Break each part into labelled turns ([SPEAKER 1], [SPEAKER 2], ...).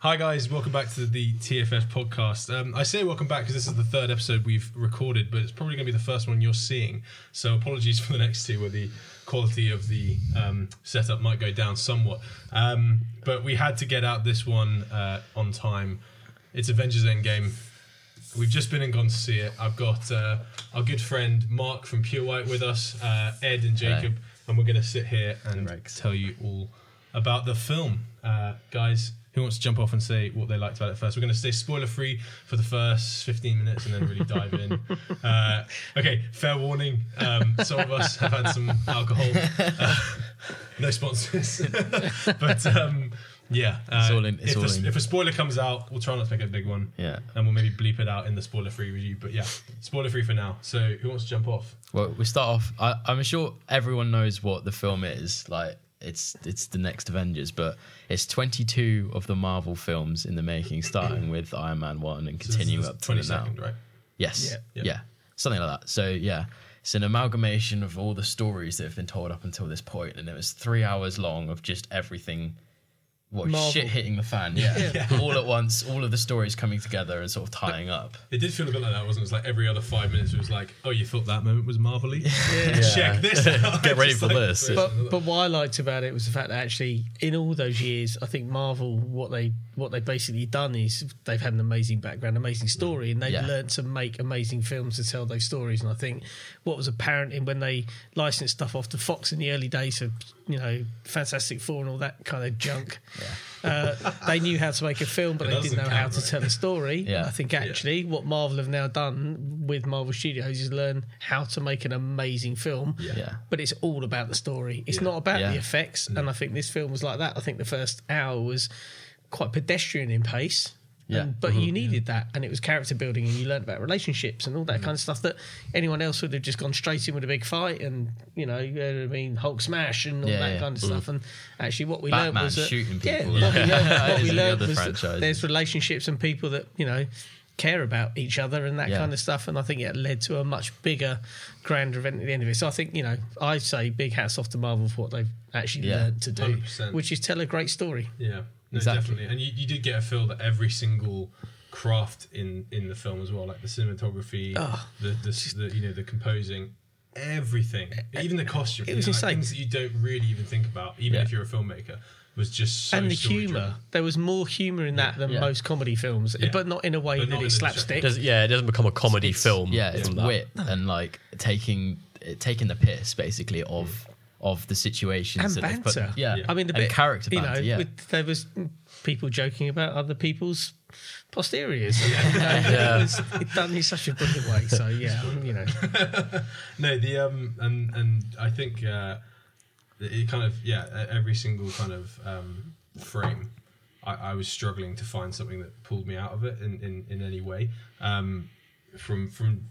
[SPEAKER 1] Hi guys, welcome back to the TFF podcast. Um, I say welcome back because this is the third episode we've recorded, but it's probably going to be the first one you're seeing. So apologies for the next two, where the quality of the um, setup might go down somewhat. Um, but we had to get out this one uh, on time. It's Avengers Endgame. We've just been and gone to see it. I've got uh, our good friend Mark from Pure White with us, uh, Ed and Jacob, and we're going to sit here and
[SPEAKER 2] Yikes.
[SPEAKER 1] tell you all about the film. Uh, guys, who wants to jump off and say what they liked about it first? We're going to stay spoiler free for the first 15 minutes and then really dive in. Uh, okay, fair warning. Um, some of us have had some alcohol. Uh, no sponsors. but um, yeah. Uh,
[SPEAKER 2] all in- it's
[SPEAKER 1] if,
[SPEAKER 2] all
[SPEAKER 1] a,
[SPEAKER 2] in.
[SPEAKER 1] if a spoiler comes out, we'll try not to make it a big one.
[SPEAKER 2] Yeah.
[SPEAKER 1] And we'll maybe bleep it out in the spoiler free review. But yeah, spoiler free for now. So who wants to jump off?
[SPEAKER 2] Well, we start off. I, I'm sure everyone knows what the film is. Like, it's it's the next Avengers, but it's 22 of the Marvel films in the making, starting with Iron Man one and
[SPEAKER 1] So this is
[SPEAKER 2] continuing
[SPEAKER 1] the
[SPEAKER 2] up to
[SPEAKER 1] 22nd,
[SPEAKER 2] now.
[SPEAKER 1] right?
[SPEAKER 2] Yes.
[SPEAKER 1] Yeah.
[SPEAKER 2] Yeah. Something like that. So yeah, it's an amalgamation of all the stories that have been told up until this point, and it was three hours long of just everything. What
[SPEAKER 3] Marvel.
[SPEAKER 2] shit hitting the fan? Yeah. all at once, all of the stories coming together and sort of tying up.
[SPEAKER 1] It did feel a bit like that, wasn't it? It was like every other five minutes, it was like, oh, you thought that moment was marvelly? Check this out.
[SPEAKER 2] Get ready
[SPEAKER 1] Just
[SPEAKER 2] for
[SPEAKER 1] like-
[SPEAKER 2] this.
[SPEAKER 3] But but what I liked about it was the fact that actually in all those years, I think Marvel what they what they basically done is they've had an amazing background, amazing story, and they've
[SPEAKER 2] Yeah.
[SPEAKER 3] learned to make amazing films to tell those stories. And I think what was apparent in when they licensed stuff off to Fox in the early days of you know Fantastic Four and all that kind of junk. Uh, they knew how to make a film, but
[SPEAKER 1] It
[SPEAKER 3] they didn't know
[SPEAKER 1] doesn't
[SPEAKER 3] how
[SPEAKER 1] count,
[SPEAKER 3] to
[SPEAKER 1] right?
[SPEAKER 3] tell a story.
[SPEAKER 2] Yeah.
[SPEAKER 3] I think actually what Marvel have now done with Marvel Studios is learn how to make an amazing film
[SPEAKER 2] Yeah.
[SPEAKER 3] but it's all about the story. It's not about
[SPEAKER 2] Yeah.
[SPEAKER 3] the effects. And I think this film was like that. I think the first hour was quite pedestrian in pace.
[SPEAKER 2] Yeah. Mm.
[SPEAKER 3] And- but you needed that, and it was character building, and you learned about relationships and all that kind of stuff that anyone else would have just gone straight in with a big fight, and you know, you know what I mean, Hulk smash and all
[SPEAKER 2] Yeah,
[SPEAKER 3] that
[SPEAKER 2] yeah. Mm.
[SPEAKER 3] kind of stuff. And actually, what we learned
[SPEAKER 2] Batman
[SPEAKER 3] was that,
[SPEAKER 2] shooting
[SPEAKER 3] yeah,
[SPEAKER 2] people.
[SPEAKER 3] what we learned,
[SPEAKER 2] Yeah.
[SPEAKER 3] what we
[SPEAKER 2] Is the
[SPEAKER 3] learned
[SPEAKER 2] other
[SPEAKER 3] was that
[SPEAKER 2] franchises.
[SPEAKER 3] there's relationships and people that you know care about each other and that
[SPEAKER 2] Yeah.
[SPEAKER 3] kind of stuff. And I think it led to a much bigger, grander event at the end of it. So I think you know, I say big hats off to Marvel for what they've actually
[SPEAKER 2] Yeah.
[SPEAKER 3] learned to do,
[SPEAKER 1] 100%.
[SPEAKER 3] which is tell a great story.
[SPEAKER 1] Yeah, no,
[SPEAKER 2] Exactly.
[SPEAKER 1] definitely. And you, you did get a feel that every single craft in in the film as well, like the cinematography, the, the, the you know the composing, everything,
[SPEAKER 2] Eh,
[SPEAKER 1] even the costume.
[SPEAKER 3] it was
[SPEAKER 1] you know,
[SPEAKER 3] insane.
[SPEAKER 1] Things that you don't really even think about, even
[SPEAKER 2] Yeah.
[SPEAKER 1] if you're a filmmaker, was just so
[SPEAKER 3] and the
[SPEAKER 1] story
[SPEAKER 3] humour.
[SPEAKER 1] driven.
[SPEAKER 3] There was more humour in that than
[SPEAKER 2] Yeah.
[SPEAKER 3] most comedy films,
[SPEAKER 1] Yeah.
[SPEAKER 3] but not in a way
[SPEAKER 1] But not
[SPEAKER 3] that
[SPEAKER 1] in a
[SPEAKER 3] it's slapstick.
[SPEAKER 4] does yeah, it doesn't become a comedy film.
[SPEAKER 2] yeah it's
[SPEAKER 4] from that.
[SPEAKER 2] wit and like taking it- taking the piss basically of of the situations
[SPEAKER 3] and
[SPEAKER 2] that they've
[SPEAKER 3] banter.
[SPEAKER 2] put, yeah
[SPEAKER 3] I mean the
[SPEAKER 2] and
[SPEAKER 3] bit
[SPEAKER 2] character
[SPEAKER 3] You
[SPEAKER 2] banter,
[SPEAKER 3] know,
[SPEAKER 2] yeah
[SPEAKER 3] with, there was people joking about other people's posteriors. You know, it was it done in such a brilliant way. So yeah, you know,
[SPEAKER 1] No, the um and and I think uh, it kind of yeah e- every single kind of um, frame. I, I was struggling to find something that pulled me out of it in, in, in any way. Um, from from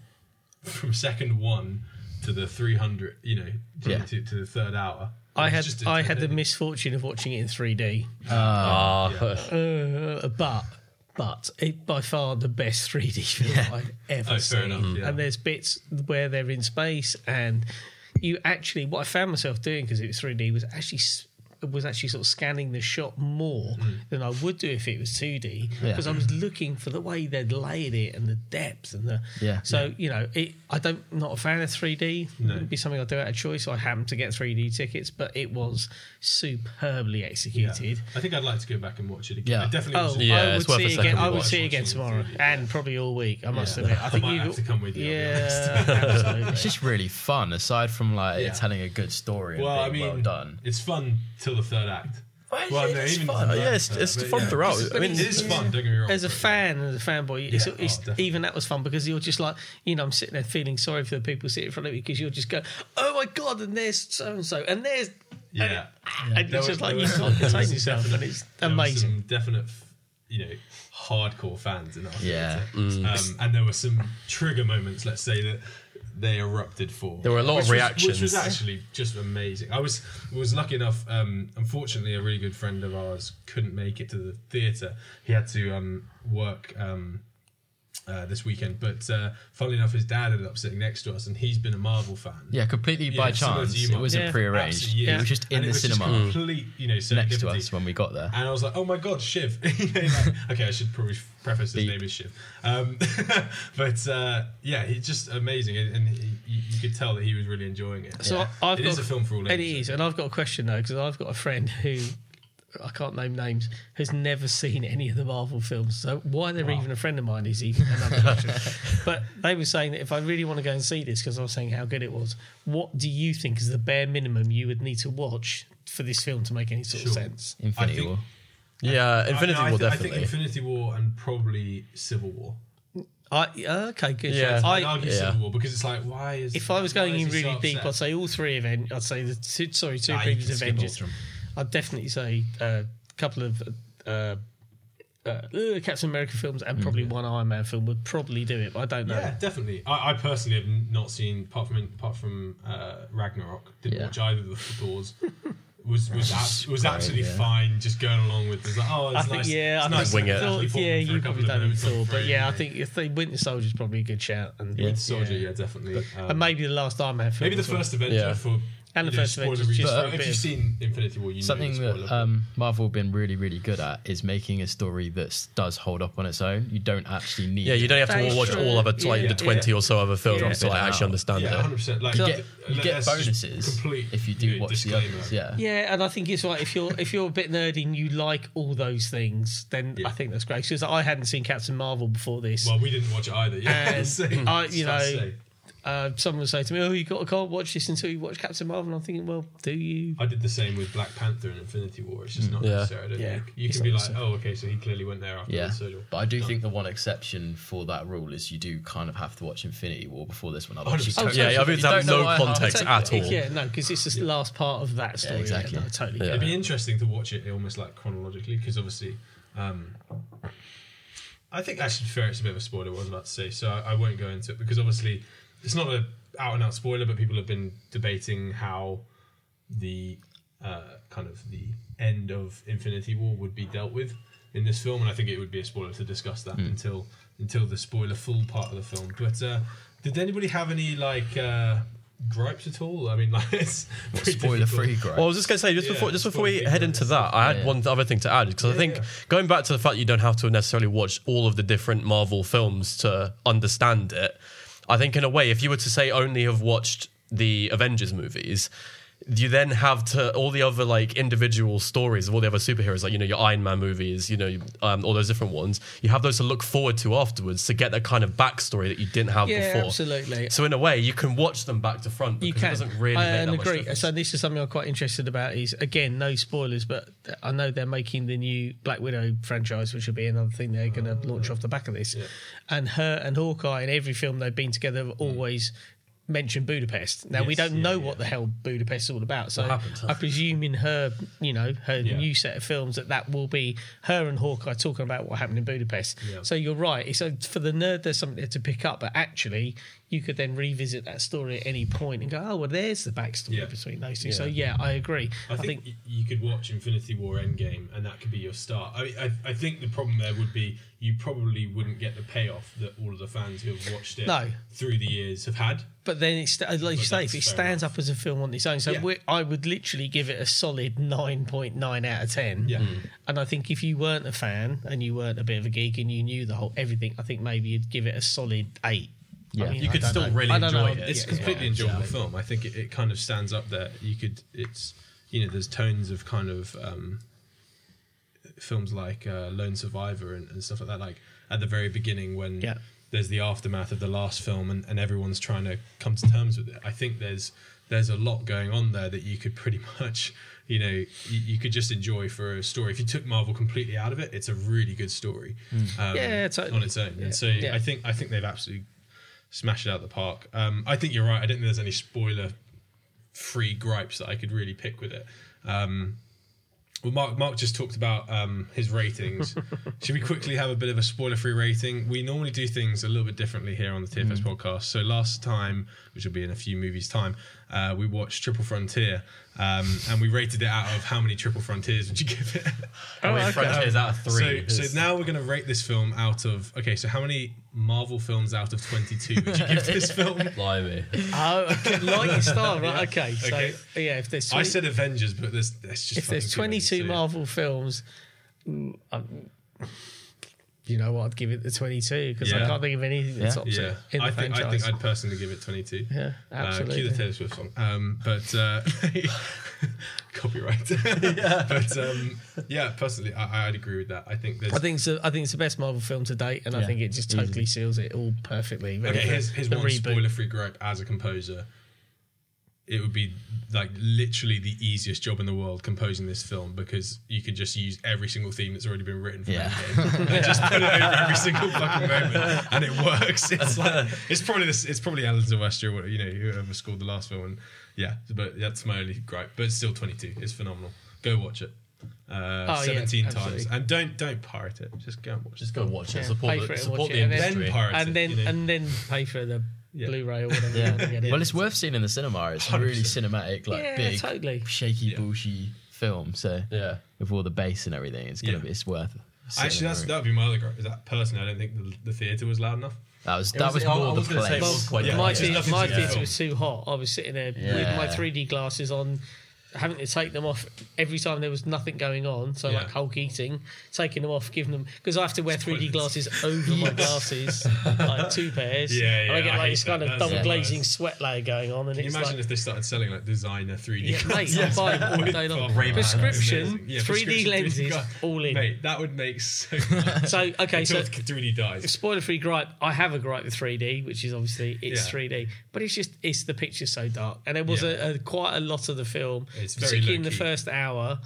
[SPEAKER 1] from second one to the three hundred, you know, to,
[SPEAKER 2] Yeah.
[SPEAKER 1] to, to the third hour. it
[SPEAKER 3] I
[SPEAKER 1] was
[SPEAKER 3] had
[SPEAKER 1] just
[SPEAKER 3] I had the
[SPEAKER 1] intimidating.
[SPEAKER 3] misfortune of watching it in 3D,
[SPEAKER 4] Ah,
[SPEAKER 3] uh, but but it by far the best 3D film I've ever
[SPEAKER 1] Oh,
[SPEAKER 3] seen.
[SPEAKER 1] fair enough. Yeah.
[SPEAKER 3] and there's bits where they're in space and you actually what i found myself doing because it was 3d was actually s- was actually sort of scanning the shot more
[SPEAKER 1] Mm.
[SPEAKER 3] than i would do if it was 2d
[SPEAKER 2] Yeah.
[SPEAKER 3] because i was looking for the way they'd laid it and the depth and the
[SPEAKER 2] Yeah.
[SPEAKER 3] so you know it i don't not a fan of 3d
[SPEAKER 1] No.
[SPEAKER 3] it'd be something i do out of choice i happened to get 3d tickets but it was superbly
[SPEAKER 1] Yeah.
[SPEAKER 3] executed
[SPEAKER 1] I think I'd like to go back and watch it again.
[SPEAKER 2] Yeah.
[SPEAKER 1] It definitely.
[SPEAKER 3] Oh,
[SPEAKER 1] was
[SPEAKER 4] Yeah,
[SPEAKER 3] I would
[SPEAKER 4] it's worth
[SPEAKER 3] see
[SPEAKER 4] a
[SPEAKER 3] it again.
[SPEAKER 4] second
[SPEAKER 3] I would
[SPEAKER 4] watch.
[SPEAKER 3] see it again tomorrow and probably all week. I must admit, I think
[SPEAKER 1] might
[SPEAKER 3] you
[SPEAKER 1] have to come with you, I'll be
[SPEAKER 3] Yeah, absolutely.
[SPEAKER 2] it's just really fun aside from like
[SPEAKER 1] Yeah.
[SPEAKER 2] it telling a good story
[SPEAKER 1] Well, I
[SPEAKER 2] and
[SPEAKER 1] mean,
[SPEAKER 2] being well done
[SPEAKER 1] it's fun till the third act.
[SPEAKER 2] Well, yeah, it's fun.
[SPEAKER 1] till the
[SPEAKER 4] Oh, Yeah,
[SPEAKER 1] third
[SPEAKER 4] it's-
[SPEAKER 1] act,
[SPEAKER 4] it's
[SPEAKER 1] but
[SPEAKER 4] fun throughout.
[SPEAKER 1] It's-
[SPEAKER 4] I mean,
[SPEAKER 1] it is fun. Don't get me wrong.
[SPEAKER 3] As a
[SPEAKER 1] but-
[SPEAKER 3] fan and as a fanboy, it's,
[SPEAKER 1] Yeah, oh,
[SPEAKER 3] it's,
[SPEAKER 1] definitely.
[SPEAKER 3] even that was fun because you're just like, you know, I'm sitting there feeling sorry for the people sitting in front of you because you're just going, oh my god, and there's so and so, and there's,
[SPEAKER 1] Yeah.
[SPEAKER 3] and it's
[SPEAKER 1] There
[SPEAKER 3] just
[SPEAKER 1] were-
[SPEAKER 3] like
[SPEAKER 1] there
[SPEAKER 3] you
[SPEAKER 1] were-
[SPEAKER 3] can't
[SPEAKER 1] there
[SPEAKER 3] contain
[SPEAKER 1] was
[SPEAKER 3] yourself, and it's
[SPEAKER 1] there were
[SPEAKER 3] amazing.
[SPEAKER 1] Some definite, you know, hardcore fans in our
[SPEAKER 2] Yeah. Mm.
[SPEAKER 1] theatre. Um, and there were some trigger moments. Let's say that they erupted for.
[SPEAKER 4] There were a lot
[SPEAKER 1] which was-
[SPEAKER 4] of
[SPEAKER 1] which
[SPEAKER 4] reactions.
[SPEAKER 1] was actually just amazing. I was was lucky enough. Um, unfortunately, a really good friend of ours couldn't make it to the theatre. He had to um, work. Um, uh, this weekend. But uh, funnily enough, his dad ended up sitting next to us, and he's been a Marvel fan.
[SPEAKER 2] Yeah, completely by
[SPEAKER 1] Yeah, similar to
[SPEAKER 2] chance.
[SPEAKER 1] you,
[SPEAKER 2] It
[SPEAKER 1] Mark.
[SPEAKER 2] wasn't
[SPEAKER 3] Yeah,
[SPEAKER 2] prearranged.
[SPEAKER 1] Absolutely, yeah.
[SPEAKER 2] It was just in
[SPEAKER 1] And it
[SPEAKER 2] the
[SPEAKER 1] was just
[SPEAKER 2] cinema
[SPEAKER 1] complete, you know,
[SPEAKER 2] next to
[SPEAKER 1] serendipity.
[SPEAKER 2] us when we got there.
[SPEAKER 1] And I was like, oh my god, Shiv. You know, like- okay, I should probably preface his
[SPEAKER 2] Beep.
[SPEAKER 1] name is Shiv. Um, but uh, yeah, he's just amazing, and, and he, you you could tell that he was really enjoying it.
[SPEAKER 3] So
[SPEAKER 1] yeah.
[SPEAKER 3] I- I've
[SPEAKER 1] It
[SPEAKER 3] got
[SPEAKER 1] is a film for all
[SPEAKER 3] And it
[SPEAKER 1] ages.
[SPEAKER 3] is, and I've got a question though because I've got a friend who I can't name names has never seen any of the Marvel films. So why they're even a friend of mine is even another question. But they were saying that if I really want to go and see this because I was saying how good it was, what do you think is the bare minimum you would need to watch for this film to make any sort
[SPEAKER 1] Sure.
[SPEAKER 3] of sense?
[SPEAKER 2] Infinity
[SPEAKER 1] think-
[SPEAKER 2] War.
[SPEAKER 4] Yeah, Infinity
[SPEAKER 1] I, no, I
[SPEAKER 4] War
[SPEAKER 1] thi- I
[SPEAKER 4] definitely.
[SPEAKER 1] think Infinity War and probably Civil War.
[SPEAKER 3] I okay, good.
[SPEAKER 4] Yeah.
[SPEAKER 1] I'd
[SPEAKER 3] I,
[SPEAKER 1] argue
[SPEAKER 4] yeah.
[SPEAKER 1] Civil War because it's like, why is
[SPEAKER 3] if I was going
[SPEAKER 1] why is
[SPEAKER 3] in
[SPEAKER 1] he so
[SPEAKER 3] really deep,
[SPEAKER 1] upset?
[SPEAKER 3] I'd say all three event. I'd say the two, sorry, two
[SPEAKER 1] Nah, you
[SPEAKER 3] previous
[SPEAKER 1] can skip
[SPEAKER 3] Avengers.
[SPEAKER 1] all of them.
[SPEAKER 3] I'd definitely say uh, a couple of uh, uh, uh, Captain America films and probably one Iron Man film would probably do it. But I don't know.
[SPEAKER 1] Yeah, definitely. I, I personally have n- not seen apart from apart from uh, Ragnarok. Didn't
[SPEAKER 2] Yeah.
[SPEAKER 1] watch either of the Thors. Was was abs- was
[SPEAKER 2] great,
[SPEAKER 1] absolutely
[SPEAKER 2] yeah.
[SPEAKER 1] fine. Just going along with this. Like, oh,
[SPEAKER 3] I
[SPEAKER 1] it's
[SPEAKER 3] think
[SPEAKER 1] nice.
[SPEAKER 3] yeah,
[SPEAKER 1] it's
[SPEAKER 3] I
[SPEAKER 1] nice
[SPEAKER 3] think
[SPEAKER 4] wing it.
[SPEAKER 3] Thor-
[SPEAKER 1] Natalie Portman
[SPEAKER 3] yeah,
[SPEAKER 1] for a
[SPEAKER 3] you
[SPEAKER 1] couple
[SPEAKER 3] probably
[SPEAKER 1] of
[SPEAKER 3] don't
[SPEAKER 1] them,
[SPEAKER 3] need
[SPEAKER 1] it's not
[SPEAKER 3] Thor, but
[SPEAKER 1] great,
[SPEAKER 3] yeah, I
[SPEAKER 1] you know.
[SPEAKER 3] think if they Winter Soldier's probably a good shout, and
[SPEAKER 1] Winter Soldier,
[SPEAKER 3] yeah.
[SPEAKER 1] yeah, definitely. Um,
[SPEAKER 3] and maybe the last Iron Man film.
[SPEAKER 1] maybe the
[SPEAKER 3] as well.
[SPEAKER 1] first Avenger
[SPEAKER 4] Yeah.
[SPEAKER 1] for
[SPEAKER 3] And the
[SPEAKER 1] you know,
[SPEAKER 3] first
[SPEAKER 1] spoiler
[SPEAKER 3] Avengers,
[SPEAKER 1] reasons,
[SPEAKER 3] just for a
[SPEAKER 1] if
[SPEAKER 3] bit
[SPEAKER 1] you've
[SPEAKER 3] of-
[SPEAKER 1] seen Infinity War, you
[SPEAKER 2] Something
[SPEAKER 1] know the
[SPEAKER 2] that
[SPEAKER 1] spoiler.
[SPEAKER 2] um, Marvel have been really, really good at is making a story that s- does hold up on its own. You don't actually need.
[SPEAKER 4] yeah, you don't have
[SPEAKER 3] That
[SPEAKER 4] to
[SPEAKER 3] is
[SPEAKER 4] watch
[SPEAKER 3] true.
[SPEAKER 4] all other like
[SPEAKER 3] Yeah.
[SPEAKER 4] the twenty or so other films
[SPEAKER 3] Yeah.
[SPEAKER 4] to like, actually understand
[SPEAKER 1] yeah,
[SPEAKER 4] it.
[SPEAKER 1] 100%. Like,
[SPEAKER 2] You
[SPEAKER 1] uh,
[SPEAKER 2] get, you get
[SPEAKER 1] let's just
[SPEAKER 2] bonuses
[SPEAKER 1] complete,
[SPEAKER 2] if you do
[SPEAKER 1] know,
[SPEAKER 2] watch the
[SPEAKER 1] disclaimer.
[SPEAKER 2] others. Yeah.
[SPEAKER 3] Yeah, and I think it's right if you're if you're a bit nerdy and you like all those things, then
[SPEAKER 1] Yeah.
[SPEAKER 3] I think that's great. Because I hadn't seen Captain Marvel before this.
[SPEAKER 1] Well, we didn't watch it either. Yeah,
[SPEAKER 3] And
[SPEAKER 1] so-
[SPEAKER 3] I- you
[SPEAKER 1] so I'd
[SPEAKER 3] know-
[SPEAKER 1] say.
[SPEAKER 3] uh, someone would say to me, "Oh, you got to can't watch this until you watch Captain Marvel." And I'm thinking, "Well, do you?"
[SPEAKER 1] I did the same with Black Panther and Infinity War. It's just not
[SPEAKER 4] Yeah.
[SPEAKER 1] necessary. I don't
[SPEAKER 3] Yeah.
[SPEAKER 1] think. You
[SPEAKER 3] It's
[SPEAKER 1] can be
[SPEAKER 3] not
[SPEAKER 1] like, oh, okay, so he clearly went there after
[SPEAKER 2] Yeah,
[SPEAKER 1] the surgery.
[SPEAKER 2] but I do think the one exception for that rule is you do kind of have to watch Infinity War before this one. Otherwise, you
[SPEAKER 1] 100%.
[SPEAKER 2] totally-
[SPEAKER 4] Yeah, yeah, I mean,
[SPEAKER 2] you
[SPEAKER 4] to have
[SPEAKER 2] don't know
[SPEAKER 4] no
[SPEAKER 2] why half the
[SPEAKER 4] context
[SPEAKER 2] time-
[SPEAKER 4] at all.
[SPEAKER 3] Yeah, no, because it's the last part of that story.
[SPEAKER 2] exactly.
[SPEAKER 3] Yeah, no, I totally. get
[SPEAKER 4] Yeah.
[SPEAKER 1] It'd be interesting to watch it almost like chronologically because obviously, um, I think actually, to be fair, it's a bit of a spoiler. What I was about to say, so I, I won't go into it because obviously it's not a out and out spoiler, but people have been debating how the uh, kind of the end of Infinity War would be dealt with in this film, and I think it would be a spoiler to discuss that until until the spoiler full part of the film. But uh, did anybody have any like uh, gripes at all? I mean, like it's very
[SPEAKER 2] Spoiler free,
[SPEAKER 1] difficult.
[SPEAKER 2] great.
[SPEAKER 4] Well, I was just going to say just
[SPEAKER 1] Yeah,
[SPEAKER 4] before just
[SPEAKER 1] just
[SPEAKER 4] before
[SPEAKER 1] one
[SPEAKER 4] we
[SPEAKER 1] thing
[SPEAKER 4] head
[SPEAKER 1] on
[SPEAKER 4] into
[SPEAKER 1] this.
[SPEAKER 4] that, I had
[SPEAKER 2] Yeah.
[SPEAKER 4] one other thing to add because I
[SPEAKER 1] Yeah,
[SPEAKER 4] think
[SPEAKER 1] yeah.
[SPEAKER 4] going back to the fact you don't have to necessarily watch all of the different Marvel films to understand it. I think in a way, if you were to say only have watched the Avengers movies. You then have to all the other like individual stories of all the other superheroes, like you know your Iron Man movies, you know um, all those different ones. You have those to look forward to afterwards to get that kind of backstory that you didn't have
[SPEAKER 3] Yeah,
[SPEAKER 4] before.
[SPEAKER 3] absolutely.
[SPEAKER 4] So in a way, you can watch them back to front.
[SPEAKER 3] You
[SPEAKER 4] because
[SPEAKER 3] can.
[SPEAKER 4] It doesn't really.
[SPEAKER 3] I
[SPEAKER 4] make that
[SPEAKER 3] and
[SPEAKER 4] much
[SPEAKER 3] agree.
[SPEAKER 4] difference.
[SPEAKER 3] So this is something I'm quite interested about. Is again, no spoilers, but I know they're making the new Black Widow franchise, which will be another thing they're going to launch off the back of this. And her and Hawkeye in every film they've been together have always. mentioned Budapest. Now we
[SPEAKER 1] Yes,
[SPEAKER 3] don't
[SPEAKER 1] yeah,
[SPEAKER 3] know
[SPEAKER 1] yeah.
[SPEAKER 3] what the hell Budapest is all about. So
[SPEAKER 4] happened?
[SPEAKER 3] I presume in her, you know, her
[SPEAKER 1] Yeah.
[SPEAKER 3] new set of films that that will be her and Hawkeye talking about what happened in Budapest.
[SPEAKER 1] Yeah.
[SPEAKER 3] So you're right. So for the nerd, there's something there to pick up, but actually, you could then revisit that story at any point and go, oh, well, there's the backstory
[SPEAKER 1] Yeah.
[SPEAKER 3] between those two. So
[SPEAKER 1] Yeah.
[SPEAKER 3] yeah, I agree.
[SPEAKER 1] I think, y you could watch Infinity War Endgame, and that could be your start. I, mean, I I think the problem there would be you probably wouldn't get the payoff that all of the fans who have watched it
[SPEAKER 3] No.
[SPEAKER 1] through the years have had.
[SPEAKER 3] but then it's like you say,
[SPEAKER 1] that's
[SPEAKER 3] if it
[SPEAKER 1] fair
[SPEAKER 3] stands up as a film on its own, so
[SPEAKER 1] Yeah.
[SPEAKER 3] we I would literally give it a solid nine point nine out of ten.
[SPEAKER 1] Yeah.
[SPEAKER 2] Hmm.
[SPEAKER 1] Mm.
[SPEAKER 3] and I think if you weren't a fan and you weren't a bit of a geek and you knew the whole everything, I think maybe you'd give it a solid eight.
[SPEAKER 2] Yeah.
[SPEAKER 3] I mean,
[SPEAKER 1] You
[SPEAKER 3] I
[SPEAKER 1] could
[SPEAKER 3] don't
[SPEAKER 1] still
[SPEAKER 3] know.
[SPEAKER 1] really
[SPEAKER 3] I don't
[SPEAKER 1] enjoy
[SPEAKER 3] know.
[SPEAKER 1] it. It's
[SPEAKER 3] Yeah,
[SPEAKER 1] completely
[SPEAKER 3] yeah.
[SPEAKER 1] enjoyable film. I think it, it kind of stands up there. You could it's you know there's tones of kind of um, films like uh, Lone Survivor and, and stuff like that. Like at the very beginning when
[SPEAKER 3] Yeah.
[SPEAKER 1] there's the aftermath of the last film and, and everyone's trying to come to terms with it. I think there's there's a lot going on there that you could pretty much you know you, you could just enjoy for a story. If you took Marvel completely out of it, it's a really good story. Um,
[SPEAKER 3] Hmm. Yeah, totally.
[SPEAKER 1] on its own.
[SPEAKER 3] Yeah.
[SPEAKER 1] And so
[SPEAKER 3] Yeah.
[SPEAKER 1] I think I think they've absolutely smash it out of the park. Um, I think you're right. I don't think there's any spoiler free gripes that I could really pick with it. Um, well, Mark, Mark just talked about um, his ratings. Should we quickly have a bit of a spoiler free rating? We normally do things a little bit differently here on the TFS podcast. So last time, which will be in a few movies' time, uh, we watched Triple Frontier, um, and we rated it out of how many Triple Frontiers would you give it?
[SPEAKER 4] I mean,
[SPEAKER 3] okay.
[SPEAKER 4] Frontiers out of three.
[SPEAKER 1] So,
[SPEAKER 4] is-
[SPEAKER 1] so now we're going to rate this film out of okay. So how many Marvel films out of twenty two would you give this film?
[SPEAKER 5] Blimey.
[SPEAKER 3] Oh, okay. Lightning Star, right? Okay. So
[SPEAKER 1] Okay.
[SPEAKER 3] yeah, if there's 20,
[SPEAKER 1] I said Avengers, but there's that's just
[SPEAKER 3] if there's
[SPEAKER 1] fucking
[SPEAKER 3] 22 Marvel films, mm, I'm- you know what? I'd give it the 22 because I
[SPEAKER 1] Yeah.
[SPEAKER 3] can't think of anything that
[SPEAKER 2] Yeah.
[SPEAKER 3] tops
[SPEAKER 1] Yeah,
[SPEAKER 3] it in the
[SPEAKER 1] I think I
[SPEAKER 3] franchise.
[SPEAKER 1] think I'd personally give it twenty two.
[SPEAKER 3] yeah,
[SPEAKER 1] Uh, cue
[SPEAKER 3] absolutely.
[SPEAKER 1] the Taylor Swift song. Um, but uh, copyright. yeah. But um, yeah, personally, I, I'd agree with that. I think there's.
[SPEAKER 3] I think it's a, I think it's the best Marvel film to date, and I think it just totally seals it all perfectly.
[SPEAKER 1] okay, here's, here's
[SPEAKER 3] The
[SPEAKER 1] one
[SPEAKER 3] reboot.
[SPEAKER 1] spoiler-free gripe as a composer. It would be like literally the easiest job in the world composing this film because you could just use every single theme that's already been written for
[SPEAKER 2] Yeah.
[SPEAKER 1] Endgame and just put it over every single fucking moment and it works. It's like it's probably this. It's probably Alice Sylvester, or, you know, whoever scored the last film. And yeah, but that's my only gripe. But it's still 22. It's phenomenal. Go watch it. Uh,
[SPEAKER 3] Oh, yeah,
[SPEAKER 1] 17 times
[SPEAKER 3] absolutely.
[SPEAKER 1] and don't don't pirate it. Just go and watch it.
[SPEAKER 4] just go watch
[SPEAKER 3] Yeah,
[SPEAKER 4] it.
[SPEAKER 3] pay
[SPEAKER 4] Support,
[SPEAKER 3] for it
[SPEAKER 4] the,
[SPEAKER 3] and
[SPEAKER 4] support
[SPEAKER 3] watch
[SPEAKER 4] the
[SPEAKER 3] it, and then-
[SPEAKER 4] industry.
[SPEAKER 1] Then pirate it.
[SPEAKER 3] and then
[SPEAKER 1] you know.
[SPEAKER 3] and then pay for the
[SPEAKER 1] Yeah.
[SPEAKER 3] Blu-ray or whatever. you want to get it.
[SPEAKER 2] Well, it's worth seeing in the cinema. It's a really cinematic, like
[SPEAKER 3] yeah,
[SPEAKER 2] big,
[SPEAKER 3] totally.
[SPEAKER 2] shaky, bushy film. So
[SPEAKER 4] Yeah.
[SPEAKER 2] with all the bass and everything, it's gonna
[SPEAKER 1] Yeah.
[SPEAKER 2] be it's worth. seeing
[SPEAKER 1] Actually, that's,
[SPEAKER 2] every-
[SPEAKER 1] that would be my other gripe. Is that personally, I don't think the, the theatre was loud enough.
[SPEAKER 2] that was that was,
[SPEAKER 4] was- I- I
[SPEAKER 2] more the
[SPEAKER 4] was gonna say it
[SPEAKER 2] place.
[SPEAKER 4] was quite-
[SPEAKER 1] Yeah.
[SPEAKER 3] my
[SPEAKER 1] It's
[SPEAKER 3] thea-
[SPEAKER 1] nothing to
[SPEAKER 3] my
[SPEAKER 1] do
[SPEAKER 3] theatre
[SPEAKER 1] with
[SPEAKER 3] was too hot. I was sitting there with
[SPEAKER 2] Yeah.
[SPEAKER 3] my 3D glasses on, having to take them off every time there was nothing going on. So
[SPEAKER 1] Yeah.
[SPEAKER 3] like Hulk eating, taking them off, giving them because I have to wear 3D glasses over my glasses, like two pairs.
[SPEAKER 1] Yeah,
[SPEAKER 3] And
[SPEAKER 1] yeah,
[SPEAKER 3] I get
[SPEAKER 1] I
[SPEAKER 3] like
[SPEAKER 1] hate
[SPEAKER 3] this kind
[SPEAKER 1] that.
[SPEAKER 3] of
[SPEAKER 1] That's
[SPEAKER 3] double
[SPEAKER 1] the
[SPEAKER 3] glazing
[SPEAKER 1] worst.
[SPEAKER 3] sweat layer going on, and
[SPEAKER 1] Can you
[SPEAKER 3] it's
[SPEAKER 1] imagine
[SPEAKER 3] like.
[SPEAKER 1] if they started selling like designer 3D
[SPEAKER 3] Yeah, mate,
[SPEAKER 1] glasses?
[SPEAKER 3] I'm buying all
[SPEAKER 1] With
[SPEAKER 3] day long.
[SPEAKER 1] fucking Ray-Ban.
[SPEAKER 3] Prescription,
[SPEAKER 1] Amazing.
[SPEAKER 3] 3D lenses,
[SPEAKER 1] gla-
[SPEAKER 3] all in.
[SPEAKER 1] Mate, that would make so much.
[SPEAKER 3] So okay,
[SPEAKER 1] Until
[SPEAKER 3] so
[SPEAKER 1] the 3D dies.
[SPEAKER 3] spoiler free gripe i have a gripe with 3d which is obviously it's
[SPEAKER 1] Yeah.
[SPEAKER 3] 3d but it's just it's the picture's so dark and there was
[SPEAKER 1] Yeah.
[SPEAKER 3] a, a quite a lot of the film
[SPEAKER 1] It's very
[SPEAKER 3] particularly in the
[SPEAKER 1] low-key.
[SPEAKER 3] first hour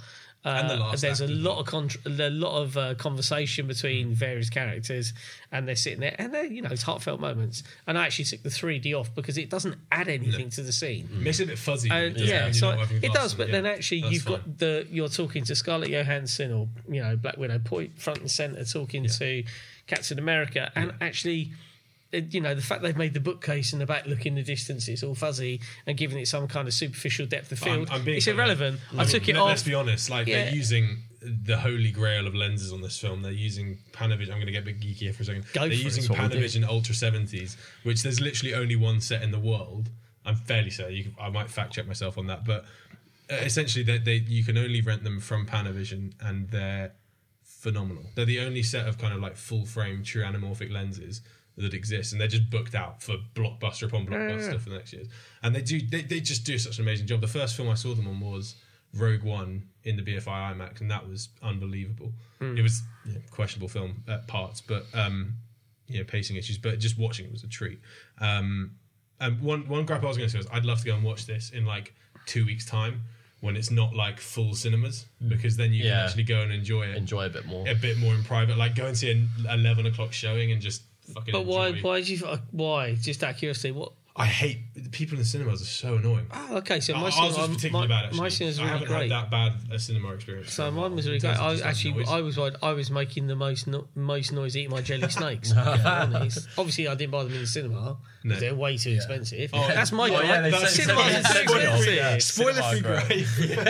[SPEAKER 3] uh,
[SPEAKER 1] And the last
[SPEAKER 3] there's
[SPEAKER 1] act
[SPEAKER 3] a
[SPEAKER 1] as Mm.
[SPEAKER 3] lot of contr a lot of uh, conversation between various characters, and they're sitting there, and they're you know it's heartfelt moments. And I actually took the 3D off because it doesn't add anything to the scene.
[SPEAKER 1] Makes it a bit fuzzy.
[SPEAKER 3] Uh,
[SPEAKER 1] doesn't it,
[SPEAKER 3] yeah,
[SPEAKER 1] when you're
[SPEAKER 3] so
[SPEAKER 1] not having
[SPEAKER 3] it
[SPEAKER 1] glasses
[SPEAKER 3] does.
[SPEAKER 1] on,
[SPEAKER 3] But
[SPEAKER 1] yeah.
[SPEAKER 3] then actually,
[SPEAKER 1] That's
[SPEAKER 3] you've
[SPEAKER 1] fine.
[SPEAKER 3] got the you're talking to Scarlett Johansson or you know Black Widow point front and center, talking to Captain America, and actually. it- You know the fact they've made the bookcase in the back look in the distance; it's all fuzzy and giving it some kind of superficial depth of
[SPEAKER 1] I'm-
[SPEAKER 3] field.
[SPEAKER 1] I'm being
[SPEAKER 3] it's
[SPEAKER 1] quite
[SPEAKER 3] irrelevant. I
[SPEAKER 1] mean,
[SPEAKER 3] took it
[SPEAKER 1] let- Let's
[SPEAKER 3] off.
[SPEAKER 1] be honest. Like they're
[SPEAKER 3] Yeah.
[SPEAKER 1] using the holy grail of lenses on this film. They're using Panavision. I'm going to get a bit geeky here for a second.
[SPEAKER 3] Go
[SPEAKER 1] they're
[SPEAKER 3] for it,
[SPEAKER 1] using
[SPEAKER 3] it's
[SPEAKER 2] what we do.
[SPEAKER 1] Panavision Ultra 70s, which there's literally only one set in the world. I'm fairly certain. You can, I might fact check myself on that, but uh, essentially, they, they you can only rent them from Panavision, and they're phenomenal. They're the only set of kind of like full frame true anamorphic lenses that exist, and they're just booked out for blockbuster upon blockbuster for the next years. And they do they, they just do such an amazing job. The first film I saw them on was Rogue One in the BFI IMAX, and that was unbelievable. It was you know, questionable film at parts, but um, you know pacing issues. But just watching it was a treat. Um, and one one gripe I was going to say was I'd love to go and watch this in like two weeks time when it's not like full cinemas because then you can
[SPEAKER 4] Yeah.
[SPEAKER 1] actually go and enjoy it
[SPEAKER 4] Enjoy a bit more.
[SPEAKER 1] a bit more in private. Like go and see an eleven o'clock showing and just fucking.
[SPEAKER 3] But why?
[SPEAKER 1] enjoy.
[SPEAKER 3] Why did you? uh, Why? Just out of curiosity, what?
[SPEAKER 1] I hate the people in the cinemas are so annoying.
[SPEAKER 3] Oh, okay. So my
[SPEAKER 1] I- I was
[SPEAKER 3] cinema-
[SPEAKER 1] just particularly
[SPEAKER 3] my,
[SPEAKER 1] bad. Actually,
[SPEAKER 3] my cinema's
[SPEAKER 1] I
[SPEAKER 3] really
[SPEAKER 1] haven't
[SPEAKER 3] great.
[SPEAKER 1] had that bad a cinema experience.
[SPEAKER 3] So mine was really
[SPEAKER 1] In
[SPEAKER 3] great.
[SPEAKER 1] terms of
[SPEAKER 3] I
[SPEAKER 1] just that
[SPEAKER 3] actually,
[SPEAKER 1] noise.
[SPEAKER 3] I was like, I was making the most no- most noise eating my jelly snakes. Obviously, I didn't buy them in the cinema. 'cause
[SPEAKER 1] No.
[SPEAKER 3] They're way too expensive.
[SPEAKER 1] Oh,
[SPEAKER 3] That's my
[SPEAKER 4] oh,
[SPEAKER 3] gripe.
[SPEAKER 4] yeah, they
[SPEAKER 1] That's-
[SPEAKER 4] said-
[SPEAKER 3] Cinema is
[SPEAKER 4] said-
[SPEAKER 3] too expensive.
[SPEAKER 1] Spoiler free,
[SPEAKER 4] Cinema,
[SPEAKER 1] great.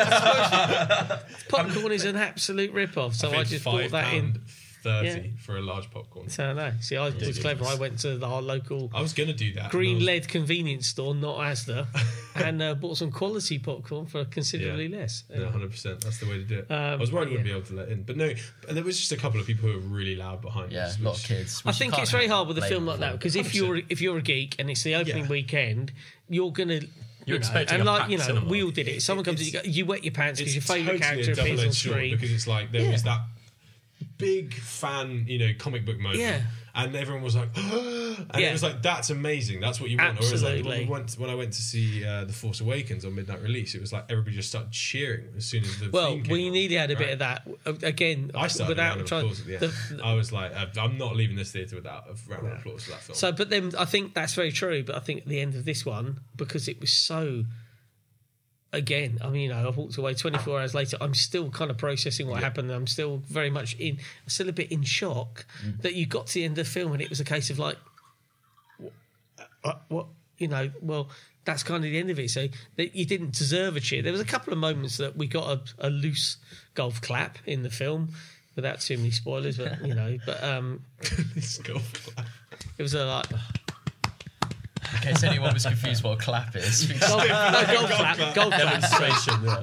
[SPEAKER 3] Popcorn is an absolute rip-off. So I,
[SPEAKER 1] Paid
[SPEAKER 3] just bought that in.
[SPEAKER 1] £5.30 Thirty for a large popcorn.
[SPEAKER 3] So no, see, I was clever. I went to the, our local
[SPEAKER 1] I was gonna do that.
[SPEAKER 3] green
[SPEAKER 1] and I was-
[SPEAKER 3] led convenience store, not ASDA, and uh, bought some quality popcorn for considerably
[SPEAKER 1] Yeah.
[SPEAKER 3] less.
[SPEAKER 1] No, hundred percent. That's the way to do it. I
[SPEAKER 3] Um,
[SPEAKER 1] was worried I wouldn't
[SPEAKER 3] yeah.
[SPEAKER 1] be able to let in, but no. And there was just a couple of people who were really loud behind
[SPEAKER 2] yeah,
[SPEAKER 1] us.
[SPEAKER 2] a lot
[SPEAKER 1] which-
[SPEAKER 2] of kids.
[SPEAKER 3] I
[SPEAKER 2] which you
[SPEAKER 3] think
[SPEAKER 2] can't
[SPEAKER 3] it's very hard with a
[SPEAKER 2] blame
[SPEAKER 3] film
[SPEAKER 2] them
[SPEAKER 3] like
[SPEAKER 2] for.
[SPEAKER 3] that because if you're if you're a geek and it's the opening
[SPEAKER 1] Yeah.
[SPEAKER 3] weekend, you're gonna you
[SPEAKER 4] You're
[SPEAKER 3] know,
[SPEAKER 4] expecting
[SPEAKER 3] and
[SPEAKER 4] a
[SPEAKER 3] like
[SPEAKER 4] packed
[SPEAKER 3] you know
[SPEAKER 4] cinema.
[SPEAKER 3] we all did it. Someone comes
[SPEAKER 1] it's-
[SPEAKER 3] and you, go, you wet your pants because your favourite
[SPEAKER 1] totally
[SPEAKER 3] character appears on
[SPEAKER 1] double-edged sword
[SPEAKER 3] screen.
[SPEAKER 1] because it's like there
[SPEAKER 3] Yeah.
[SPEAKER 1] was that big fan, you know, comic book moment,
[SPEAKER 3] Yeah.
[SPEAKER 1] and everyone was like, and it
[SPEAKER 3] Yeah.
[SPEAKER 1] was like that's amazing, that's what you want. Or it was like when,
[SPEAKER 3] Absolutely.
[SPEAKER 1] we went, when I went to see uh, the Force Awakens on midnight release, it was like everybody just started cheering as soon as the
[SPEAKER 3] Well,
[SPEAKER 1] theme came
[SPEAKER 3] we
[SPEAKER 1] on,
[SPEAKER 3] nearly had a
[SPEAKER 1] right?
[SPEAKER 3] bit of that A- again.
[SPEAKER 1] I started without round of
[SPEAKER 3] trying.
[SPEAKER 1] applause at the end.
[SPEAKER 3] the-
[SPEAKER 1] I was like, uh, I'm not leaving this theatre without a round of applause for that film.
[SPEAKER 3] so, but then I think that's very true. But I think at the end of this one, because it was so. Again, I mean, you know, I walked away 24 hours later. I'm still kind of processing what happened. I'm still very much in, still a bit in shock that you got to the end of the film and it was a case of like, what, what uh, you know, well, that's kind of the end of it. So that you didn't deserve a cheer. There was a couple of moments that we got a, a loose golf clap in the film, without too many spoilers. But you know, but um,
[SPEAKER 1] Let's go.
[SPEAKER 3] it was a like
[SPEAKER 2] In case anyone was confused what a clap is.
[SPEAKER 3] golf, no, golf clap, golf clap.
[SPEAKER 4] Demonstration. yeah.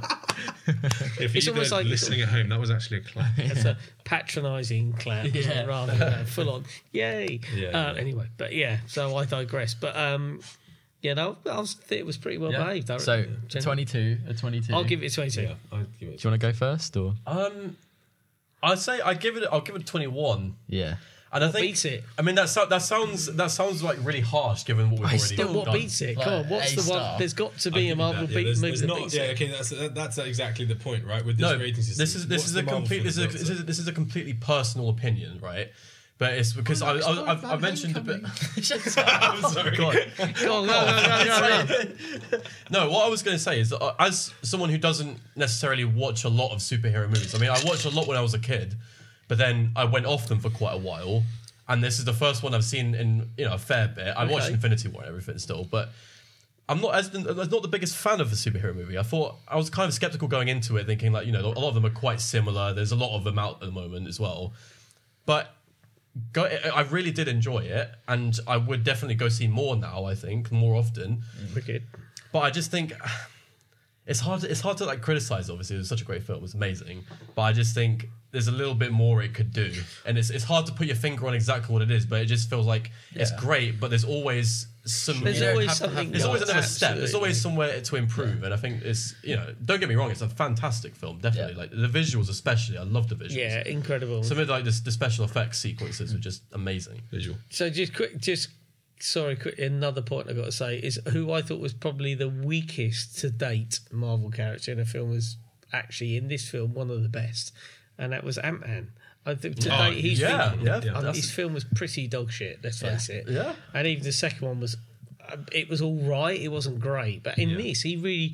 [SPEAKER 1] If
[SPEAKER 3] It's
[SPEAKER 1] you
[SPEAKER 3] almost
[SPEAKER 1] guys
[SPEAKER 3] like-
[SPEAKER 1] listening at home, that was actually a clap.
[SPEAKER 3] It's a patronising clap
[SPEAKER 2] Yeah.
[SPEAKER 3] rather than a full on yay.
[SPEAKER 1] Yeah,
[SPEAKER 3] uh,
[SPEAKER 1] yeah.
[SPEAKER 3] Anyway, but yeah, so I digress. But um, yeah, no, I was, it was pretty well behaved. I
[SPEAKER 2] So
[SPEAKER 3] reckon, generally.
[SPEAKER 2] 22, a 22.
[SPEAKER 3] I'll give it 22.
[SPEAKER 1] yeah, I'd give it.
[SPEAKER 2] Do you want to go first or?
[SPEAKER 4] Um, I say I give it. I'll give it twenty one.
[SPEAKER 2] Yeah.
[SPEAKER 4] And I
[SPEAKER 3] What
[SPEAKER 4] think
[SPEAKER 3] beats it?
[SPEAKER 4] I mean that so, that sounds that sounds like really harsh given what we've
[SPEAKER 2] I
[SPEAKER 4] already
[SPEAKER 2] still-
[SPEAKER 3] But what
[SPEAKER 4] done.
[SPEAKER 3] beats it?
[SPEAKER 2] Like
[SPEAKER 3] Come on, what's
[SPEAKER 2] A
[SPEAKER 3] the one?
[SPEAKER 2] star.
[SPEAKER 3] There's got to
[SPEAKER 1] I'd give
[SPEAKER 3] be
[SPEAKER 1] you
[SPEAKER 3] a Marvel
[SPEAKER 1] that, yeah,
[SPEAKER 3] beat
[SPEAKER 1] there's-
[SPEAKER 3] movie
[SPEAKER 1] there's
[SPEAKER 3] that
[SPEAKER 1] not-
[SPEAKER 3] beats
[SPEAKER 1] yeah,
[SPEAKER 3] it.
[SPEAKER 1] okay, that's that's exactly the point, right? With this
[SPEAKER 4] no,
[SPEAKER 1] rating system,
[SPEAKER 4] this is this
[SPEAKER 1] What's
[SPEAKER 4] is
[SPEAKER 1] the
[SPEAKER 4] a
[SPEAKER 1] Marvel
[SPEAKER 4] complete
[SPEAKER 1] film
[SPEAKER 4] this is a,
[SPEAKER 1] that does
[SPEAKER 4] this
[SPEAKER 1] it?
[SPEAKER 4] is this is a completely personal opinion, right? But it's
[SPEAKER 3] Oh,
[SPEAKER 4] because I, I, I've, I've mentioned a bit. I'm sorry.
[SPEAKER 3] Go on, go, go, go, go, go.
[SPEAKER 4] no, what I was going to say is that uh, as someone who doesn't necessarily watch a lot of superhero movies, I mean, I watched a lot when I was a kid, but then I went off them for quite a while. And this is the first one I've seen in you know a fair bit. I watched
[SPEAKER 3] Okay.
[SPEAKER 4] Infinity War and everything still, but I'm not as I'm not the biggest fan of the superhero movie. I thought I was kind of skeptical going into it, thinking like you know a lot of them are quite similar. There's a lot of them out at the moment as well, but go, I I really did enjoy it, and I would definitely go see more now. I think more often.
[SPEAKER 3] Wicked.
[SPEAKER 4] But I just think it's hard. It's hard to like criticize. Obviously, it was such a great film. It was amazing. But I just think there's a little bit more it could do, and it's it's hard to put your finger on exactly what it is. But it just feels like it's great. But there's always some.
[SPEAKER 3] There's
[SPEAKER 4] you know,
[SPEAKER 3] always
[SPEAKER 4] have-
[SPEAKER 3] something
[SPEAKER 4] There's always
[SPEAKER 3] else,
[SPEAKER 4] another step. There's
[SPEAKER 3] absolutely.
[SPEAKER 4] always somewhere to improve. And I think it's you know. Don't get me wrong. It's a fantastic film. Definitely.
[SPEAKER 2] Yeah.
[SPEAKER 4] Like the visuals, especially. I love the visuals.
[SPEAKER 3] Yeah, incredible.
[SPEAKER 4] Some of like the, the special effects sequences were just amazing.
[SPEAKER 1] visual.
[SPEAKER 3] So just quick, just sorry, quick, another point I have got to say is who I thought was probably the weakest to date Marvel character in a film was actually in this film one of the best, and that was Ant Man. I think to
[SPEAKER 1] Oh,
[SPEAKER 3] date he's
[SPEAKER 4] yeah,
[SPEAKER 3] been-
[SPEAKER 4] yeah,
[SPEAKER 3] um,
[SPEAKER 4] that's-
[SPEAKER 3] his film was pretty dog shit. Let's face it.
[SPEAKER 4] yeah.
[SPEAKER 3] and even the second one was. uh, It was all right. It wasn't great, but in
[SPEAKER 1] Yeah.
[SPEAKER 3] this, he really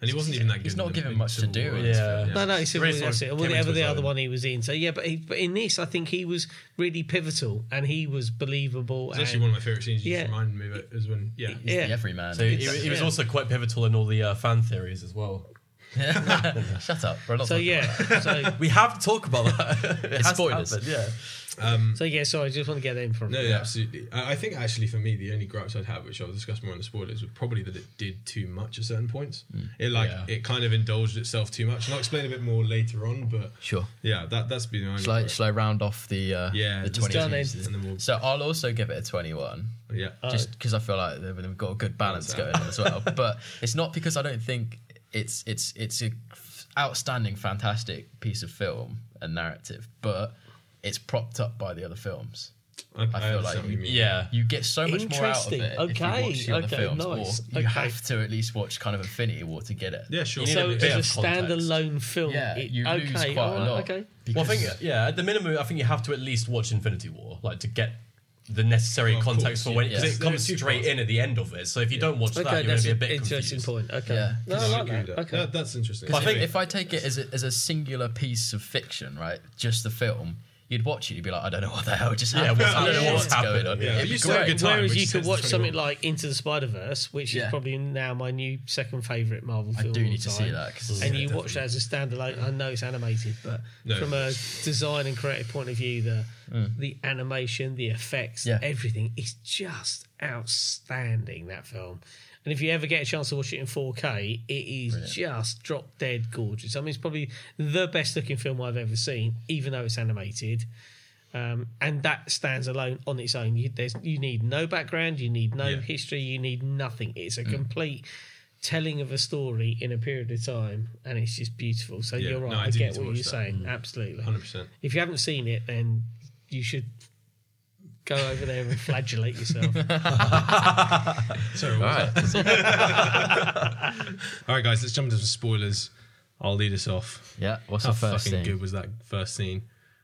[SPEAKER 1] And he wasn't even that good.
[SPEAKER 2] He's not
[SPEAKER 1] in the-
[SPEAKER 2] given
[SPEAKER 1] in
[SPEAKER 2] much to
[SPEAKER 1] Civil
[SPEAKER 2] do
[SPEAKER 1] War.
[SPEAKER 2] in
[SPEAKER 4] this film.
[SPEAKER 3] no, no, it's
[SPEAKER 4] Really
[SPEAKER 3] really
[SPEAKER 4] sort of
[SPEAKER 3] that's it. Or
[SPEAKER 4] came into
[SPEAKER 3] whatever the
[SPEAKER 4] his
[SPEAKER 3] other
[SPEAKER 4] own.
[SPEAKER 3] one he was in. So yeah, but, he, but in this, I think he was really pivotal, and he was believable.
[SPEAKER 1] It's
[SPEAKER 3] and-
[SPEAKER 1] actually one of my favorite scenes. You
[SPEAKER 3] Yeah.
[SPEAKER 1] just reminded me of it. Is when yeah,
[SPEAKER 2] He's
[SPEAKER 3] Yeah.
[SPEAKER 2] the everyman.
[SPEAKER 4] So he, he was
[SPEAKER 3] yeah.
[SPEAKER 4] also quite pivotal in all the uh, fan theories as well.
[SPEAKER 2] Shut up. We're not
[SPEAKER 3] So
[SPEAKER 2] talking
[SPEAKER 3] yeah, so
[SPEAKER 4] We have to talk about that. It has to
[SPEAKER 2] spoilers.
[SPEAKER 4] happen, Yeah.
[SPEAKER 3] So yeah, sorry, I just want to get that in from.
[SPEAKER 1] No, yeah, absolutely. I I think actually for me, the only gripes I'd have, which I'll discuss more on the spoilers, was probably that it did too much at certain points.
[SPEAKER 2] Mm.
[SPEAKER 1] It like
[SPEAKER 4] Yeah.
[SPEAKER 1] it kind of indulged itself too much, and I'll explain a bit more later on. But
[SPEAKER 2] Sure.
[SPEAKER 1] yeah, that that's been the only.
[SPEAKER 2] Shall I,
[SPEAKER 1] gripe.
[SPEAKER 2] shall I round off the uh,
[SPEAKER 1] Yeah,
[SPEAKER 2] the
[SPEAKER 1] let's
[SPEAKER 2] twenty?
[SPEAKER 3] do it.
[SPEAKER 2] twos?
[SPEAKER 1] And then we'll-
[SPEAKER 2] So I'll also give it a twenty-one,
[SPEAKER 1] yeah,
[SPEAKER 4] Uh,
[SPEAKER 2] just because I feel like they've, they've got a good balance going on as well. But it's not because I don't think it's it's it's a f- outstanding, fantastic piece of film and narrative, but it's propped up by the other films.
[SPEAKER 1] I, I,
[SPEAKER 2] I feel
[SPEAKER 1] understand
[SPEAKER 2] like
[SPEAKER 1] what you mean.
[SPEAKER 4] Yeah.
[SPEAKER 2] You get so much more out of
[SPEAKER 3] Interesting.
[SPEAKER 2] it if you
[SPEAKER 3] Okay,
[SPEAKER 2] watch the other
[SPEAKER 3] okay,
[SPEAKER 2] films,
[SPEAKER 3] nice,
[SPEAKER 2] or you
[SPEAKER 3] okay.
[SPEAKER 2] have to at least watch kind of Infinity War to get it.
[SPEAKER 1] yeah, sure.
[SPEAKER 4] You need
[SPEAKER 3] So
[SPEAKER 4] a
[SPEAKER 3] as
[SPEAKER 4] bit
[SPEAKER 3] a
[SPEAKER 4] of context.
[SPEAKER 3] standalone film,
[SPEAKER 2] Yeah,
[SPEAKER 3] it-
[SPEAKER 2] you
[SPEAKER 3] okay,
[SPEAKER 2] lose quite
[SPEAKER 3] all right,
[SPEAKER 2] a lot.
[SPEAKER 3] Okay.
[SPEAKER 4] Well, I think
[SPEAKER 2] because-
[SPEAKER 4] yeah. At the minimum, I think you have to at least watch Infinity War, like to get the necessary
[SPEAKER 1] Well, of course,
[SPEAKER 4] context for when
[SPEAKER 2] yeah.
[SPEAKER 4] because
[SPEAKER 1] Yeah.
[SPEAKER 4] it
[SPEAKER 1] There are
[SPEAKER 4] comes
[SPEAKER 1] two
[SPEAKER 4] straight
[SPEAKER 1] parts.
[SPEAKER 4] in at the end of it. So if you don't watch
[SPEAKER 3] Okay,
[SPEAKER 4] that, you're going
[SPEAKER 3] that's
[SPEAKER 4] to be a
[SPEAKER 3] an
[SPEAKER 4] bit
[SPEAKER 3] interesting
[SPEAKER 4] confused.
[SPEAKER 3] point. Okay.
[SPEAKER 2] Yeah.
[SPEAKER 3] No, I
[SPEAKER 1] I
[SPEAKER 3] like
[SPEAKER 1] agree with
[SPEAKER 3] that.
[SPEAKER 1] that.
[SPEAKER 3] Okay.
[SPEAKER 1] That- that's interesting.
[SPEAKER 2] I think
[SPEAKER 1] Anyway,
[SPEAKER 2] if I take it as a, as a singular piece of fiction, right, just the film, you'd watch it, you'd be like, I don't know what the hell just
[SPEAKER 4] Yeah,
[SPEAKER 2] happened.
[SPEAKER 4] well, I don't know what's
[SPEAKER 2] What's going
[SPEAKER 4] happened.
[SPEAKER 2] on?
[SPEAKER 1] Yeah.
[SPEAKER 2] It'd
[SPEAKER 1] But
[SPEAKER 2] be
[SPEAKER 1] you still had a
[SPEAKER 2] great.
[SPEAKER 1] good time,
[SPEAKER 3] Whereas
[SPEAKER 1] which
[SPEAKER 3] you
[SPEAKER 1] is
[SPEAKER 3] could watch
[SPEAKER 1] 21.
[SPEAKER 3] something like Into the Spider Verse, which
[SPEAKER 2] Yeah.
[SPEAKER 3] is probably now my new second favorite Marvel
[SPEAKER 2] I
[SPEAKER 3] film.
[SPEAKER 2] do
[SPEAKER 3] of all
[SPEAKER 2] need to see
[SPEAKER 3] time.
[SPEAKER 2] that, 'cause-
[SPEAKER 3] And
[SPEAKER 2] yeah,
[SPEAKER 3] you watch that as a standalone. I know it's animated, but
[SPEAKER 1] No.
[SPEAKER 3] from a design and creative point of view, the the animation, the effects,
[SPEAKER 2] Mm. Yeah.
[SPEAKER 3] everything is just outstanding. That film. And if you ever get a chance to watch it in 4K, it is just drop dead gorgeous. I mean, it's probably the best looking film I've ever seen, even though it's animated um, and that stands alone on its own. You, there's, you need no background, you need no
[SPEAKER 1] Yeah. Mm.
[SPEAKER 3] history, you need nothing. It's a complete telling of a story in a period of time, and it's just beautiful. So
[SPEAKER 1] Yeah,
[SPEAKER 3] you're right.
[SPEAKER 1] no, I
[SPEAKER 3] I,
[SPEAKER 1] do need
[SPEAKER 3] get
[SPEAKER 1] to
[SPEAKER 3] what
[SPEAKER 1] watch
[SPEAKER 3] you're
[SPEAKER 1] that. Mm.
[SPEAKER 3] saying. Absolutely.
[SPEAKER 1] 100%.
[SPEAKER 3] If you haven't seen it, then you should go over there and flagellate yourself.
[SPEAKER 1] Sorry, what was
[SPEAKER 2] All right.
[SPEAKER 1] All right, guys, let's jump into some spoilers. I'll lead us off.
[SPEAKER 2] Yeah, what's
[SPEAKER 1] How
[SPEAKER 2] the first
[SPEAKER 1] fucking
[SPEAKER 2] thing?
[SPEAKER 1] good was that first scene?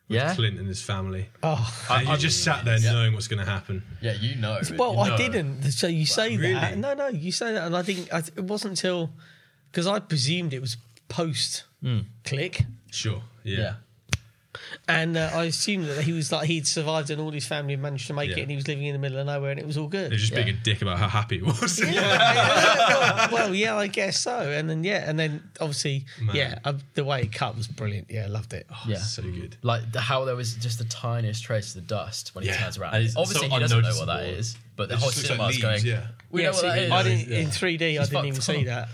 [SPEAKER 1] With
[SPEAKER 2] Yeah?
[SPEAKER 1] Clint and his family.
[SPEAKER 3] Oh.
[SPEAKER 1] and you just sat there knowing what's going to happen.
[SPEAKER 2] Yeah, you know. it,
[SPEAKER 3] Well,
[SPEAKER 2] you know.
[SPEAKER 3] I didn't. So you say
[SPEAKER 1] really?
[SPEAKER 3] that? No, no, you say that, and I think I, it wasn't until
[SPEAKER 1] Mm.
[SPEAKER 3] because I presumed it was post click.
[SPEAKER 1] Sure. Yeah.
[SPEAKER 2] Yeah.
[SPEAKER 3] And uh, I assumed that he was like he'd survived and all his family had managed to make it,
[SPEAKER 1] Yeah.
[SPEAKER 3] and he was living in the middle of nowhere, and it was all good.
[SPEAKER 1] They're just being a dick about how happy it was. Yeah.
[SPEAKER 3] well, yeah, I guess so. And then yeah, and then obviously
[SPEAKER 1] Man.
[SPEAKER 3] yeah, uh, the way it cut was brilliant. Yeah, loved it.
[SPEAKER 2] Yeah.
[SPEAKER 1] So good.
[SPEAKER 2] Like the, how there was just the tiniest trace of the dust when he
[SPEAKER 1] Yeah.
[SPEAKER 2] turns around.
[SPEAKER 4] And it's
[SPEAKER 2] Obviously,
[SPEAKER 4] so
[SPEAKER 2] he doesn't know what that
[SPEAKER 4] unnoticeable.
[SPEAKER 2] is, but the
[SPEAKER 1] It
[SPEAKER 2] whole
[SPEAKER 1] just looks like
[SPEAKER 2] cinema's
[SPEAKER 1] leaves,
[SPEAKER 2] going.
[SPEAKER 1] yeah.
[SPEAKER 2] We
[SPEAKER 3] yeah,
[SPEAKER 2] know what
[SPEAKER 3] see,
[SPEAKER 2] that is.
[SPEAKER 3] I didn't
[SPEAKER 2] Yeah.
[SPEAKER 3] in 3D. I didn't
[SPEAKER 2] fucked
[SPEAKER 3] even
[SPEAKER 2] up.
[SPEAKER 3] see that.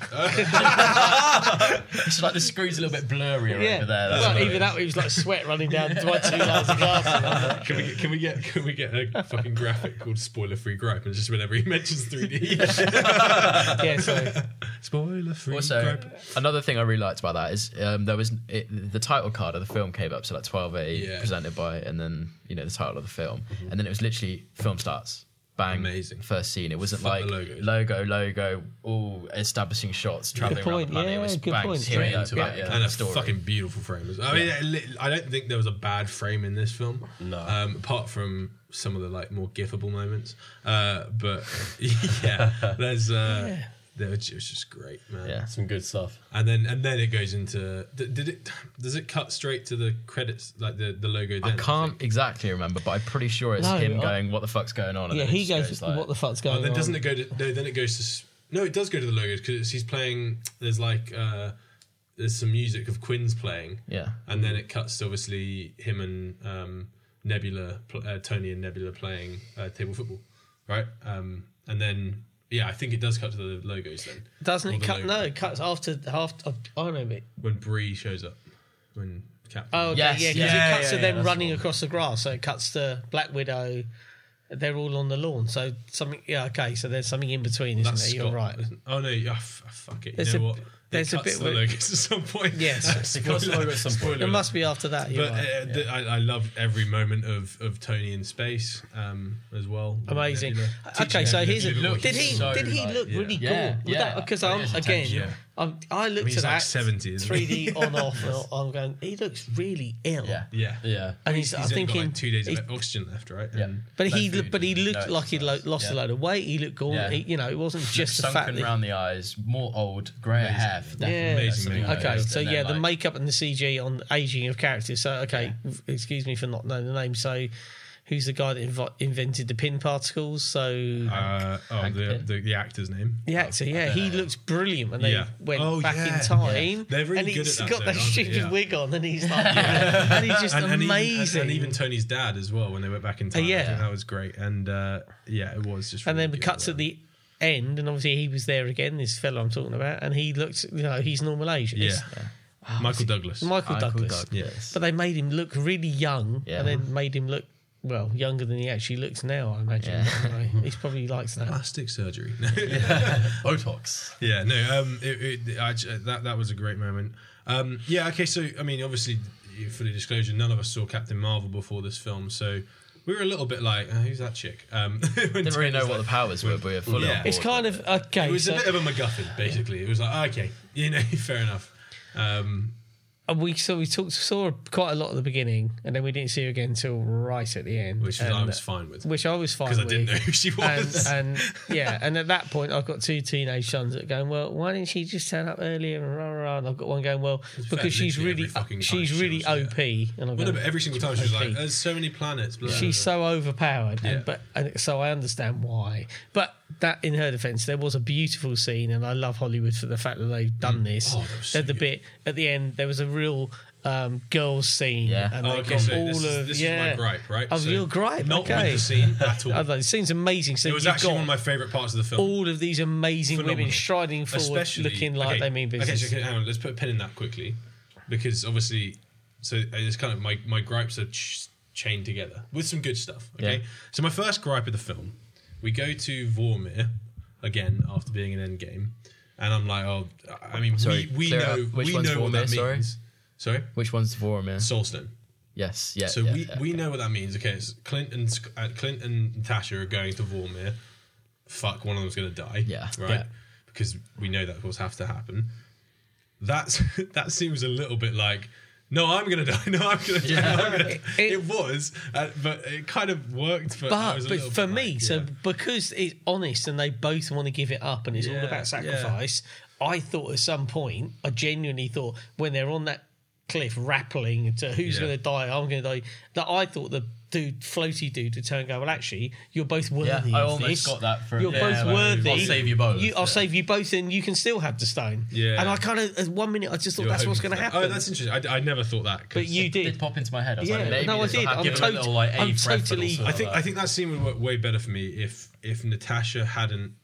[SPEAKER 2] It's like the screen's a little bit blurrier
[SPEAKER 3] Yeah,
[SPEAKER 2] over there. that's
[SPEAKER 3] well,
[SPEAKER 2] what it
[SPEAKER 3] even
[SPEAKER 2] is.
[SPEAKER 3] that it was like sweat running down my two layers of glasses.
[SPEAKER 1] Can we get can we get can we get a fucking graphic called spoiler free gripe and just whenever he mentions 3D
[SPEAKER 3] Yeah, so
[SPEAKER 1] spoiler free
[SPEAKER 2] Also,
[SPEAKER 1] gripe.
[SPEAKER 2] another thing I really liked about that is um, there was it, the title card of the film came up, so like twelve a
[SPEAKER 1] Yeah.
[SPEAKER 2] presented by, and then you know the title of the film, and then it was literally film starts, bang,
[SPEAKER 1] Amazing.
[SPEAKER 2] first scene. It wasn't
[SPEAKER 1] Fuck
[SPEAKER 2] like
[SPEAKER 1] the
[SPEAKER 2] logo,
[SPEAKER 1] logos.
[SPEAKER 2] logo, all establishing shots traveling around
[SPEAKER 3] point,
[SPEAKER 2] the planet. it
[SPEAKER 3] yeah,
[SPEAKER 2] was
[SPEAKER 3] good
[SPEAKER 2] bang
[SPEAKER 3] point.
[SPEAKER 2] straight
[SPEAKER 3] Straight
[SPEAKER 2] into it, yeah,
[SPEAKER 1] and a
[SPEAKER 2] story.
[SPEAKER 1] fucking beautiful frame. as- I mean, it li- I don't think there was a bad frame in this film. No, um, apart from some of the like more gifable moments. Uh, but yeah, there's uh, there- it was just great, man.
[SPEAKER 2] Yeah.
[SPEAKER 4] Some good stuff.
[SPEAKER 1] And then and then it goes into th- did it does it cut straight to the credits like the the logo?
[SPEAKER 2] I
[SPEAKER 1] Then,
[SPEAKER 2] can't exactly remember, but I'm pretty sure it's
[SPEAKER 3] No,
[SPEAKER 2] him
[SPEAKER 3] I-
[SPEAKER 2] going, "What the fuck's going on?" And
[SPEAKER 3] yeah,
[SPEAKER 2] then it
[SPEAKER 3] he
[SPEAKER 2] just
[SPEAKER 3] goes, "What the fuck's going
[SPEAKER 1] Oh, then
[SPEAKER 3] on?"
[SPEAKER 1] doesn't it go to no? Then it goes to s- no. It does go to the logos because he's playing. There's like uh, there's some music of Quinn's playing.
[SPEAKER 2] Yeah.
[SPEAKER 1] and then it cuts to obviously him and um, Nebula, pl- uh, Tony and Nebula playing uh, table football, right? Um, and then yeah, I think it does cut to the logos then.
[SPEAKER 3] Doesn't
[SPEAKER 1] Or
[SPEAKER 3] it
[SPEAKER 1] the
[SPEAKER 3] cut?
[SPEAKER 1] logo.
[SPEAKER 3] No, it cuts after half. I don't know, but
[SPEAKER 1] when Bree shows up when Captain.
[SPEAKER 3] oh okay,
[SPEAKER 2] Yes,
[SPEAKER 3] yeah, 'cause
[SPEAKER 2] yeah,
[SPEAKER 3] it cuts
[SPEAKER 2] yeah,
[SPEAKER 3] to
[SPEAKER 2] yeah,
[SPEAKER 3] them
[SPEAKER 2] that's
[SPEAKER 3] running across the grass. So it cuts to Black Widow. They're all on the lawn. So something. Yeah, okay. So there's something in between, isn't there? You're
[SPEAKER 1] Scott,
[SPEAKER 3] right.
[SPEAKER 1] isn't- Oh no, yeah, f- fuck it. You
[SPEAKER 3] There's
[SPEAKER 1] know
[SPEAKER 3] a-
[SPEAKER 1] what? It
[SPEAKER 3] there's a
[SPEAKER 1] cuts
[SPEAKER 3] bit
[SPEAKER 1] to the
[SPEAKER 3] where-
[SPEAKER 1] logos at some point.
[SPEAKER 3] Yes.
[SPEAKER 1] Spoiler-
[SPEAKER 4] It cuts to the logo at some point.
[SPEAKER 1] spoiler
[SPEAKER 3] It must be after that. You're
[SPEAKER 1] But
[SPEAKER 3] right.
[SPEAKER 1] uh, th- I, I love every moment of, of Tony in space um, as well.
[SPEAKER 3] Amazing.
[SPEAKER 1] Nebula.
[SPEAKER 3] Okay,
[SPEAKER 1] Teaching
[SPEAKER 3] so
[SPEAKER 1] Nebula
[SPEAKER 3] here's
[SPEAKER 1] to
[SPEAKER 3] a
[SPEAKER 1] do what
[SPEAKER 3] look. Did he?
[SPEAKER 1] can do.
[SPEAKER 3] did he
[SPEAKER 2] like-
[SPEAKER 3] look
[SPEAKER 1] yeah.
[SPEAKER 3] really
[SPEAKER 2] Yeah,
[SPEAKER 3] cool?
[SPEAKER 2] yeah.
[SPEAKER 3] Because
[SPEAKER 2] Oh,
[SPEAKER 3] I'm
[SPEAKER 2] yes,
[SPEAKER 3] again,
[SPEAKER 1] attention.
[SPEAKER 3] I'm, I looked
[SPEAKER 1] he's
[SPEAKER 3] at
[SPEAKER 1] like
[SPEAKER 3] that
[SPEAKER 1] 70, isn't he?
[SPEAKER 3] 3D on off. and I'm going. He looks really ill.
[SPEAKER 2] Yeah.
[SPEAKER 1] Yeah.
[SPEAKER 4] Yeah.
[SPEAKER 3] And he's,
[SPEAKER 1] He's
[SPEAKER 3] I'm
[SPEAKER 1] only got,
[SPEAKER 3] thinking
[SPEAKER 1] like two days of
[SPEAKER 3] he's-
[SPEAKER 1] oxygen left, right?
[SPEAKER 2] Yeah.
[SPEAKER 1] And-
[SPEAKER 3] But
[SPEAKER 2] No
[SPEAKER 3] he,
[SPEAKER 2] food,
[SPEAKER 3] but he
[SPEAKER 2] no
[SPEAKER 3] looked like he lo-
[SPEAKER 2] exercise.
[SPEAKER 3] lost a
[SPEAKER 2] Yeah.
[SPEAKER 3] load of weight. He looked gaunt.
[SPEAKER 2] Yeah.
[SPEAKER 3] He, you know, it wasn't just the fact
[SPEAKER 2] sunken
[SPEAKER 3] that.
[SPEAKER 2] round the eyes, more old, grey hair. definitely.
[SPEAKER 3] Yeah.
[SPEAKER 1] Amazing,
[SPEAKER 2] That's something
[SPEAKER 1] man.
[SPEAKER 2] I
[SPEAKER 3] Okay,
[SPEAKER 2] noticed.
[SPEAKER 3] so
[SPEAKER 2] And
[SPEAKER 3] yeah,
[SPEAKER 2] then,
[SPEAKER 3] the
[SPEAKER 2] like,
[SPEAKER 3] makeup and the CG on aging of characters. So okay, v- excuse me for not knowing the name. So, who's the guy that inv- invented the pin particles? So
[SPEAKER 1] Uh, oh,
[SPEAKER 2] Hank
[SPEAKER 1] the,
[SPEAKER 2] Pym.
[SPEAKER 1] the, the actor's name.
[SPEAKER 3] the actor, yeah, he looks brilliant when they
[SPEAKER 1] Yeah.
[SPEAKER 3] went
[SPEAKER 1] Oh,
[SPEAKER 3] back
[SPEAKER 1] yeah.
[SPEAKER 3] in time.
[SPEAKER 1] They're really good at
[SPEAKER 3] and he's
[SPEAKER 1] that
[SPEAKER 3] got
[SPEAKER 1] though,
[SPEAKER 3] that
[SPEAKER 1] aren't they?
[SPEAKER 3] stupid
[SPEAKER 1] Yeah.
[SPEAKER 3] wig on, and he's like, and he's just
[SPEAKER 1] And, and even, and,
[SPEAKER 3] amazing. Uh,
[SPEAKER 1] and even Tony's dad as well when they went back in time. I
[SPEAKER 3] yeah.
[SPEAKER 1] think that was great. And uh, yeah, it was just.
[SPEAKER 3] and
[SPEAKER 1] really
[SPEAKER 3] then the
[SPEAKER 1] good,
[SPEAKER 3] cuts
[SPEAKER 1] man.
[SPEAKER 3] at the end, and obviously he was there again. This fellow I'm talking about, and he looked, you know, he's normal age.
[SPEAKER 1] Yeah.
[SPEAKER 3] It's
[SPEAKER 1] Michael Douglas.
[SPEAKER 3] Oh, Michael, Douglas.
[SPEAKER 1] Yes.
[SPEAKER 3] But they made him look really young,
[SPEAKER 2] Yeah.
[SPEAKER 3] and then made him look well younger than he actually looks now. I imagine
[SPEAKER 2] Yeah.
[SPEAKER 3] I don't know. he's probably likes that.
[SPEAKER 1] Plastic surgery. yeah.
[SPEAKER 4] Botox.
[SPEAKER 1] Yeah, no, um, it, it, I, j- that that was a great moment. Um, yeah, okay, so I mean, obviously, you- for the disclosure, none of us saw Captain Marvel before this film, so we were a little bit like, oh, "Who's that chick?" Um,
[SPEAKER 2] Didn't really know what the powers were, but we were fully
[SPEAKER 1] Yeah.
[SPEAKER 2] on board.
[SPEAKER 3] It's kind of okay.
[SPEAKER 1] It was a
[SPEAKER 3] so
[SPEAKER 1] bit of a MacGuffin, basically. It was like, "Ah, okay, you know, fair enough. Um,
[SPEAKER 3] and we so we talked saw quite a lot at the beginning, and then we didn't see her again until right at the end,
[SPEAKER 1] which
[SPEAKER 3] and, uh,
[SPEAKER 1] I was fine with
[SPEAKER 3] which I was fine
[SPEAKER 1] because I
[SPEAKER 3] with.
[SPEAKER 1] didn't know who she
[SPEAKER 3] and, uh,
[SPEAKER 1] was.
[SPEAKER 3] and yeah, and at that point, I've got two teenage sons that are going, well, why didn't she just turn up earlier and rah rah? rah? And I've got one going, well, because she's
[SPEAKER 1] literally
[SPEAKER 3] really
[SPEAKER 1] every fucking time
[SPEAKER 3] she's
[SPEAKER 1] she
[SPEAKER 3] really
[SPEAKER 1] was,
[SPEAKER 3] OP, and
[SPEAKER 1] well,
[SPEAKER 3] I'm
[SPEAKER 1] no, but
[SPEAKER 3] going,
[SPEAKER 1] every single time she was like,
[SPEAKER 3] Okay.
[SPEAKER 1] "There's so many planets." Blah, blah,
[SPEAKER 3] she's so overpowered,
[SPEAKER 1] Yeah.
[SPEAKER 3] and, but and so I understand why. But that, in her defence, there was a beautiful scene, and I love Hollywood for the fact that they've done this.
[SPEAKER 1] Oh, that was so
[SPEAKER 3] At the
[SPEAKER 1] good.
[SPEAKER 3] bit at the end, there was a real. Um, girls scene,
[SPEAKER 2] Yeah.
[SPEAKER 3] and
[SPEAKER 1] blah.
[SPEAKER 3] they
[SPEAKER 1] Oh, okay,
[SPEAKER 3] got
[SPEAKER 1] so
[SPEAKER 3] all
[SPEAKER 1] this,
[SPEAKER 3] of
[SPEAKER 1] is, this
[SPEAKER 3] yeah.
[SPEAKER 1] is my gripe, right?
[SPEAKER 3] Oh,
[SPEAKER 1] so
[SPEAKER 3] your gripe,
[SPEAKER 1] not with
[SPEAKER 3] okay.
[SPEAKER 1] the scene at all.
[SPEAKER 3] I don't know, it seems amazing. So
[SPEAKER 1] it was
[SPEAKER 3] you've
[SPEAKER 1] actually
[SPEAKER 3] got
[SPEAKER 1] one of my favorite parts of the film.
[SPEAKER 3] all of these amazing women
[SPEAKER 1] Phenomenal.
[SPEAKER 3] striding forward, looking like
[SPEAKER 1] okay,
[SPEAKER 3] they mean business.
[SPEAKER 1] Okay, so hang on, let's put a pin in that quickly, because obviously, so uh, it's kind of my my gripes are ch- chained together with some good stuff. Okay,
[SPEAKER 2] Yeah.
[SPEAKER 1] so my first gripe of the film, we go to Vormir again after being in Endgame, and I'm like, oh, I mean,
[SPEAKER 2] Sorry,
[SPEAKER 1] we, we
[SPEAKER 2] clear
[SPEAKER 1] know
[SPEAKER 2] up. Which
[SPEAKER 1] we
[SPEAKER 2] one's
[SPEAKER 1] know what that
[SPEAKER 2] Vormir, sorry?
[SPEAKER 1] means. Sorry,
[SPEAKER 2] Which one's Vormir?
[SPEAKER 1] Soulstone.
[SPEAKER 2] yes, yeah.
[SPEAKER 1] So
[SPEAKER 2] yeah,
[SPEAKER 1] we,
[SPEAKER 2] yeah,
[SPEAKER 1] we
[SPEAKER 2] okay.
[SPEAKER 1] know what that means. Okay, it's Clint and Sc- uh, Clint and Natasha are going to Vormir. Fuck, one of them's going to die.
[SPEAKER 2] Yeah.
[SPEAKER 1] right.
[SPEAKER 3] Yeah.
[SPEAKER 1] Because we know that of course have to happen. That's that seems a little bit like. No, I'm gonna die. No, I'm gonna die. No, I'm gonna die. It,
[SPEAKER 3] It-
[SPEAKER 1] was, uh, but it kind of worked. But, I was a
[SPEAKER 3] but but
[SPEAKER 1] little
[SPEAKER 3] for
[SPEAKER 1] bit
[SPEAKER 3] me,
[SPEAKER 1] like,
[SPEAKER 3] so
[SPEAKER 1] yeah.
[SPEAKER 3] because it's honest and they both want to give it up and it's
[SPEAKER 1] Yeah,
[SPEAKER 3] all
[SPEAKER 1] yeah.
[SPEAKER 3] about sacrifice, I thought at some point, I genuinely thought when they're on that cliff rappelling to who's
[SPEAKER 1] Yeah.
[SPEAKER 3] going to die, I'm going to die. That I thought the dude, floaty dude, would turn and go, well, actually, you're both worthy.
[SPEAKER 2] Yeah,
[SPEAKER 3] of
[SPEAKER 2] I almost
[SPEAKER 3] this.
[SPEAKER 2] got that for-
[SPEAKER 3] You're
[SPEAKER 2] yeah,
[SPEAKER 3] both
[SPEAKER 2] like,
[SPEAKER 3] worthy.
[SPEAKER 2] I'll save you both,
[SPEAKER 3] You, I'll
[SPEAKER 2] yeah.
[SPEAKER 3] save you both, and you can still have the stone.
[SPEAKER 1] Yeah.
[SPEAKER 3] And I kind of, at one minute, I just thought
[SPEAKER 1] You were
[SPEAKER 3] that's what's
[SPEAKER 1] hoping
[SPEAKER 3] going to
[SPEAKER 1] for that.
[SPEAKER 3] happen.
[SPEAKER 1] Oh, that's interesting. I, I never thought that. 'cause-
[SPEAKER 3] but you
[SPEAKER 2] It
[SPEAKER 3] did.
[SPEAKER 2] did pop into my head. I was
[SPEAKER 3] Yeah,
[SPEAKER 2] like, maybe
[SPEAKER 3] no, I
[SPEAKER 2] this will
[SPEAKER 3] did.
[SPEAKER 2] have-
[SPEAKER 3] I'm
[SPEAKER 2] give it a
[SPEAKER 3] tot-
[SPEAKER 2] little like
[SPEAKER 3] I'm
[SPEAKER 2] a
[SPEAKER 3] totally-
[SPEAKER 1] I think I think that scene would work way better for me if if Natasha hadn't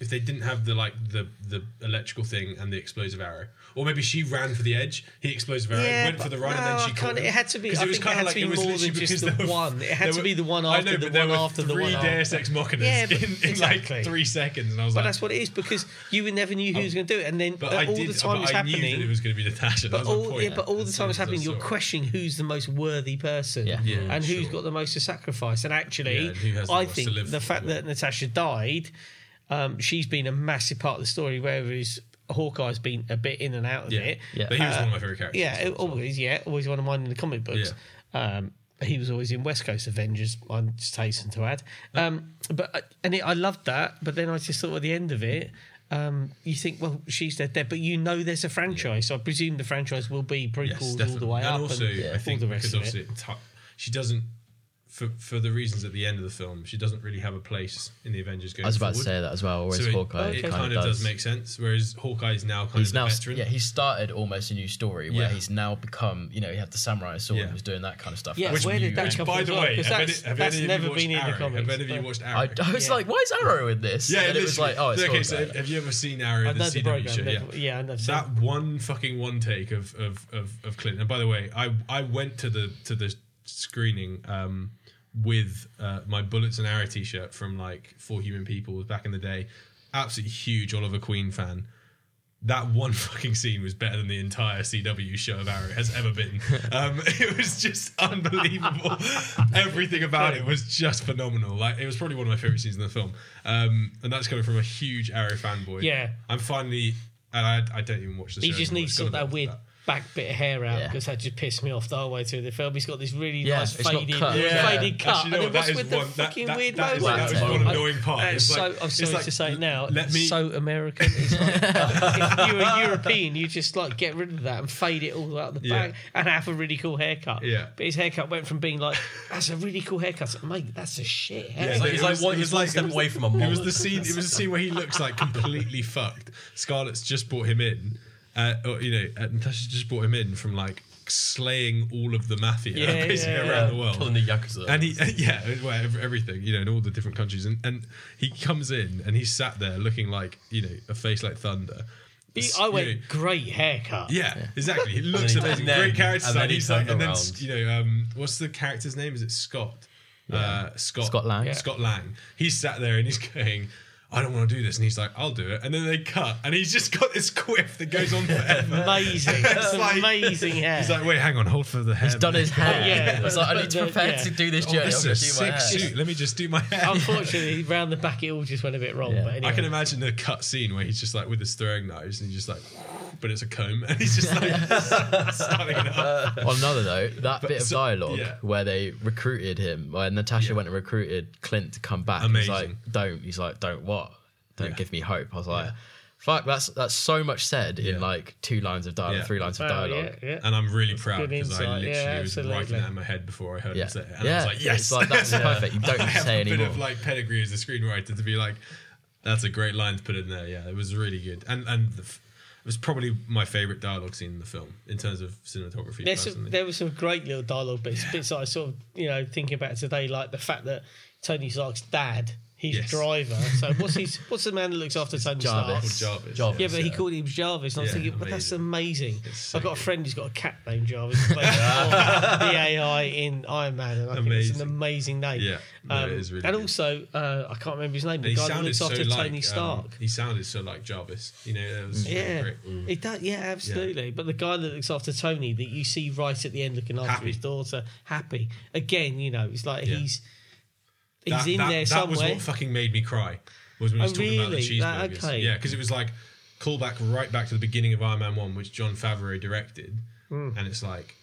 [SPEAKER 1] if they didn't have the like the the electrical thing and the explosive arrow, or maybe she ran for the edge, he explosive arrow,
[SPEAKER 3] Yeah,
[SPEAKER 1] went for
[SPEAKER 3] but
[SPEAKER 1] the run, and
[SPEAKER 3] no,
[SPEAKER 1] then
[SPEAKER 3] I
[SPEAKER 1] she caught
[SPEAKER 3] can't-
[SPEAKER 1] him.
[SPEAKER 3] it had to be-
[SPEAKER 1] 'Cause
[SPEAKER 3] I think it had to be more than
[SPEAKER 1] literally
[SPEAKER 3] just
[SPEAKER 1] because
[SPEAKER 3] the
[SPEAKER 1] there were-
[SPEAKER 3] one. It had
[SPEAKER 1] there
[SPEAKER 3] to
[SPEAKER 1] were-
[SPEAKER 3] be the one
[SPEAKER 1] I
[SPEAKER 3] after
[SPEAKER 1] know,
[SPEAKER 3] the
[SPEAKER 1] but there
[SPEAKER 3] one
[SPEAKER 1] were
[SPEAKER 3] after the
[SPEAKER 1] three
[SPEAKER 3] one
[SPEAKER 1] Deus Ex Machinas
[SPEAKER 3] Yeah, but-
[SPEAKER 1] in, in
[SPEAKER 3] exactly.
[SPEAKER 1] like three seconds, and I was
[SPEAKER 3] But
[SPEAKER 1] like,
[SPEAKER 3] that's what it is because you never knew who was going to do it, and then
[SPEAKER 1] Um, but
[SPEAKER 3] all
[SPEAKER 1] I did,
[SPEAKER 3] the time
[SPEAKER 1] but
[SPEAKER 3] it's
[SPEAKER 1] I
[SPEAKER 3] happening.
[SPEAKER 1] knew that it was going to be Natasha. That
[SPEAKER 3] But
[SPEAKER 1] was my
[SPEAKER 3] all,
[SPEAKER 1] point.
[SPEAKER 3] yeah, but all the
[SPEAKER 1] As
[SPEAKER 3] time it's
[SPEAKER 1] soon as I
[SPEAKER 3] happening,
[SPEAKER 1] saw
[SPEAKER 3] you're
[SPEAKER 1] it.
[SPEAKER 3] questioning who's the most worthy person
[SPEAKER 2] Yeah.
[SPEAKER 1] Yeah,
[SPEAKER 3] and who's
[SPEAKER 1] sure.
[SPEAKER 3] got the most to sacrifice. And actually,
[SPEAKER 1] Yeah, and who has the
[SPEAKER 3] I
[SPEAKER 1] most to
[SPEAKER 3] think
[SPEAKER 1] live
[SPEAKER 3] the
[SPEAKER 1] for,
[SPEAKER 3] fact
[SPEAKER 1] yeah.
[SPEAKER 3] that Natasha died, um, she's been a massive part of the story, whereas Hawkeye's been a bit in and out of
[SPEAKER 1] Yeah,
[SPEAKER 3] it. Uh,
[SPEAKER 2] Yeah.
[SPEAKER 1] but he was one of my favorite characters.
[SPEAKER 3] Yeah, it- always, yeah, always one of mine in the comic books. Um, he was always in West Coast Avengers. I just hasten to add, um, but I- and it, I loved that. But then I just thought at the end of it, um, you think, well, she's dead, dead, but you know there's a franchise. So I presume the franchise will be prequels all the
[SPEAKER 1] definitely.
[SPEAKER 3] way
[SPEAKER 1] and
[SPEAKER 3] up,
[SPEAKER 1] Also,
[SPEAKER 3] and
[SPEAKER 1] I think
[SPEAKER 3] all the rest
[SPEAKER 1] because
[SPEAKER 3] of it.
[SPEAKER 1] obviously it tou- she doesn't, for for the reasons at the end of the film, she doesn't really have a place in the Avengers going
[SPEAKER 2] I was about to
[SPEAKER 1] forward.
[SPEAKER 2] say that as well. Whereas
[SPEAKER 1] so it,
[SPEAKER 2] Hawkeye
[SPEAKER 1] it
[SPEAKER 2] kind,
[SPEAKER 1] of does. make sense. Whereas Hawkeye is now kind
[SPEAKER 2] He's
[SPEAKER 1] of the
[SPEAKER 2] now,
[SPEAKER 1] veteran.
[SPEAKER 2] yeah, he started almost a new story where
[SPEAKER 1] Yeah.
[SPEAKER 2] he's now become, you know, he had the samurai sword
[SPEAKER 1] Yeah.
[SPEAKER 2] and was doing that kind of stuff.
[SPEAKER 3] Yeah,
[SPEAKER 2] That's
[SPEAKER 3] where did
[SPEAKER 2] new
[SPEAKER 3] that
[SPEAKER 2] and-
[SPEAKER 3] come
[SPEAKER 1] By the
[SPEAKER 3] Well,
[SPEAKER 1] way,
[SPEAKER 3] 'cause
[SPEAKER 1] have any,
[SPEAKER 3] that's-
[SPEAKER 1] have
[SPEAKER 3] that's
[SPEAKER 1] any of
[SPEAKER 3] never
[SPEAKER 1] you watched
[SPEAKER 3] been in the
[SPEAKER 1] Arrow? Have
[SPEAKER 3] comics,
[SPEAKER 1] any of you
[SPEAKER 3] but-
[SPEAKER 1] watched
[SPEAKER 2] I,
[SPEAKER 1] Arrow?
[SPEAKER 2] I was
[SPEAKER 3] Yeah.
[SPEAKER 2] like, why is Arrow in this?
[SPEAKER 1] yeah,
[SPEAKER 2] and it was
[SPEAKER 1] literally.
[SPEAKER 2] like, oh, it's
[SPEAKER 1] okay.
[SPEAKER 2] Hawkeye.
[SPEAKER 1] So have, have you ever seen Arrow?
[SPEAKER 3] I know the
[SPEAKER 1] CW
[SPEAKER 3] program,
[SPEAKER 1] show?
[SPEAKER 3] never- yeah, I never seen
[SPEAKER 1] that one fucking one take of of of, of Clinton. And by the way, I I went to the to the screening um with uh, my bullets and arrow t-shirt from like Four Human People back in the day. Absolutely huge Oliver Queen fan. That one fucking scene was better than the entire CW show of Arrow has ever been. Um, it was just unbelievable. Everything about it was just phenomenal. Like it was probably one of my favorite scenes in the film, um, and that's coming from a huge Arrow fanboy.
[SPEAKER 3] Yeah.
[SPEAKER 1] I'm finally, and I, I don't even watch the
[SPEAKER 3] He
[SPEAKER 1] show
[SPEAKER 3] just
[SPEAKER 1] anymore.
[SPEAKER 3] needs
[SPEAKER 1] It's
[SPEAKER 3] sort of
[SPEAKER 1] gone
[SPEAKER 3] that weird back bit of hair out
[SPEAKER 2] Yeah.
[SPEAKER 3] because that just pissed me off the whole way through the film. He's got this really
[SPEAKER 2] Yeah,
[SPEAKER 3] nice
[SPEAKER 2] it's got
[SPEAKER 3] faded,
[SPEAKER 2] cut.
[SPEAKER 1] Yeah.
[SPEAKER 3] faded cut.
[SPEAKER 1] Actually, no,
[SPEAKER 3] and it
[SPEAKER 1] that
[SPEAKER 3] was
[SPEAKER 1] is
[SPEAKER 3] with the
[SPEAKER 1] one- that-
[SPEAKER 3] fucking
[SPEAKER 1] that-
[SPEAKER 3] weird
[SPEAKER 1] that is-
[SPEAKER 3] moment.
[SPEAKER 2] that is one
[SPEAKER 1] annoying part.
[SPEAKER 3] I,
[SPEAKER 1] It's
[SPEAKER 3] so,
[SPEAKER 1] like-
[SPEAKER 3] I'm
[SPEAKER 1] it's
[SPEAKER 3] sorry
[SPEAKER 1] like,
[SPEAKER 3] to say it now,
[SPEAKER 1] let
[SPEAKER 3] it's
[SPEAKER 1] me-
[SPEAKER 3] so American. It's like, if you're a European, you just like get rid of that and fade it all out the
[SPEAKER 1] Yeah.
[SPEAKER 3] back and have a really cool haircut.
[SPEAKER 1] Yeah.
[SPEAKER 3] But his haircut went from being like, that's a really cool haircut. It's like, Mate, that's a shit haircut.
[SPEAKER 4] He's like, he's
[SPEAKER 1] It
[SPEAKER 4] like
[SPEAKER 1] was-
[SPEAKER 4] one,
[SPEAKER 1] it
[SPEAKER 4] he's
[SPEAKER 1] was
[SPEAKER 4] one
[SPEAKER 1] like-
[SPEAKER 4] step
[SPEAKER 1] it was-
[SPEAKER 4] away from a mole.
[SPEAKER 1] It was the scene. It was the scene where he looks like completely fucked. Scarlett's just brought him in, uh, or you know, uh, Natasha just brought him in from like slaying all of the mafia
[SPEAKER 3] Yeah,
[SPEAKER 1] basically
[SPEAKER 3] yeah,
[SPEAKER 1] around
[SPEAKER 3] yeah.
[SPEAKER 1] the world.
[SPEAKER 4] Telling the yakuza.
[SPEAKER 1] And he, yeah, well, ev- everything, you know, in all the different countries. And, and he comes in and he's sat there looking like, you know, a face like thunder.
[SPEAKER 3] He-
[SPEAKER 1] S-
[SPEAKER 3] I
[SPEAKER 1] you
[SPEAKER 3] went,
[SPEAKER 1] know,
[SPEAKER 3] great haircut.
[SPEAKER 1] yeah, exactly. He looks
[SPEAKER 4] then he-
[SPEAKER 1] amazing.
[SPEAKER 4] and then-
[SPEAKER 1] Great character
[SPEAKER 4] and
[SPEAKER 1] design.
[SPEAKER 4] then he
[SPEAKER 1] He's like,
[SPEAKER 4] turned
[SPEAKER 1] and then,
[SPEAKER 4] around.
[SPEAKER 1] you know, um, what's the character's name? Is it Scott? Uh, Scott.
[SPEAKER 2] Scott Lang. Yeah.
[SPEAKER 1] Scott Lang. He's sat there and he's going, I don't want to do this. And he's like, I'll do it. And then they cut. And he's just got this quiff that goes on forever.
[SPEAKER 3] Amazing. That's
[SPEAKER 1] like-
[SPEAKER 3] amazing hair.
[SPEAKER 1] He's like, wait, hang on, hold for the hair.
[SPEAKER 2] He's done his hair.
[SPEAKER 3] Yeah.
[SPEAKER 2] It's like, I need to prepare
[SPEAKER 3] Yeah.
[SPEAKER 2] to do this
[SPEAKER 1] Oh,
[SPEAKER 2] journey.
[SPEAKER 1] this
[SPEAKER 2] I'm
[SPEAKER 1] is
[SPEAKER 2] gonna
[SPEAKER 1] a sick
[SPEAKER 2] do my hair.
[SPEAKER 1] suit. Let me just do my hair.
[SPEAKER 3] Unfortunately, round the back, it all just went a bit wrong.
[SPEAKER 2] Yeah.
[SPEAKER 3] But anyway.
[SPEAKER 1] I can imagine the cut scene where he's just like with his throwing knives and he's just like, but it's a comb and he's just like starting it up.
[SPEAKER 2] On another note, that bit of
[SPEAKER 1] so-
[SPEAKER 2] dialogue
[SPEAKER 1] yeah.
[SPEAKER 2] where they recruited him, where Natasha
[SPEAKER 1] Yeah.
[SPEAKER 2] went and recruited Clint to come back. He's
[SPEAKER 1] Amazing.
[SPEAKER 2] like, don't. He's like, don't what? Don't
[SPEAKER 1] Yeah.
[SPEAKER 2] give me hope. I was like, fuck, that's that's so much said
[SPEAKER 1] Yeah.
[SPEAKER 2] in like two lines of dialogue,
[SPEAKER 1] Yeah.
[SPEAKER 2] three lines of
[SPEAKER 3] Wow,
[SPEAKER 2] dialogue.
[SPEAKER 3] Oh, yeah, yeah.
[SPEAKER 1] And I'm really proud
[SPEAKER 3] good
[SPEAKER 1] because I
[SPEAKER 3] insight.
[SPEAKER 1] literally
[SPEAKER 3] Yeah,
[SPEAKER 1] was
[SPEAKER 3] absolutely.
[SPEAKER 1] writing that in my head before I heard
[SPEAKER 2] Yeah.
[SPEAKER 1] him say it. And I
[SPEAKER 2] Yeah.
[SPEAKER 1] was like, yes.
[SPEAKER 2] It's like, that's perfect. You don't
[SPEAKER 1] I have
[SPEAKER 2] say
[SPEAKER 1] a bit
[SPEAKER 2] anymore.
[SPEAKER 1] of like pedigree as a screenwriter to be like, that's a great line to put in there. Yeah, it was really good. And and the, f- it was probably my favorite dialogue scene in the film in terms of cinematography.
[SPEAKER 3] There's some,
[SPEAKER 1] personally.
[SPEAKER 3] there were some great little dialogue bits, bits that I sort of, you know, thinking about today, like the fact that Tony Stark's dad, he's
[SPEAKER 1] Yes.
[SPEAKER 3] driver. So what's his, what's the man that looks after Tony
[SPEAKER 2] Jarvis.
[SPEAKER 3] Stark?
[SPEAKER 1] Called Jarvis.
[SPEAKER 2] Jarvis.
[SPEAKER 3] Yeah, but he called him Jarvis, and I was
[SPEAKER 1] Yeah,
[SPEAKER 3] thinking, but that's
[SPEAKER 1] amazing.
[SPEAKER 3] amazing.
[SPEAKER 1] so
[SPEAKER 3] I've got
[SPEAKER 1] good.
[SPEAKER 3] a friend who's got a cat named Jarvis, who plays the AI in Iron Man, and I think it's an
[SPEAKER 1] Amazing.
[SPEAKER 3] amazing name. Um,
[SPEAKER 1] Yeah. No, it is really
[SPEAKER 3] and
[SPEAKER 1] good.
[SPEAKER 3] also, uh, I can't remember his name. The
[SPEAKER 1] And
[SPEAKER 3] guy that looks after Tony
[SPEAKER 1] um,
[SPEAKER 3] Stark.
[SPEAKER 1] he sounded so like Jarvis. You know, it Mm. was really
[SPEAKER 3] Yeah,
[SPEAKER 1] great.
[SPEAKER 3] it does. Yeah, absolutely. But the guy that looks after Tony, that you see right at the end looking after
[SPEAKER 1] Happy.
[SPEAKER 3] his daughter, happy again. You know, it's like
[SPEAKER 1] Yeah.
[SPEAKER 3] he's he's
[SPEAKER 1] That-
[SPEAKER 3] in
[SPEAKER 1] that-
[SPEAKER 3] there
[SPEAKER 1] that was
[SPEAKER 3] somewhere.
[SPEAKER 1] what fucking made me cry. Was when he was
[SPEAKER 3] Oh,
[SPEAKER 1] talking about the
[SPEAKER 3] really?
[SPEAKER 1] cheese
[SPEAKER 3] That-
[SPEAKER 1] burgers.
[SPEAKER 3] okay.
[SPEAKER 1] Yeah, because it was like callback
[SPEAKER 3] Hmm.
[SPEAKER 1] right back to the beginning of Iron Man One, which John Favreau directed, and it's like.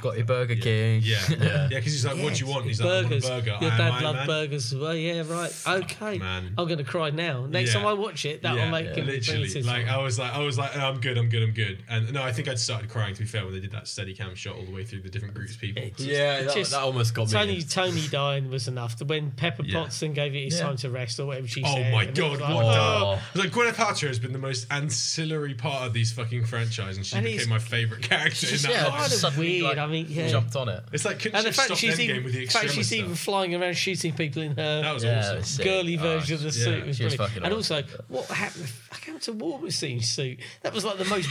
[SPEAKER 2] Got your Burger King.
[SPEAKER 1] Yeah, yeah, yeah. Because he's like, "What do you want?" And he's
[SPEAKER 3] burgers.
[SPEAKER 1] like, "I want a burger."
[SPEAKER 3] Your
[SPEAKER 1] I am
[SPEAKER 3] dad
[SPEAKER 1] Iron
[SPEAKER 3] loved
[SPEAKER 1] Man.
[SPEAKER 3] burgers. Well, yeah, right. Okay.
[SPEAKER 1] man.
[SPEAKER 3] I'm gonna cry now. Next
[SPEAKER 1] Yeah.
[SPEAKER 3] time I watch it, that will
[SPEAKER 1] Yeah,
[SPEAKER 3] make
[SPEAKER 1] yeah.
[SPEAKER 3] him
[SPEAKER 1] literally.
[SPEAKER 3] bring it to
[SPEAKER 1] Like
[SPEAKER 3] someone.
[SPEAKER 1] I was like, I was like, "Oh, I'm good, I'm good, I'm good. And no, I think I'd started crying. To be fair, when they did that steady cam shot all the way through the different groups of people.
[SPEAKER 4] Yeah, that,
[SPEAKER 3] just-
[SPEAKER 4] that almost got
[SPEAKER 3] Tony
[SPEAKER 4] me.
[SPEAKER 3] Tony dying was enough. When Pepper
[SPEAKER 1] Yeah.
[SPEAKER 3] Potson gave it his time to rest or whatever she
[SPEAKER 1] Oh
[SPEAKER 3] said.
[SPEAKER 1] my
[SPEAKER 3] and it was
[SPEAKER 1] god!
[SPEAKER 3] like,
[SPEAKER 1] What
[SPEAKER 4] Oh.
[SPEAKER 1] the? Like Gwyneth Paltrow has been the most ancillary part of these fucking franchise, and she
[SPEAKER 3] And
[SPEAKER 1] became
[SPEAKER 3] he's-
[SPEAKER 1] my favorite character in
[SPEAKER 2] Just,
[SPEAKER 1] that.
[SPEAKER 2] yeah,
[SPEAKER 1] line.
[SPEAKER 3] of
[SPEAKER 2] just suddenly,
[SPEAKER 3] weird,
[SPEAKER 2] like,
[SPEAKER 3] I mean, yeah.
[SPEAKER 2] jumped on it.
[SPEAKER 1] It's like couldn't
[SPEAKER 3] And
[SPEAKER 1] she
[SPEAKER 3] the fact
[SPEAKER 1] have
[SPEAKER 3] she's
[SPEAKER 1] stopped Endgame
[SPEAKER 3] even,
[SPEAKER 1] with the
[SPEAKER 3] the fact
[SPEAKER 1] extremist
[SPEAKER 3] she's
[SPEAKER 1] stuff?
[SPEAKER 3] even flying around shooting people in her
[SPEAKER 1] That was
[SPEAKER 2] Yeah,
[SPEAKER 1] awesome.
[SPEAKER 2] that's it.
[SPEAKER 3] girly
[SPEAKER 2] Oh,
[SPEAKER 3] version of the
[SPEAKER 1] yeah,
[SPEAKER 3] suit was
[SPEAKER 2] she was
[SPEAKER 3] brilliant.
[SPEAKER 2] fucking
[SPEAKER 3] and
[SPEAKER 2] awesome.
[SPEAKER 3] also, what happened? I came to Warmachine suit. That was like the most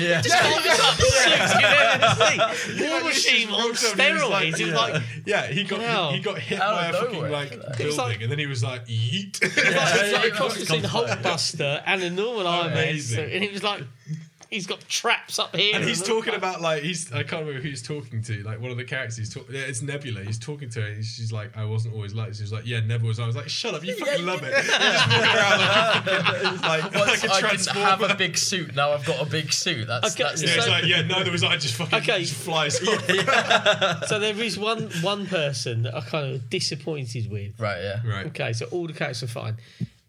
[SPEAKER 2] Yeah.
[SPEAKER 3] suit you've ever seen. War Machine on
[SPEAKER 1] Rock Zone, he was
[SPEAKER 3] steroids.
[SPEAKER 1] like-
[SPEAKER 3] it was
[SPEAKER 1] yeah.
[SPEAKER 3] like
[SPEAKER 1] yeah, he got
[SPEAKER 3] Wow.
[SPEAKER 1] he, he got hit
[SPEAKER 2] Out
[SPEAKER 1] by a
[SPEAKER 2] of
[SPEAKER 1] fucking
[SPEAKER 2] nowhere.
[SPEAKER 1] like
[SPEAKER 2] It was
[SPEAKER 1] building,
[SPEAKER 3] like-
[SPEAKER 1] and then he was like, "Yeet."
[SPEAKER 3] it's like
[SPEAKER 2] yeah,
[SPEAKER 3] a cross
[SPEAKER 2] yeah,
[SPEAKER 3] between Hulkbuster and a normal Iron Man
[SPEAKER 1] Amazing.
[SPEAKER 3] suit. And it was like, he's got traps up here.
[SPEAKER 1] and he's
[SPEAKER 3] look
[SPEAKER 1] talking
[SPEAKER 3] like-
[SPEAKER 1] about like he's I can't remember who he's talking to. Like one of the characters, he's talk- yeah, it's Nebula. He's talking to her. And she's like, "I wasn't always like this." He was like, "Yeah, never was." I I was like, "Shut up, you fucking love it." He's just walking around like, a fucking- he's like,
[SPEAKER 2] Once
[SPEAKER 1] like a
[SPEAKER 2] I didn't
[SPEAKER 1] transformer.
[SPEAKER 2] have a big suit. Now I've got a big suit. That's,
[SPEAKER 3] Okay,
[SPEAKER 2] that's
[SPEAKER 1] yeah, he's
[SPEAKER 3] so-
[SPEAKER 1] like, yeah, neither was I. Just fucking
[SPEAKER 3] Okay.
[SPEAKER 1] just flies off.
[SPEAKER 3] So there is one one person that I kind of disappointed with.
[SPEAKER 2] right. Yeah.
[SPEAKER 1] Right.
[SPEAKER 3] Okay, so all the characters are fine,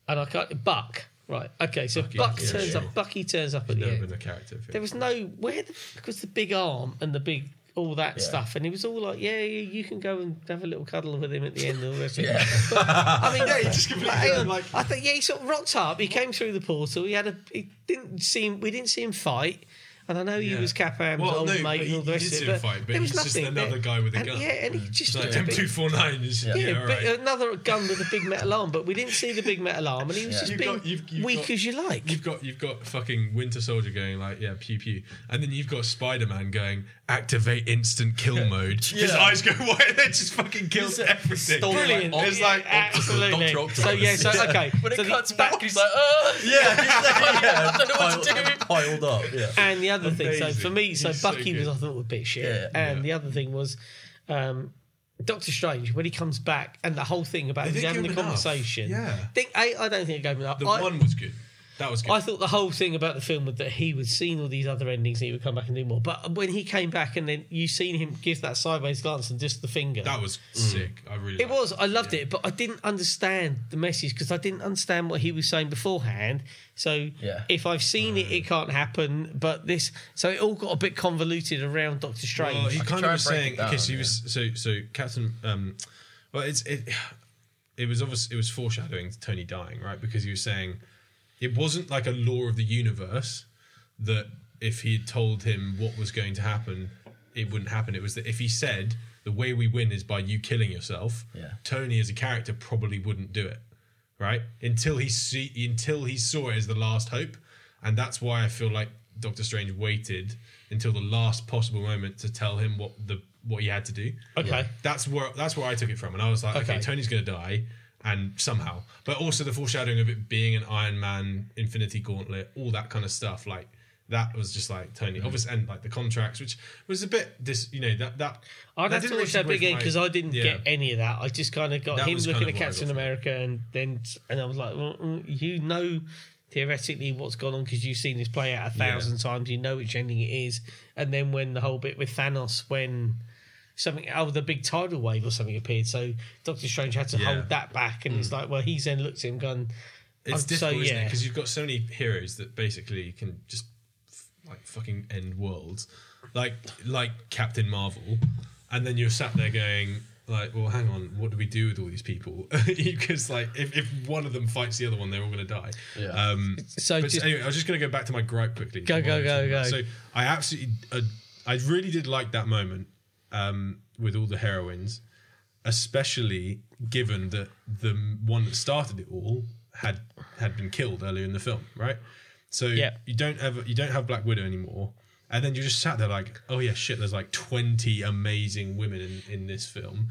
[SPEAKER 3] and I can't Buck. Right. Okay, so Buck
[SPEAKER 1] yeah,
[SPEAKER 3] turns
[SPEAKER 1] sure.
[SPEAKER 3] up. Bucky turns up at the
[SPEAKER 1] Never
[SPEAKER 3] end.
[SPEAKER 1] been a character. for-
[SPEAKER 3] There was no where the, because the big arm and the big all that stuff, and it was all like, yeah, yeah, you can go and have a little cuddle with him at the end. And all the rest of it. But, I mean,
[SPEAKER 1] Yeah, he just completely
[SPEAKER 3] hang on,
[SPEAKER 1] like
[SPEAKER 3] I think yeah, he sort of rocked up. He came through the portal. He had a. He didn't seem. We didn't see him fight. And I know he
[SPEAKER 1] Yeah.
[SPEAKER 3] was Capam's
[SPEAKER 1] Well,
[SPEAKER 3] old
[SPEAKER 1] no,
[SPEAKER 3] mate
[SPEAKER 1] but
[SPEAKER 3] and all
[SPEAKER 1] he-
[SPEAKER 3] the
[SPEAKER 1] he
[SPEAKER 3] rest
[SPEAKER 1] did
[SPEAKER 3] of
[SPEAKER 1] see
[SPEAKER 3] it.
[SPEAKER 1] him
[SPEAKER 3] But
[SPEAKER 1] fight, but
[SPEAKER 3] there was
[SPEAKER 1] he's just
[SPEAKER 3] nothing
[SPEAKER 1] another
[SPEAKER 3] there.
[SPEAKER 1] guy with a
[SPEAKER 3] And-
[SPEAKER 1] gun.
[SPEAKER 3] Yeah, and he just
[SPEAKER 1] It's like
[SPEAKER 3] looked a
[SPEAKER 1] M
[SPEAKER 3] bit-
[SPEAKER 1] two four nine. Yeah, uh,
[SPEAKER 3] yeah,
[SPEAKER 1] yeah,
[SPEAKER 3] but
[SPEAKER 1] right.
[SPEAKER 3] another gun with a big metal arm, but we didn't see the big metal arm, and he was just
[SPEAKER 1] You've
[SPEAKER 3] being
[SPEAKER 1] got- you've- you've
[SPEAKER 3] weak
[SPEAKER 1] got-
[SPEAKER 3] as you like.
[SPEAKER 1] You've got you've got fucking Winter Soldier going like yeah pew pew, and then you've got Spider Man going activate instant kill mode. His
[SPEAKER 2] Yeah.
[SPEAKER 1] eyes go wide, and it just fucking kills everything.
[SPEAKER 2] stole it.
[SPEAKER 3] Brilliant.
[SPEAKER 2] Like,
[SPEAKER 1] It's like
[SPEAKER 3] absolutely.
[SPEAKER 2] Dr. Octopus.
[SPEAKER 3] So yeah, so okay.
[SPEAKER 2] When it
[SPEAKER 3] so the-
[SPEAKER 2] cuts
[SPEAKER 3] that-
[SPEAKER 2] back, he's like, oh, yeah, I don't know what
[SPEAKER 3] Oh,
[SPEAKER 2] to do.
[SPEAKER 6] piled up. Yeah.
[SPEAKER 3] and the other thing, so
[SPEAKER 1] Amazing.
[SPEAKER 3] for me, so
[SPEAKER 1] He's so
[SPEAKER 3] Bucky was
[SPEAKER 1] good.
[SPEAKER 3] I thought a bit shit,
[SPEAKER 2] Yeah,
[SPEAKER 3] and the other thing was. Um, Doctor Strange, when he comes back, and the whole thing about
[SPEAKER 1] They
[SPEAKER 3] he's
[SPEAKER 1] didn't
[SPEAKER 3] having
[SPEAKER 1] give
[SPEAKER 3] the
[SPEAKER 1] him enough.
[SPEAKER 3] conversation.
[SPEAKER 1] Yeah.
[SPEAKER 3] think I, I don't think it gave me that.
[SPEAKER 1] The
[SPEAKER 3] I,
[SPEAKER 1] one was good. That was good.
[SPEAKER 3] I thought the whole thing about the film was that he would seen all these other endings and he would come back and do more. But when he came back and then you seen him give that sideways glance and just the finger,
[SPEAKER 1] that was sick. I really.
[SPEAKER 3] it
[SPEAKER 1] liked
[SPEAKER 3] was. I loved it, but I didn't understand the message because I didn't understand what he was saying beforehand. So
[SPEAKER 2] Yeah.
[SPEAKER 3] if I've seen it, it can't happen. But this, so it all got a bit convoluted around Doctor Strange.
[SPEAKER 1] Well, he
[SPEAKER 2] could
[SPEAKER 1] kind of
[SPEAKER 2] try and
[SPEAKER 1] was
[SPEAKER 2] break it
[SPEAKER 1] saying
[SPEAKER 2] down,
[SPEAKER 1] okay, so he was so so Captain. Um, well, it's it. It was obvious. It was foreshadowing to Tony dying, right? Because he was saying it wasn't like a law of the universe that if he had told him what was going to happen, it wouldn't happen. It was that if he said the way we win is by you killing yourself,
[SPEAKER 2] Yeah.
[SPEAKER 1] Tony as a character probably wouldn't do it, right? Until he see until he saw it as the last hope, and that's why I feel like Doctor Strange waited until the last possible moment to tell him what the what he had to do.
[SPEAKER 3] okay,
[SPEAKER 1] That's where that's where I took it from, and I was like, okay,
[SPEAKER 3] Okay.
[SPEAKER 1] Tony's gonna die, and somehow, but also the foreshadowing of it being an Iron Man Infinity Gauntlet, all that kind of stuff, like. That was just like Tony, obvious, and like the contracts, which was a bit dis, you know, that that.
[SPEAKER 3] I'd
[SPEAKER 1] that didn't
[SPEAKER 3] have to
[SPEAKER 1] really
[SPEAKER 3] watch that
[SPEAKER 1] take away
[SPEAKER 3] again
[SPEAKER 1] from
[SPEAKER 3] because
[SPEAKER 1] my-
[SPEAKER 3] I didn't
[SPEAKER 1] Yeah.
[SPEAKER 3] get any of that. I just kind of got
[SPEAKER 1] That
[SPEAKER 3] him
[SPEAKER 1] was
[SPEAKER 3] looking
[SPEAKER 1] kind
[SPEAKER 3] at
[SPEAKER 1] of what I
[SPEAKER 3] Captain
[SPEAKER 1] got from
[SPEAKER 3] America, and then and I was like, well, mm, you know, theoretically what's gone on because you've seen this play out a thousand times. You know which ending it is, and then when the whole bit with Thanos, when something oh the big tidal wave or something appeared, so Doctor Strange had to
[SPEAKER 1] Yeah. Mm.
[SPEAKER 3] hold that back, and it's like, well, he's then looked at him, gone.
[SPEAKER 1] it's
[SPEAKER 3] I'm-
[SPEAKER 1] difficult,
[SPEAKER 3] so,
[SPEAKER 1] isn't it?
[SPEAKER 3] yeah.
[SPEAKER 1] Because you've got so many heroes that basically can just f- like fucking end worlds, like like Captain Marvel, and then you're sat there going like, well, hang on, what do we do with all these people? Because like, if, if one of them fights the other one, they're all going to die.
[SPEAKER 2] Yeah.
[SPEAKER 1] Um,
[SPEAKER 3] So
[SPEAKER 1] but
[SPEAKER 3] just-
[SPEAKER 1] anyway, I was just going to go back to my gripe quickly.
[SPEAKER 3] Go, go, go, go.
[SPEAKER 1] So I absolutely, uh, I really did like that moment um, with all the heroines, especially given that the one that started it all had had been killed earlier in the film, right? So
[SPEAKER 3] Yeah.
[SPEAKER 1] you don't ever you don't have Black Widow anymore, and then you just sat there like, oh yeah, shit. There's like twenty amazing women in, in this film,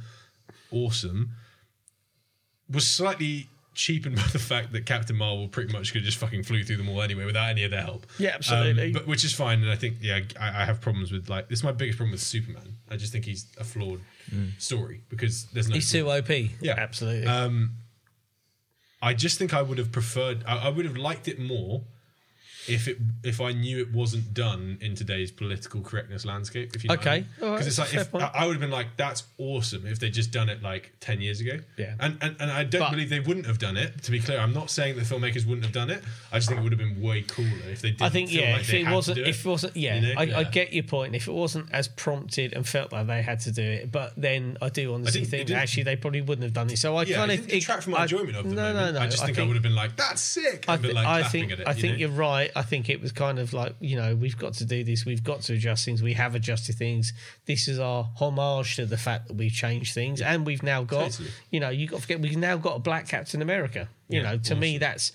[SPEAKER 1] awesome. Was slightly cheapened by the fact that Captain Marvel pretty much could have just fucking flew through them all anyway without any of their help. Um,
[SPEAKER 3] Yeah, absolutely.
[SPEAKER 1] but which is fine, and I think yeah, I, I have problems with like this. Is my biggest problem with Superman. I just think he's a flawed story because there's no.
[SPEAKER 3] He's too OP.
[SPEAKER 1] Yeah.
[SPEAKER 3] absolutely.
[SPEAKER 1] I just think I would have preferred. I, I would have liked it more if it if I knew it wasn't done in today's political correctness landscape. If you know
[SPEAKER 7] Okay.
[SPEAKER 1] because
[SPEAKER 7] All right.
[SPEAKER 1] it's like
[SPEAKER 7] Fair
[SPEAKER 1] if,
[SPEAKER 7] point.
[SPEAKER 1] I I would have been like, that's awesome if they'd just done it like ten years ago.
[SPEAKER 7] Yeah.
[SPEAKER 1] and and, and I don't
[SPEAKER 7] But-
[SPEAKER 1] believe they wouldn't have done it. To be clear, I'm not saying the filmmakers wouldn't have done it. I just think it would have been way cooler if they did.
[SPEAKER 3] I think yeah, if it wasn't, if it wasn't, yeah,
[SPEAKER 1] You know?
[SPEAKER 3] I, I
[SPEAKER 1] Yeah.
[SPEAKER 3] get your point. If it wasn't as prompted and felt like they had to do it, but then I do honestly
[SPEAKER 1] didn't- it
[SPEAKER 3] think
[SPEAKER 1] didn't-
[SPEAKER 3] actually they probably wouldn't have done it. So I
[SPEAKER 1] yeah,
[SPEAKER 3] kind
[SPEAKER 1] it
[SPEAKER 3] of
[SPEAKER 1] didn't detract from my enjoyment of the
[SPEAKER 3] No,
[SPEAKER 1] moment.
[SPEAKER 3] no, no.
[SPEAKER 1] I just think I, would have been like, "That's sick,"
[SPEAKER 3] I,
[SPEAKER 1] and been
[SPEAKER 3] th-
[SPEAKER 1] like
[SPEAKER 3] I
[SPEAKER 1] clapping
[SPEAKER 3] think
[SPEAKER 1] at it.
[SPEAKER 3] I
[SPEAKER 1] you
[SPEAKER 3] think
[SPEAKER 1] know?
[SPEAKER 3] you're right. I think it was kind of like you know we've got to do this. We've got to adjust things. We have adjusted things. This is our homage to the fact that we've changed things, and we've now got
[SPEAKER 1] Totally.
[SPEAKER 3] you know you got to forget we've now got a black Captain America. You
[SPEAKER 1] Yeah,
[SPEAKER 3] know, to me that's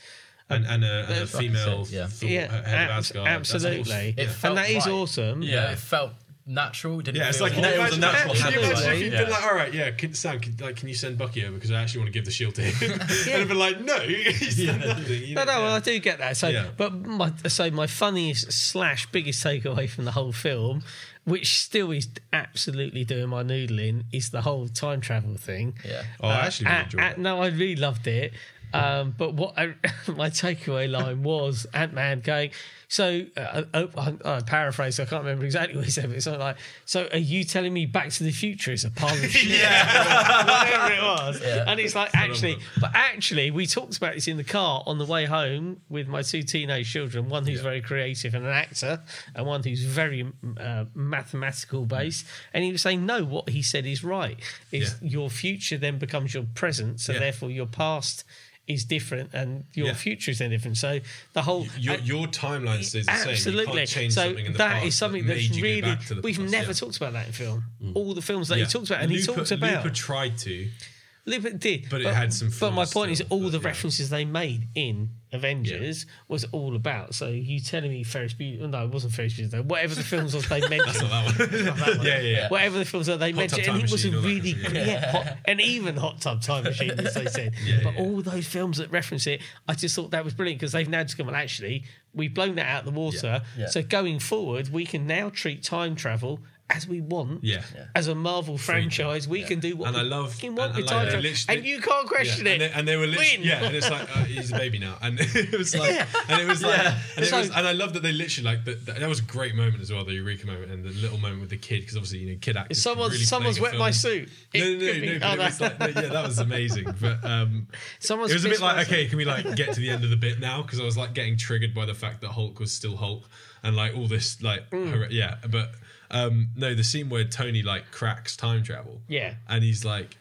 [SPEAKER 1] and, and a, and a
[SPEAKER 2] like I
[SPEAKER 1] female
[SPEAKER 2] said, yeah.
[SPEAKER 1] Thor-
[SPEAKER 3] yeah,
[SPEAKER 1] head Oh, of
[SPEAKER 3] abs-
[SPEAKER 1] Asgard. That's
[SPEAKER 3] absolutely,
[SPEAKER 1] awesome.
[SPEAKER 2] It
[SPEAKER 3] and
[SPEAKER 2] felt
[SPEAKER 3] that is
[SPEAKER 2] right.
[SPEAKER 3] awesome.
[SPEAKER 2] Yeah, it felt natural. Didn't
[SPEAKER 1] Yeah, it's
[SPEAKER 2] feel
[SPEAKER 1] like
[SPEAKER 2] like
[SPEAKER 1] can you
[SPEAKER 4] was a
[SPEAKER 1] imagine,
[SPEAKER 4] natural
[SPEAKER 1] can you
[SPEAKER 4] hand
[SPEAKER 1] imagine
[SPEAKER 4] play.
[SPEAKER 1] if you'd
[SPEAKER 4] Yeah.
[SPEAKER 1] been like, "All right, yeah, can, Sam, can, like, can you send Bucky over because I actually want to give the shield to him?" and I've been like, "No, he's done nothing." you
[SPEAKER 3] No,
[SPEAKER 1] know,
[SPEAKER 3] no, well,
[SPEAKER 1] yeah.
[SPEAKER 3] I do get that. So,
[SPEAKER 1] Yeah.
[SPEAKER 3] but my so my funniest slash biggest takeaway from the whole film, which still is absolutely doing my noodling, is the whole time travel thing.
[SPEAKER 2] Yeah.
[SPEAKER 1] Oh, I actually really
[SPEAKER 3] uh,
[SPEAKER 1] enjoyed
[SPEAKER 3] uh,
[SPEAKER 1] it.
[SPEAKER 3] No, I really loved it. Um, but what I, my takeaway line was Ant Man going. So uh, uh, I, I paraphrase. I can't remember exactly what he said, but it's something like, "So are you telling me Back to the Future is a pile of shit?" whatever it was. And it's like, actually, but actually, we talked about this in the car on the way home with my two teenage children one who's very creative and an actor, and one who's very uh, mathematical based. And he was saying, no, what he said is right. Is
[SPEAKER 1] Yeah.
[SPEAKER 3] your future then becomes your present, so
[SPEAKER 1] Yeah.
[SPEAKER 3] therefore your past is different and your
[SPEAKER 1] Yeah.
[SPEAKER 3] future is then different. So the whole
[SPEAKER 1] Your, your timeline stays the same. You
[SPEAKER 3] Absolutely.
[SPEAKER 1] can't change
[SPEAKER 3] so
[SPEAKER 1] something in the
[SPEAKER 3] that
[SPEAKER 1] past
[SPEAKER 3] is something
[SPEAKER 1] that
[SPEAKER 3] that's
[SPEAKER 1] made you go
[SPEAKER 3] really
[SPEAKER 1] back to the
[SPEAKER 3] we've
[SPEAKER 1] past,
[SPEAKER 3] never
[SPEAKER 1] yeah. Mm.
[SPEAKER 3] talked about that in film. All the films that
[SPEAKER 1] Yeah.
[SPEAKER 3] he talks about, and he
[SPEAKER 1] Looper-
[SPEAKER 3] talks about
[SPEAKER 1] Looper tried to.
[SPEAKER 3] Lipit did,
[SPEAKER 1] But it had some
[SPEAKER 3] But my
[SPEAKER 1] flaws
[SPEAKER 3] point
[SPEAKER 1] still,
[SPEAKER 3] is, all
[SPEAKER 1] but
[SPEAKER 3] the
[SPEAKER 1] yeah.
[SPEAKER 3] references they made in Avengers was all about. So you telling me Ferris Bueller? No, it wasn't Ferris Bueller. Though. Whatever the films was they mentioned,
[SPEAKER 1] Not that one. yeah, yeah, yeah.
[SPEAKER 3] whatever the films that they
[SPEAKER 1] Tub
[SPEAKER 3] mentioned,
[SPEAKER 1] Time
[SPEAKER 3] and it was a
[SPEAKER 1] Machine, all that
[SPEAKER 3] really
[SPEAKER 1] kind of
[SPEAKER 3] yeah, hot, and even Hot Tub Time Machine, as they said. but all those films that reference it, I just thought that was brilliant because they've now just gone. Well, actually, we've blown that out of the water.
[SPEAKER 2] Yeah.
[SPEAKER 3] So going forward, we can now treat time travel. As we want,
[SPEAKER 1] Yeah.
[SPEAKER 3] As a Marvel franchise, we can do what
[SPEAKER 1] And
[SPEAKER 3] we
[SPEAKER 1] I love-
[SPEAKER 3] fucking want
[SPEAKER 1] and I
[SPEAKER 3] with
[SPEAKER 1] like
[SPEAKER 3] time
[SPEAKER 1] that.
[SPEAKER 3] travel,
[SPEAKER 1] Literally-
[SPEAKER 3] and you can't question
[SPEAKER 1] Yeah,
[SPEAKER 3] it.
[SPEAKER 1] And they, and they were literally,
[SPEAKER 3] Win.
[SPEAKER 1] yeah, and it's like uh, he's a baby now, and it was like, and it was like, and, it
[SPEAKER 3] So-
[SPEAKER 1] was, and I love that they literally like that. That that was a great moment as well, the Eureka moment, and the little moment with the kid because obviously you know kid actors. can
[SPEAKER 3] Someone's-
[SPEAKER 1] really
[SPEAKER 3] someone's
[SPEAKER 1] play a
[SPEAKER 3] wet my
[SPEAKER 1] film.
[SPEAKER 3] suit. It
[SPEAKER 1] No, no, no,
[SPEAKER 3] could be-
[SPEAKER 1] no, but
[SPEAKER 3] oh,
[SPEAKER 1] it was
[SPEAKER 3] no.
[SPEAKER 1] like, no, yeah, that was amazing. But um,
[SPEAKER 3] Someone's
[SPEAKER 1] it was a bit
[SPEAKER 3] pissed my
[SPEAKER 1] like,
[SPEAKER 3] suit.
[SPEAKER 1] okay, can we like get to the end of the bit now? Because I was like getting triggered by the fact that Hulk was still Hulk, and like all this like,
[SPEAKER 3] Mm.
[SPEAKER 1] hor- yeah, but. Um, no, the scene where Tony like cracks time travel.
[SPEAKER 3] Yeah.
[SPEAKER 1] And he's like,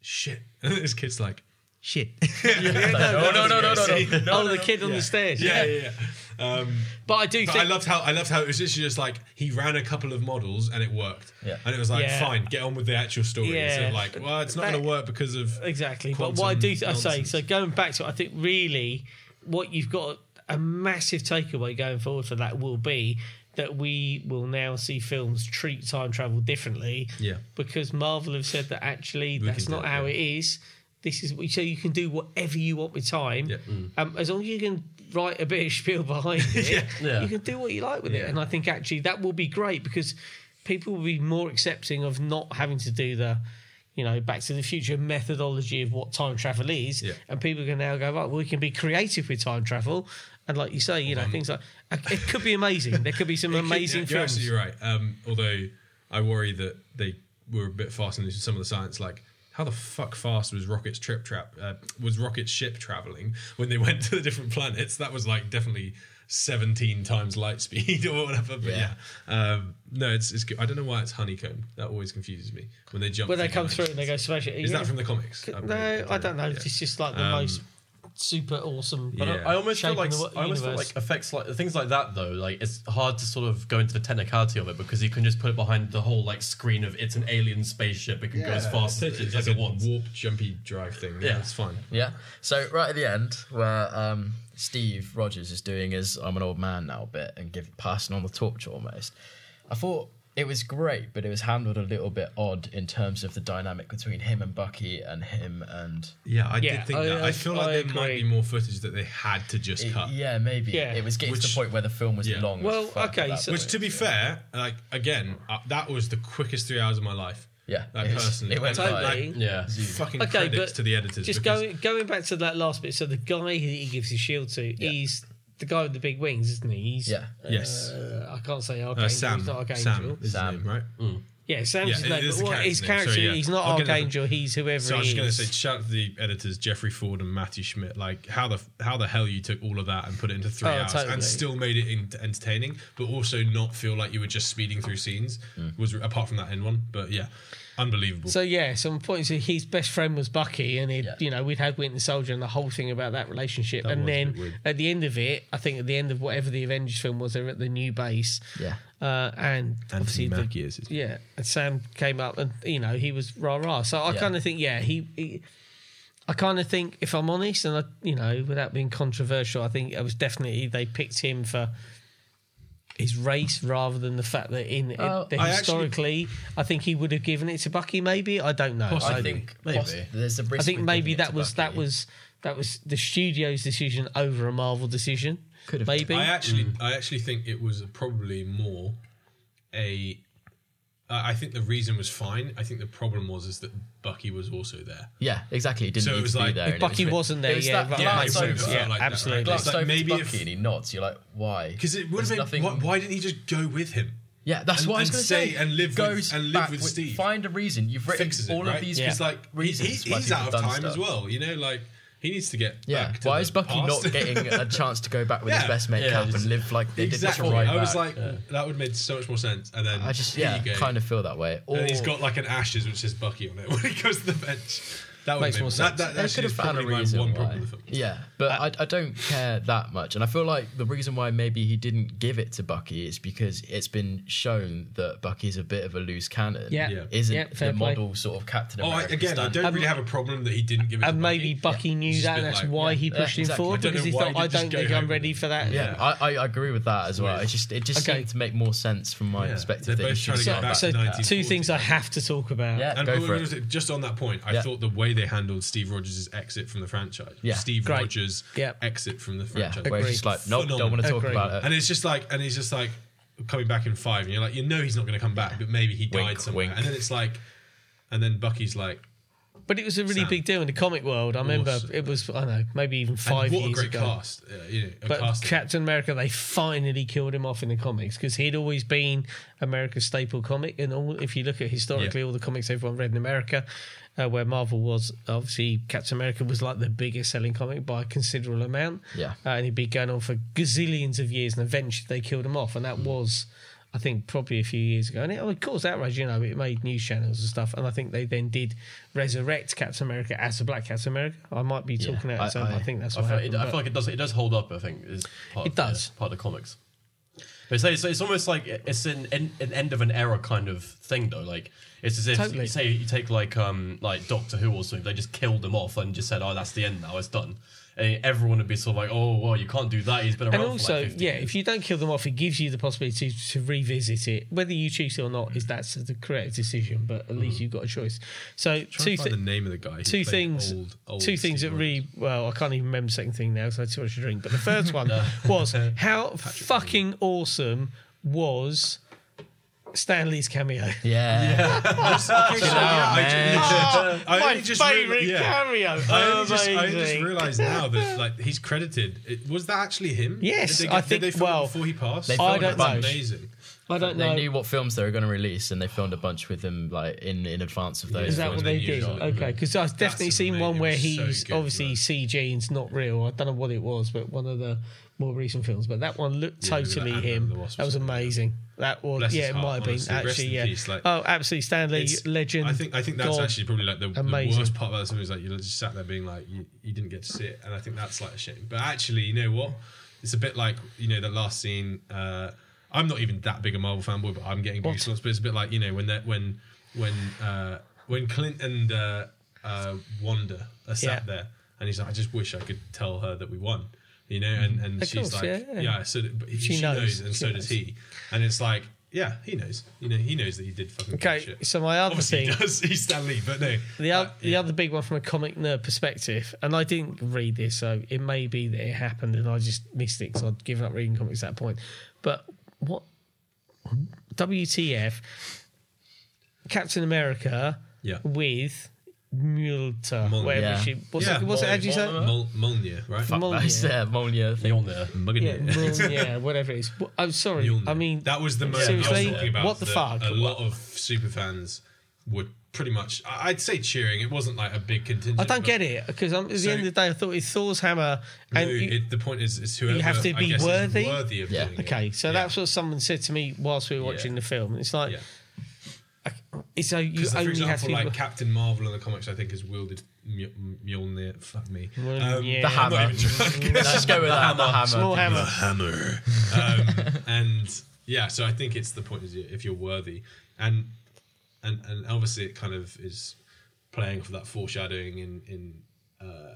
[SPEAKER 1] shit. And this kid's like,
[SPEAKER 3] Shit.
[SPEAKER 2] no, no, no, no, no, no.
[SPEAKER 3] oh, the kid on the stairs.
[SPEAKER 1] yeah, yeah, yeah. Um,
[SPEAKER 3] But I do
[SPEAKER 1] but I
[SPEAKER 3] think
[SPEAKER 1] loved how I loved how it was literally just like he ran a couple of models and it worked.
[SPEAKER 2] Yeah.
[SPEAKER 1] And it was like,
[SPEAKER 3] Yeah.
[SPEAKER 1] fine, get on with the actual story. Instead of
[SPEAKER 3] Yeah.
[SPEAKER 1] like, well, it's not
[SPEAKER 3] That-
[SPEAKER 1] going to work because of
[SPEAKER 3] exactly. But
[SPEAKER 1] quantum
[SPEAKER 3] what I do I say,
[SPEAKER 1] nonsense.
[SPEAKER 3] so going back to it, I think really what you've got a massive takeaway going forward for that will be that we will now see films treat time travel differently.
[SPEAKER 1] Yeah.
[SPEAKER 3] Because Marvel have said that actually that's
[SPEAKER 1] can do
[SPEAKER 3] not
[SPEAKER 1] it,
[SPEAKER 3] how
[SPEAKER 1] yeah.
[SPEAKER 3] it is. This is so you can do whatever you want with time,
[SPEAKER 1] Yeah. Mm.
[SPEAKER 3] um, as long as you can write a bit of spiel behind it.
[SPEAKER 2] Yeah.
[SPEAKER 3] You can do what you like with it, and I think actually that will be great because people will be more accepting of not having to do the, you know, Back to the Future methodology of what time travel is,
[SPEAKER 1] Yeah.
[SPEAKER 3] and people can now go, right, well, we can be creative with time travel, and like you say, you know, things like it could be amazing. There could be some
[SPEAKER 1] It could-
[SPEAKER 3] amazing
[SPEAKER 1] you're
[SPEAKER 3] films.
[SPEAKER 1] Absolutely right. Um, although I worry that they were a bit fast in some of the science, like. How the fuck fast was Rocket's trip trap? Uh, was Rocket's ship traveling when they went to the different planets? That was like definitely seventeen times light speed or whatever. But yeah,
[SPEAKER 2] Yeah.
[SPEAKER 1] Um, no, it's, it's good. I don't know why it's honeycomb. That always confuses me when they jump.
[SPEAKER 3] When they
[SPEAKER 1] through
[SPEAKER 3] come through and they go
[SPEAKER 1] dimensions.
[SPEAKER 3] smash it,
[SPEAKER 1] Is that from the comics? I believe.
[SPEAKER 3] no, I don't know.
[SPEAKER 1] Yeah. Um,
[SPEAKER 3] It's just like the most super awesome.
[SPEAKER 1] Yeah.
[SPEAKER 4] I almost feel
[SPEAKER 3] shape
[SPEAKER 4] like
[SPEAKER 3] in the wo-
[SPEAKER 4] I almost feel
[SPEAKER 3] universe.
[SPEAKER 4] like effects like things like that though. Like it's hard to sort of go into the technicality of it because you can just put it behind the whole like screen of it's an alien spaceship. It can go as fast as
[SPEAKER 1] It's
[SPEAKER 4] it,
[SPEAKER 1] like
[SPEAKER 4] as
[SPEAKER 1] a
[SPEAKER 4] it wants.
[SPEAKER 1] warp jumpy drive thing. Yeah,
[SPEAKER 4] Yeah.
[SPEAKER 1] it's fine.
[SPEAKER 2] Yeah. So right at the end, where um, Steve Rogers is doing his "I'm an old man now" bit and give passing on the torch almost. I thought it was great, but it was handled a little bit odd in terms of the dynamic between him and Bucky and him and
[SPEAKER 1] Yeah, I
[SPEAKER 3] Yeah,
[SPEAKER 1] did think
[SPEAKER 3] I-
[SPEAKER 1] that. I,
[SPEAKER 3] I-
[SPEAKER 1] feel like
[SPEAKER 3] I
[SPEAKER 1] there might
[SPEAKER 3] agree.
[SPEAKER 1] be more footage that they had to just cut.
[SPEAKER 2] yeah, maybe
[SPEAKER 3] Yeah.
[SPEAKER 2] it was getting to
[SPEAKER 1] Which-
[SPEAKER 2] the point where the film was
[SPEAKER 1] yeah.
[SPEAKER 2] long. as
[SPEAKER 3] Well,
[SPEAKER 2] fuck at
[SPEAKER 3] okay,
[SPEAKER 2] that
[SPEAKER 3] so-
[SPEAKER 1] Which,
[SPEAKER 2] point.
[SPEAKER 1] to be fair, like again, uh, that was the quickest three hours of my life.
[SPEAKER 2] Yeah.
[SPEAKER 1] like
[SPEAKER 2] It was-
[SPEAKER 1] personally,
[SPEAKER 2] it went
[SPEAKER 1] And,
[SPEAKER 2] by.
[SPEAKER 1] like,
[SPEAKER 4] Yeah.
[SPEAKER 1] fucking
[SPEAKER 3] Okay,
[SPEAKER 1] credits
[SPEAKER 3] but
[SPEAKER 1] to the editors.
[SPEAKER 3] Just
[SPEAKER 1] because-
[SPEAKER 3] going going back to that last bit. So the guy who he gives his shield to
[SPEAKER 2] Yeah.
[SPEAKER 3] is the guy with the big wings, isn't he? He's,
[SPEAKER 2] Yeah.
[SPEAKER 1] Yes.
[SPEAKER 3] uh, I can't say
[SPEAKER 1] Uh,
[SPEAKER 3] Archangel.
[SPEAKER 1] Sam.
[SPEAKER 3] He's not Archangel.
[SPEAKER 1] Sam. Is
[SPEAKER 2] Sam.
[SPEAKER 1] Sam. His name, right?
[SPEAKER 3] Yeah, Sam's
[SPEAKER 1] Yeah,
[SPEAKER 3] his
[SPEAKER 1] it
[SPEAKER 3] name.
[SPEAKER 1] is
[SPEAKER 3] But
[SPEAKER 1] the
[SPEAKER 3] what,
[SPEAKER 1] character's
[SPEAKER 3] his
[SPEAKER 1] name, so
[SPEAKER 3] character,
[SPEAKER 1] yeah.
[SPEAKER 3] he's not
[SPEAKER 1] I'll get it up.
[SPEAKER 3] Archangel. He's whoever
[SPEAKER 1] So I was
[SPEAKER 3] he
[SPEAKER 1] just going to
[SPEAKER 3] is.
[SPEAKER 1] say, shout out to the editors Jeffrey Ford and Matthew Schmidt. Like how the how the hell you took all of that and put it into three
[SPEAKER 3] Oh,
[SPEAKER 1] hours
[SPEAKER 3] totally.
[SPEAKER 1] and still made it in- entertaining, but also not feel like you were just speeding through scenes.
[SPEAKER 2] Mm.
[SPEAKER 1] Was apart from that end one, but yeah, unbelievable.
[SPEAKER 3] So yeah, some points. His best friend was Bucky, and it,
[SPEAKER 2] Yeah.
[SPEAKER 3] you know we'd had Winter Soldier and the whole thing about that relationship. and
[SPEAKER 1] was a bit
[SPEAKER 3] then
[SPEAKER 1] weird.
[SPEAKER 3] at the end of it, I think at the end of whatever the Avengers film was, they're at the new base.
[SPEAKER 2] Yeah.
[SPEAKER 3] Uh, and obviously
[SPEAKER 1] Anthony
[SPEAKER 3] the,
[SPEAKER 1] Mackie is his
[SPEAKER 3] yeah, and Sam came up, and you know he was rah rah. So I
[SPEAKER 2] Yeah.
[SPEAKER 3] kind of think yeah he. he I kind of think, if I'm honest, and I, you know, without being controversial, I think it was definitely they picked him for his race rather than the fact that in, in-
[SPEAKER 2] Oh,
[SPEAKER 3] that
[SPEAKER 1] I actually-
[SPEAKER 3] historically, I think he would have given it to Bucky. Maybe I don't know.
[SPEAKER 1] Possibly.
[SPEAKER 3] I,
[SPEAKER 2] I think
[SPEAKER 1] Maybe.
[SPEAKER 2] poss- there's a risk
[SPEAKER 3] I think
[SPEAKER 2] with
[SPEAKER 3] maybe
[SPEAKER 2] giving it
[SPEAKER 3] that
[SPEAKER 2] to
[SPEAKER 3] was that
[SPEAKER 2] Bucky.
[SPEAKER 3] was that was the studio's decision over a Marvel decision.
[SPEAKER 2] Could have
[SPEAKER 3] maybe
[SPEAKER 1] I actually, I actually think it was probably more a. I I think the reason was fine. I think the problem was is that Bucky was also there.
[SPEAKER 2] Yeah, exactly. It didn't
[SPEAKER 1] So it
[SPEAKER 2] need
[SPEAKER 1] was
[SPEAKER 2] to
[SPEAKER 1] like-
[SPEAKER 2] be there.
[SPEAKER 1] if
[SPEAKER 2] and it
[SPEAKER 3] Bucky
[SPEAKER 2] was-
[SPEAKER 3] wasn't there,
[SPEAKER 2] it was
[SPEAKER 3] yeah,
[SPEAKER 2] that
[SPEAKER 3] right.
[SPEAKER 1] Yeah,
[SPEAKER 2] glance
[SPEAKER 1] it would've
[SPEAKER 2] over-
[SPEAKER 1] felt
[SPEAKER 3] yeah,
[SPEAKER 1] like that, right?
[SPEAKER 3] absolutely.
[SPEAKER 2] glance
[SPEAKER 1] It's like
[SPEAKER 2] over to
[SPEAKER 1] maybe
[SPEAKER 2] Bucky
[SPEAKER 1] if
[SPEAKER 2] and he nods. You're like, why?
[SPEAKER 1] because it would
[SPEAKER 2] There's
[SPEAKER 1] have been.
[SPEAKER 2] nothing-
[SPEAKER 1] Why, why didn't he just go with him?
[SPEAKER 2] Yeah, that's
[SPEAKER 1] and-
[SPEAKER 2] what I was
[SPEAKER 1] and
[SPEAKER 2] going to say.
[SPEAKER 1] say- and live with-
[SPEAKER 2] Goes
[SPEAKER 1] and live
[SPEAKER 2] back
[SPEAKER 1] with Steve.
[SPEAKER 2] Find a reason. You've written
[SPEAKER 1] fixes it,
[SPEAKER 2] all
[SPEAKER 1] right?
[SPEAKER 2] of these.
[SPEAKER 3] Yeah.
[SPEAKER 1] It's like he-
[SPEAKER 2] reasons
[SPEAKER 1] he-
[SPEAKER 2] why
[SPEAKER 1] he's
[SPEAKER 2] people
[SPEAKER 1] out of
[SPEAKER 2] have done
[SPEAKER 1] time as
[SPEAKER 2] stuff.
[SPEAKER 1] well. You know, like he needs to get
[SPEAKER 2] Yeah.
[SPEAKER 1] back to
[SPEAKER 2] Why
[SPEAKER 1] the
[SPEAKER 2] is Bucky
[SPEAKER 1] past.
[SPEAKER 2] not getting a chance to go back with
[SPEAKER 1] Yeah.
[SPEAKER 2] his best mate
[SPEAKER 4] Yeah,
[SPEAKER 2] cap
[SPEAKER 4] just-
[SPEAKER 2] and live like they
[SPEAKER 1] exactly?
[SPEAKER 2] did? Right
[SPEAKER 1] I was
[SPEAKER 2] back?
[SPEAKER 1] like, that would have made so much more sense. And then
[SPEAKER 2] I just
[SPEAKER 1] here
[SPEAKER 2] yeah,
[SPEAKER 1] you go.
[SPEAKER 2] kind of feel that way. Or
[SPEAKER 1] And he's got like an ashes which says Bucky on it when he goes to the bench. That would
[SPEAKER 3] Makes
[SPEAKER 1] make
[SPEAKER 3] more
[SPEAKER 1] That, that,
[SPEAKER 3] sense.
[SPEAKER 1] that
[SPEAKER 2] They could
[SPEAKER 1] actually
[SPEAKER 2] have
[SPEAKER 1] is
[SPEAKER 2] found
[SPEAKER 1] probably
[SPEAKER 2] a
[SPEAKER 1] my
[SPEAKER 2] reason
[SPEAKER 1] one
[SPEAKER 2] why.
[SPEAKER 1] problem with the film.
[SPEAKER 2] Yeah, but I, I don't care that much, and I feel like the reason why maybe he didn't give it to Bucky is because it's been shown that Bucky's a bit of a loose cannon.
[SPEAKER 3] Yeah.
[SPEAKER 1] Yeah.
[SPEAKER 2] isn't
[SPEAKER 3] Yeah, fair
[SPEAKER 2] the
[SPEAKER 3] play.
[SPEAKER 2] model sort of Captain
[SPEAKER 1] Oh, I,
[SPEAKER 2] America?
[SPEAKER 1] again, I
[SPEAKER 2] standard.
[SPEAKER 1] don't really have a problem that he didn't give it. to
[SPEAKER 3] Um, and maybe Bucky
[SPEAKER 1] He's
[SPEAKER 3] knew
[SPEAKER 1] just
[SPEAKER 3] that,
[SPEAKER 1] been
[SPEAKER 3] and that's
[SPEAKER 1] like,
[SPEAKER 3] why he
[SPEAKER 2] yeah,
[SPEAKER 3] pushed him
[SPEAKER 2] exactly. I
[SPEAKER 3] forward
[SPEAKER 1] don't
[SPEAKER 3] because
[SPEAKER 1] know
[SPEAKER 3] he
[SPEAKER 1] why
[SPEAKER 3] thought,
[SPEAKER 1] he
[SPEAKER 3] "I
[SPEAKER 1] just
[SPEAKER 3] don't
[SPEAKER 1] go
[SPEAKER 3] think I'm
[SPEAKER 1] home
[SPEAKER 3] ready
[SPEAKER 1] with
[SPEAKER 3] for that."
[SPEAKER 2] Yeah, I, I agree with that as well.
[SPEAKER 1] weird.
[SPEAKER 2] It just it just
[SPEAKER 3] Okay.
[SPEAKER 2] seemed to make more sense from my
[SPEAKER 1] Yeah.
[SPEAKER 2] perspective.
[SPEAKER 1] They're
[SPEAKER 2] that
[SPEAKER 1] both
[SPEAKER 2] he should
[SPEAKER 1] trying to
[SPEAKER 2] have
[SPEAKER 1] get
[SPEAKER 2] gone
[SPEAKER 1] back
[SPEAKER 3] So
[SPEAKER 1] to
[SPEAKER 3] two
[SPEAKER 1] 1940s.
[SPEAKER 3] things I have to talk about.
[SPEAKER 2] Yeah,
[SPEAKER 1] And
[SPEAKER 2] go
[SPEAKER 1] but
[SPEAKER 2] for
[SPEAKER 1] just-
[SPEAKER 2] it.
[SPEAKER 1] just on that point, I
[SPEAKER 2] Yeah.
[SPEAKER 1] thought the way they handled Steve Rogers' exit from the franchise,
[SPEAKER 2] Yeah.
[SPEAKER 1] Steve
[SPEAKER 3] Great.
[SPEAKER 1] Rogers'
[SPEAKER 3] Yeah.
[SPEAKER 1] exit from the
[SPEAKER 2] Yeah,
[SPEAKER 1] franchise,
[SPEAKER 2] where it's just like, nope,
[SPEAKER 1] Phenomenal.
[SPEAKER 2] don't want to talk
[SPEAKER 3] Agree.
[SPEAKER 2] about it.
[SPEAKER 1] and it's just like, and he's just like coming back in five, and you're like, you know, he's not going to come back, but maybe he
[SPEAKER 2] Wink,
[SPEAKER 1] died somewhere,
[SPEAKER 2] wink.
[SPEAKER 1] and then it's like, and then Bucky's like,
[SPEAKER 3] But it was a really
[SPEAKER 1] Sam.
[SPEAKER 3] big deal in the comic world. I remember
[SPEAKER 1] Awesome.
[SPEAKER 3] it was I don't know maybe even
[SPEAKER 1] and
[SPEAKER 3] five
[SPEAKER 1] what
[SPEAKER 3] years
[SPEAKER 1] a great
[SPEAKER 3] ago.
[SPEAKER 1] cast, uh, you know, a
[SPEAKER 3] But
[SPEAKER 1] cast
[SPEAKER 3] Captain America, they finally killed him off in the comics because he'd always been America's staple comic. And all, if you look at historically
[SPEAKER 1] Yeah.
[SPEAKER 3] all the comics everyone read in America, uh, where Marvel was, obviously Captain America was like the biggest selling comic by a considerable amount.
[SPEAKER 2] Yeah.
[SPEAKER 3] Uh, and he'd been going on for gazillions of years, and eventually they killed him off. And that was, I think, probably a few years ago. And it, it caused outrage, you know, it made news channels and stuff. And I think they then did resurrect Captain America as a black Captain America. I might be talking out
[SPEAKER 2] I-
[SPEAKER 3] of turn, but I,
[SPEAKER 2] I-
[SPEAKER 3] think that's
[SPEAKER 4] I
[SPEAKER 3] what
[SPEAKER 4] feel,
[SPEAKER 3] happened.
[SPEAKER 4] it, I
[SPEAKER 3] but-
[SPEAKER 4] feel like it does. It does hold up. I think is part
[SPEAKER 3] It
[SPEAKER 4] of the-
[SPEAKER 3] does.
[SPEAKER 4] part of the comics. But it's, it's, it's almost like it's an, an an end of an era kind of thing though. Like it's as if
[SPEAKER 3] Totally.
[SPEAKER 4] you say you take like um like Doctor Who or something. They just killed him off and just said, "Oh, that's the end now. It's done." And everyone would be sort of like, "Oh, well, you can't do that. He's been around."
[SPEAKER 3] and
[SPEAKER 4] for
[SPEAKER 3] also,
[SPEAKER 4] like 50
[SPEAKER 3] yeah,
[SPEAKER 4] years."
[SPEAKER 3] if you don't kill them off, it gives you the possibility to, to revisit it. Whether you choose to or not is that's the correct decision, but at least you've got a choice. So
[SPEAKER 1] Trying to
[SPEAKER 3] two
[SPEAKER 1] Mm. find the
[SPEAKER 3] thi-
[SPEAKER 1] name of the guy. who
[SPEAKER 3] two
[SPEAKER 1] played
[SPEAKER 3] things,
[SPEAKER 1] old- old
[SPEAKER 3] two things
[SPEAKER 1] Steve
[SPEAKER 3] that
[SPEAKER 1] Rogers.
[SPEAKER 3] really well. I can't even remember the second thing now because I had too much to drink. But the first one was how fucking awesome was Stanley's cameo.
[SPEAKER 2] Yeah,
[SPEAKER 1] Okay, so yeah, I
[SPEAKER 3] Ah,
[SPEAKER 2] man.
[SPEAKER 1] ju- I
[SPEAKER 3] My
[SPEAKER 1] only just reali-
[SPEAKER 3] favourite
[SPEAKER 1] yeah.
[SPEAKER 3] cameo.
[SPEAKER 1] I only just, I only just
[SPEAKER 3] Amazing.
[SPEAKER 1] realized now that like he's credited. It, was that actually him?
[SPEAKER 3] Yes,
[SPEAKER 1] did they,
[SPEAKER 3] I
[SPEAKER 1] did they
[SPEAKER 3] think-
[SPEAKER 1] film it
[SPEAKER 3] well,
[SPEAKER 1] before he passed, Oh,
[SPEAKER 2] they filmed
[SPEAKER 3] I don't
[SPEAKER 2] a
[SPEAKER 3] know.
[SPEAKER 2] bunch.
[SPEAKER 1] amazing.
[SPEAKER 3] I don't
[SPEAKER 2] They
[SPEAKER 3] know.
[SPEAKER 2] knew what films they were going to release, and they filmed a bunch with him like in in advance of those.
[SPEAKER 3] Is that
[SPEAKER 2] films.
[SPEAKER 3] what
[SPEAKER 1] they
[SPEAKER 3] they
[SPEAKER 1] use on
[SPEAKER 3] did?
[SPEAKER 1] it,
[SPEAKER 3] Okay, because I've definitely seen
[SPEAKER 1] amazing.
[SPEAKER 3] one where
[SPEAKER 1] It was so
[SPEAKER 3] he's
[SPEAKER 1] good,
[SPEAKER 3] obviously
[SPEAKER 1] man.
[SPEAKER 3] CG and it's not real. I don't know what it was, but one of the more recent films. But that one looked
[SPEAKER 1] Yeah, it was
[SPEAKER 3] totally
[SPEAKER 1] like Ant-Man
[SPEAKER 3] him.
[SPEAKER 1] and the Wasp or
[SPEAKER 3] That was
[SPEAKER 1] something, yeah.
[SPEAKER 3] amazing. That was
[SPEAKER 1] Bless his
[SPEAKER 3] yeah, it
[SPEAKER 1] heart,
[SPEAKER 3] might have been
[SPEAKER 1] honestly. Rest
[SPEAKER 3] actually
[SPEAKER 1] in
[SPEAKER 3] yeah.
[SPEAKER 1] peace, like-
[SPEAKER 3] oh, absolutely, Stanley
[SPEAKER 1] It's-
[SPEAKER 3] legend.
[SPEAKER 1] I think I think that's
[SPEAKER 3] God.
[SPEAKER 1] actually probably like the, the
[SPEAKER 3] Amazing.
[SPEAKER 1] worst part about this movie is like you just sat there being like you, you didn't get to see it, and I think that's like a shame. But actually, you know what? It's a bit like you know the last scene. Uh, I'm not even that big a Marvel fanboy, but I'm getting goosebumps. But it's a bit like you know when that when when uh, when Clint and uh, uh, Wanda are sat
[SPEAKER 3] Yeah.
[SPEAKER 1] there, and he's like, I just wish I could tell her that we won. You know, and, and
[SPEAKER 3] Of
[SPEAKER 1] she's
[SPEAKER 3] course,
[SPEAKER 1] like,
[SPEAKER 3] yeah, yeah.
[SPEAKER 1] yeah, so that- but he-
[SPEAKER 3] She
[SPEAKER 1] she, knows,
[SPEAKER 3] knows,
[SPEAKER 1] and
[SPEAKER 3] she
[SPEAKER 1] so does
[SPEAKER 3] knows.
[SPEAKER 1] he. And it's like, yeah, he knows. You know, he knows that he did fucking
[SPEAKER 3] Okay,
[SPEAKER 1] shit.
[SPEAKER 3] so my other
[SPEAKER 1] Obviously he
[SPEAKER 3] thing-
[SPEAKER 1] does. He's Stan Lee, but no.
[SPEAKER 3] The,
[SPEAKER 1] Uh,
[SPEAKER 3] oth- the other big one from a comic nerd perspective, and I didn't read this, so it may be that it happened and I just missed it because I'd given up reading comics at that point. But what? WTF? Captain America
[SPEAKER 1] Yeah.
[SPEAKER 3] with Multa,
[SPEAKER 1] Mul-
[SPEAKER 3] whatever
[SPEAKER 2] Yeah.
[SPEAKER 3] she. What's it? What's it? How do you say? it?
[SPEAKER 1] Mol- Molnir, right?
[SPEAKER 2] Fuck
[SPEAKER 3] Molnir.
[SPEAKER 2] that's there, Molnir thing.
[SPEAKER 4] Mjolnir.
[SPEAKER 3] Yeah,
[SPEAKER 1] Mugnir.
[SPEAKER 3] Mul- yeah, whatever it is. Well, I'm sorry.
[SPEAKER 1] Mjolnir.
[SPEAKER 3] I mean,
[SPEAKER 1] that was the moment I
[SPEAKER 3] seriously?
[SPEAKER 1] was talking about.
[SPEAKER 3] What the
[SPEAKER 1] that
[SPEAKER 3] fuck?
[SPEAKER 1] A lot of super fans were pretty much. I- I'd say cheering. It wasn't like a big contingent.
[SPEAKER 3] I don't
[SPEAKER 1] but-
[SPEAKER 3] get it because at the
[SPEAKER 1] So-
[SPEAKER 3] end of the day, I thought it's Thor's hammer,
[SPEAKER 1] No,
[SPEAKER 3] and you-
[SPEAKER 1] it, the point is, is whoever
[SPEAKER 3] have to
[SPEAKER 1] I
[SPEAKER 3] be
[SPEAKER 1] guess, is
[SPEAKER 3] worthy?
[SPEAKER 1] worthy of
[SPEAKER 2] Yeah.
[SPEAKER 1] doing it.
[SPEAKER 3] Okay, so
[SPEAKER 1] Yeah.
[SPEAKER 3] that's what someone said to me whilst we were watching
[SPEAKER 1] Yeah.
[SPEAKER 3] the film. It's like,
[SPEAKER 1] Yeah.
[SPEAKER 3] it's so you
[SPEAKER 1] 'Cause,
[SPEAKER 3] only
[SPEAKER 1] for
[SPEAKER 3] have to
[SPEAKER 1] example,
[SPEAKER 3] be
[SPEAKER 1] like Captain Marvel in the comics, I think is wielded Mj- Mjolnir. Fuck me. Um,
[SPEAKER 3] yeah.
[SPEAKER 2] The
[SPEAKER 1] not
[SPEAKER 3] I'm
[SPEAKER 2] hammer.
[SPEAKER 1] even trying.
[SPEAKER 2] Let's go with that. The hammer.
[SPEAKER 3] small hammer.
[SPEAKER 1] hammer. Um, and yeah, so I think it's the point is if you're worthy, and and and obviously it kind of is playing for that foreshadowing in in uh,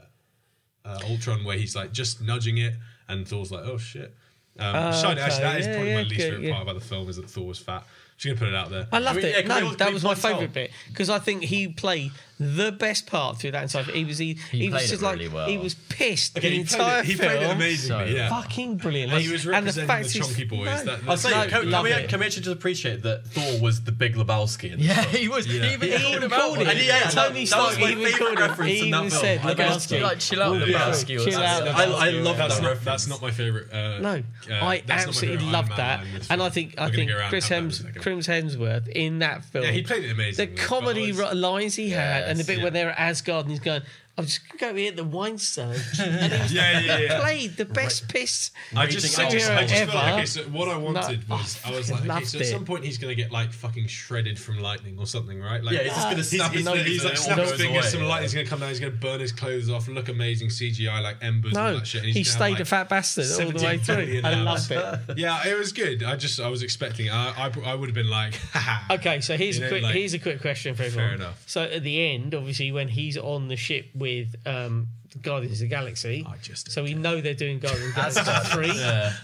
[SPEAKER 1] uh, Ultron where he's like just nudging it, and Thor's like, oh shit. Um, so
[SPEAKER 3] okay,
[SPEAKER 1] actually, that is
[SPEAKER 3] yeah,
[SPEAKER 1] probably
[SPEAKER 3] yeah,
[SPEAKER 1] my least
[SPEAKER 3] okay,
[SPEAKER 1] favorite
[SPEAKER 3] yeah.
[SPEAKER 1] part about the film is that Thor was fat. Just gonna put it out there.
[SPEAKER 3] I loved
[SPEAKER 1] mean, yeah,
[SPEAKER 3] it.
[SPEAKER 1] can we
[SPEAKER 3] no,
[SPEAKER 1] all
[SPEAKER 3] that
[SPEAKER 1] agree
[SPEAKER 3] was my
[SPEAKER 1] points out?
[SPEAKER 3] favourite bit because I think he played the best part through that entire. He was he, he, was
[SPEAKER 2] played
[SPEAKER 3] just
[SPEAKER 2] it
[SPEAKER 3] like
[SPEAKER 2] really well.
[SPEAKER 3] he was pissed
[SPEAKER 1] Okay,
[SPEAKER 3] the
[SPEAKER 1] he
[SPEAKER 3] entire
[SPEAKER 1] played it, he
[SPEAKER 3] film.
[SPEAKER 1] played it amazingly.
[SPEAKER 2] So-
[SPEAKER 1] yeah,
[SPEAKER 3] Fucking brilliant.
[SPEAKER 1] And he was
[SPEAKER 3] And
[SPEAKER 1] representing
[SPEAKER 3] fact
[SPEAKER 1] the
[SPEAKER 3] he's-
[SPEAKER 1] chunky boys,
[SPEAKER 3] no,
[SPEAKER 1] that-
[SPEAKER 4] I'll say,
[SPEAKER 3] no,
[SPEAKER 4] can, can,
[SPEAKER 3] love
[SPEAKER 4] we,
[SPEAKER 3] it.
[SPEAKER 4] can we actually just appreciate that Thor was the big Lebowski in this
[SPEAKER 2] Yeah,
[SPEAKER 4] film?
[SPEAKER 2] he was.
[SPEAKER 1] Yeah.
[SPEAKER 2] He even
[SPEAKER 3] He
[SPEAKER 2] called
[SPEAKER 3] even
[SPEAKER 2] him out.
[SPEAKER 3] called
[SPEAKER 2] on
[SPEAKER 3] it.
[SPEAKER 2] it.
[SPEAKER 4] And yeah, that-
[SPEAKER 3] Tony
[SPEAKER 4] that was
[SPEAKER 3] Stark
[SPEAKER 4] my
[SPEAKER 3] even
[SPEAKER 4] favorite
[SPEAKER 3] called him.
[SPEAKER 4] reference
[SPEAKER 3] He
[SPEAKER 4] in that
[SPEAKER 3] even
[SPEAKER 4] film.
[SPEAKER 3] said
[SPEAKER 4] I guess.
[SPEAKER 3] Lebowski.
[SPEAKER 2] Like, chill out,
[SPEAKER 3] Yeah.
[SPEAKER 2] Lebowski. or
[SPEAKER 3] Chill
[SPEAKER 2] something.
[SPEAKER 3] out,
[SPEAKER 1] That's-
[SPEAKER 3] Lebowski.
[SPEAKER 4] I, I love
[SPEAKER 1] that's
[SPEAKER 4] that
[SPEAKER 1] not,
[SPEAKER 4] reference.
[SPEAKER 1] That's not my favorite. Uh,
[SPEAKER 3] No,
[SPEAKER 1] uh,
[SPEAKER 3] I
[SPEAKER 1] that's not my
[SPEAKER 3] absolutely
[SPEAKER 1] favourite
[SPEAKER 3] loved
[SPEAKER 1] Iron Man
[SPEAKER 3] that,
[SPEAKER 1] line in this
[SPEAKER 3] and I
[SPEAKER 1] film.
[SPEAKER 3] think
[SPEAKER 1] We're
[SPEAKER 3] I
[SPEAKER 1] gonna
[SPEAKER 3] think
[SPEAKER 1] get around
[SPEAKER 3] Chris
[SPEAKER 1] that in a
[SPEAKER 3] Hems,
[SPEAKER 1] second.
[SPEAKER 3] Chris Hemsworth in that film.
[SPEAKER 1] Yeah, he played it
[SPEAKER 3] the
[SPEAKER 1] amazingly.
[SPEAKER 3] comedy
[SPEAKER 1] but
[SPEAKER 3] ri- lines he had, and the bit
[SPEAKER 1] yeah.
[SPEAKER 3] when they're at Asgard and he's going, "I'm just gonna go here at the wine cellar," and he
[SPEAKER 1] Yeah, yeah, yeah.
[SPEAKER 3] played the best piss.
[SPEAKER 1] I just, I
[SPEAKER 3] Reaching
[SPEAKER 1] just, I just felt
[SPEAKER 3] ever.
[SPEAKER 1] like, okay, so what I wanted
[SPEAKER 3] No,
[SPEAKER 1] was,
[SPEAKER 3] I
[SPEAKER 1] I was like,
[SPEAKER 3] fucking
[SPEAKER 1] okay, so at
[SPEAKER 3] loved
[SPEAKER 1] some
[SPEAKER 3] it.
[SPEAKER 1] point he's going to get like fucking shredded from lightning or something, right? Like,
[SPEAKER 4] Yeah, he's just gonna snap
[SPEAKER 1] he's,
[SPEAKER 4] his
[SPEAKER 1] he's,
[SPEAKER 4] fingers
[SPEAKER 1] he's
[SPEAKER 4] and
[SPEAKER 1] like
[SPEAKER 4] it all
[SPEAKER 1] snap his
[SPEAKER 4] goes
[SPEAKER 1] fingers,
[SPEAKER 4] away.
[SPEAKER 1] some lightning's going to come down, he's going to burn his clothes off, look amazing CGI, like embers and
[SPEAKER 3] No,
[SPEAKER 1] that shit. and he's
[SPEAKER 3] he
[SPEAKER 1] gonna have,
[SPEAKER 3] stayed
[SPEAKER 1] like,
[SPEAKER 3] a fat bastard all the way
[SPEAKER 1] 17
[SPEAKER 3] through.
[SPEAKER 1] billion
[SPEAKER 3] I
[SPEAKER 1] hours.
[SPEAKER 3] loved it.
[SPEAKER 1] Yeah, it was good. I just, I was expecting, it. I, I, I would have been like, haha.
[SPEAKER 3] Okay, so here's
[SPEAKER 1] You
[SPEAKER 3] a
[SPEAKER 1] know,
[SPEAKER 3] quick
[SPEAKER 1] like-
[SPEAKER 3] here's a quick question for everyone.
[SPEAKER 1] enough.
[SPEAKER 3] So at the end, obviously, when he's on the ship with um, Guardians of the Galaxy,
[SPEAKER 1] I just
[SPEAKER 3] so we know they're doing Guardians of the Galaxy three.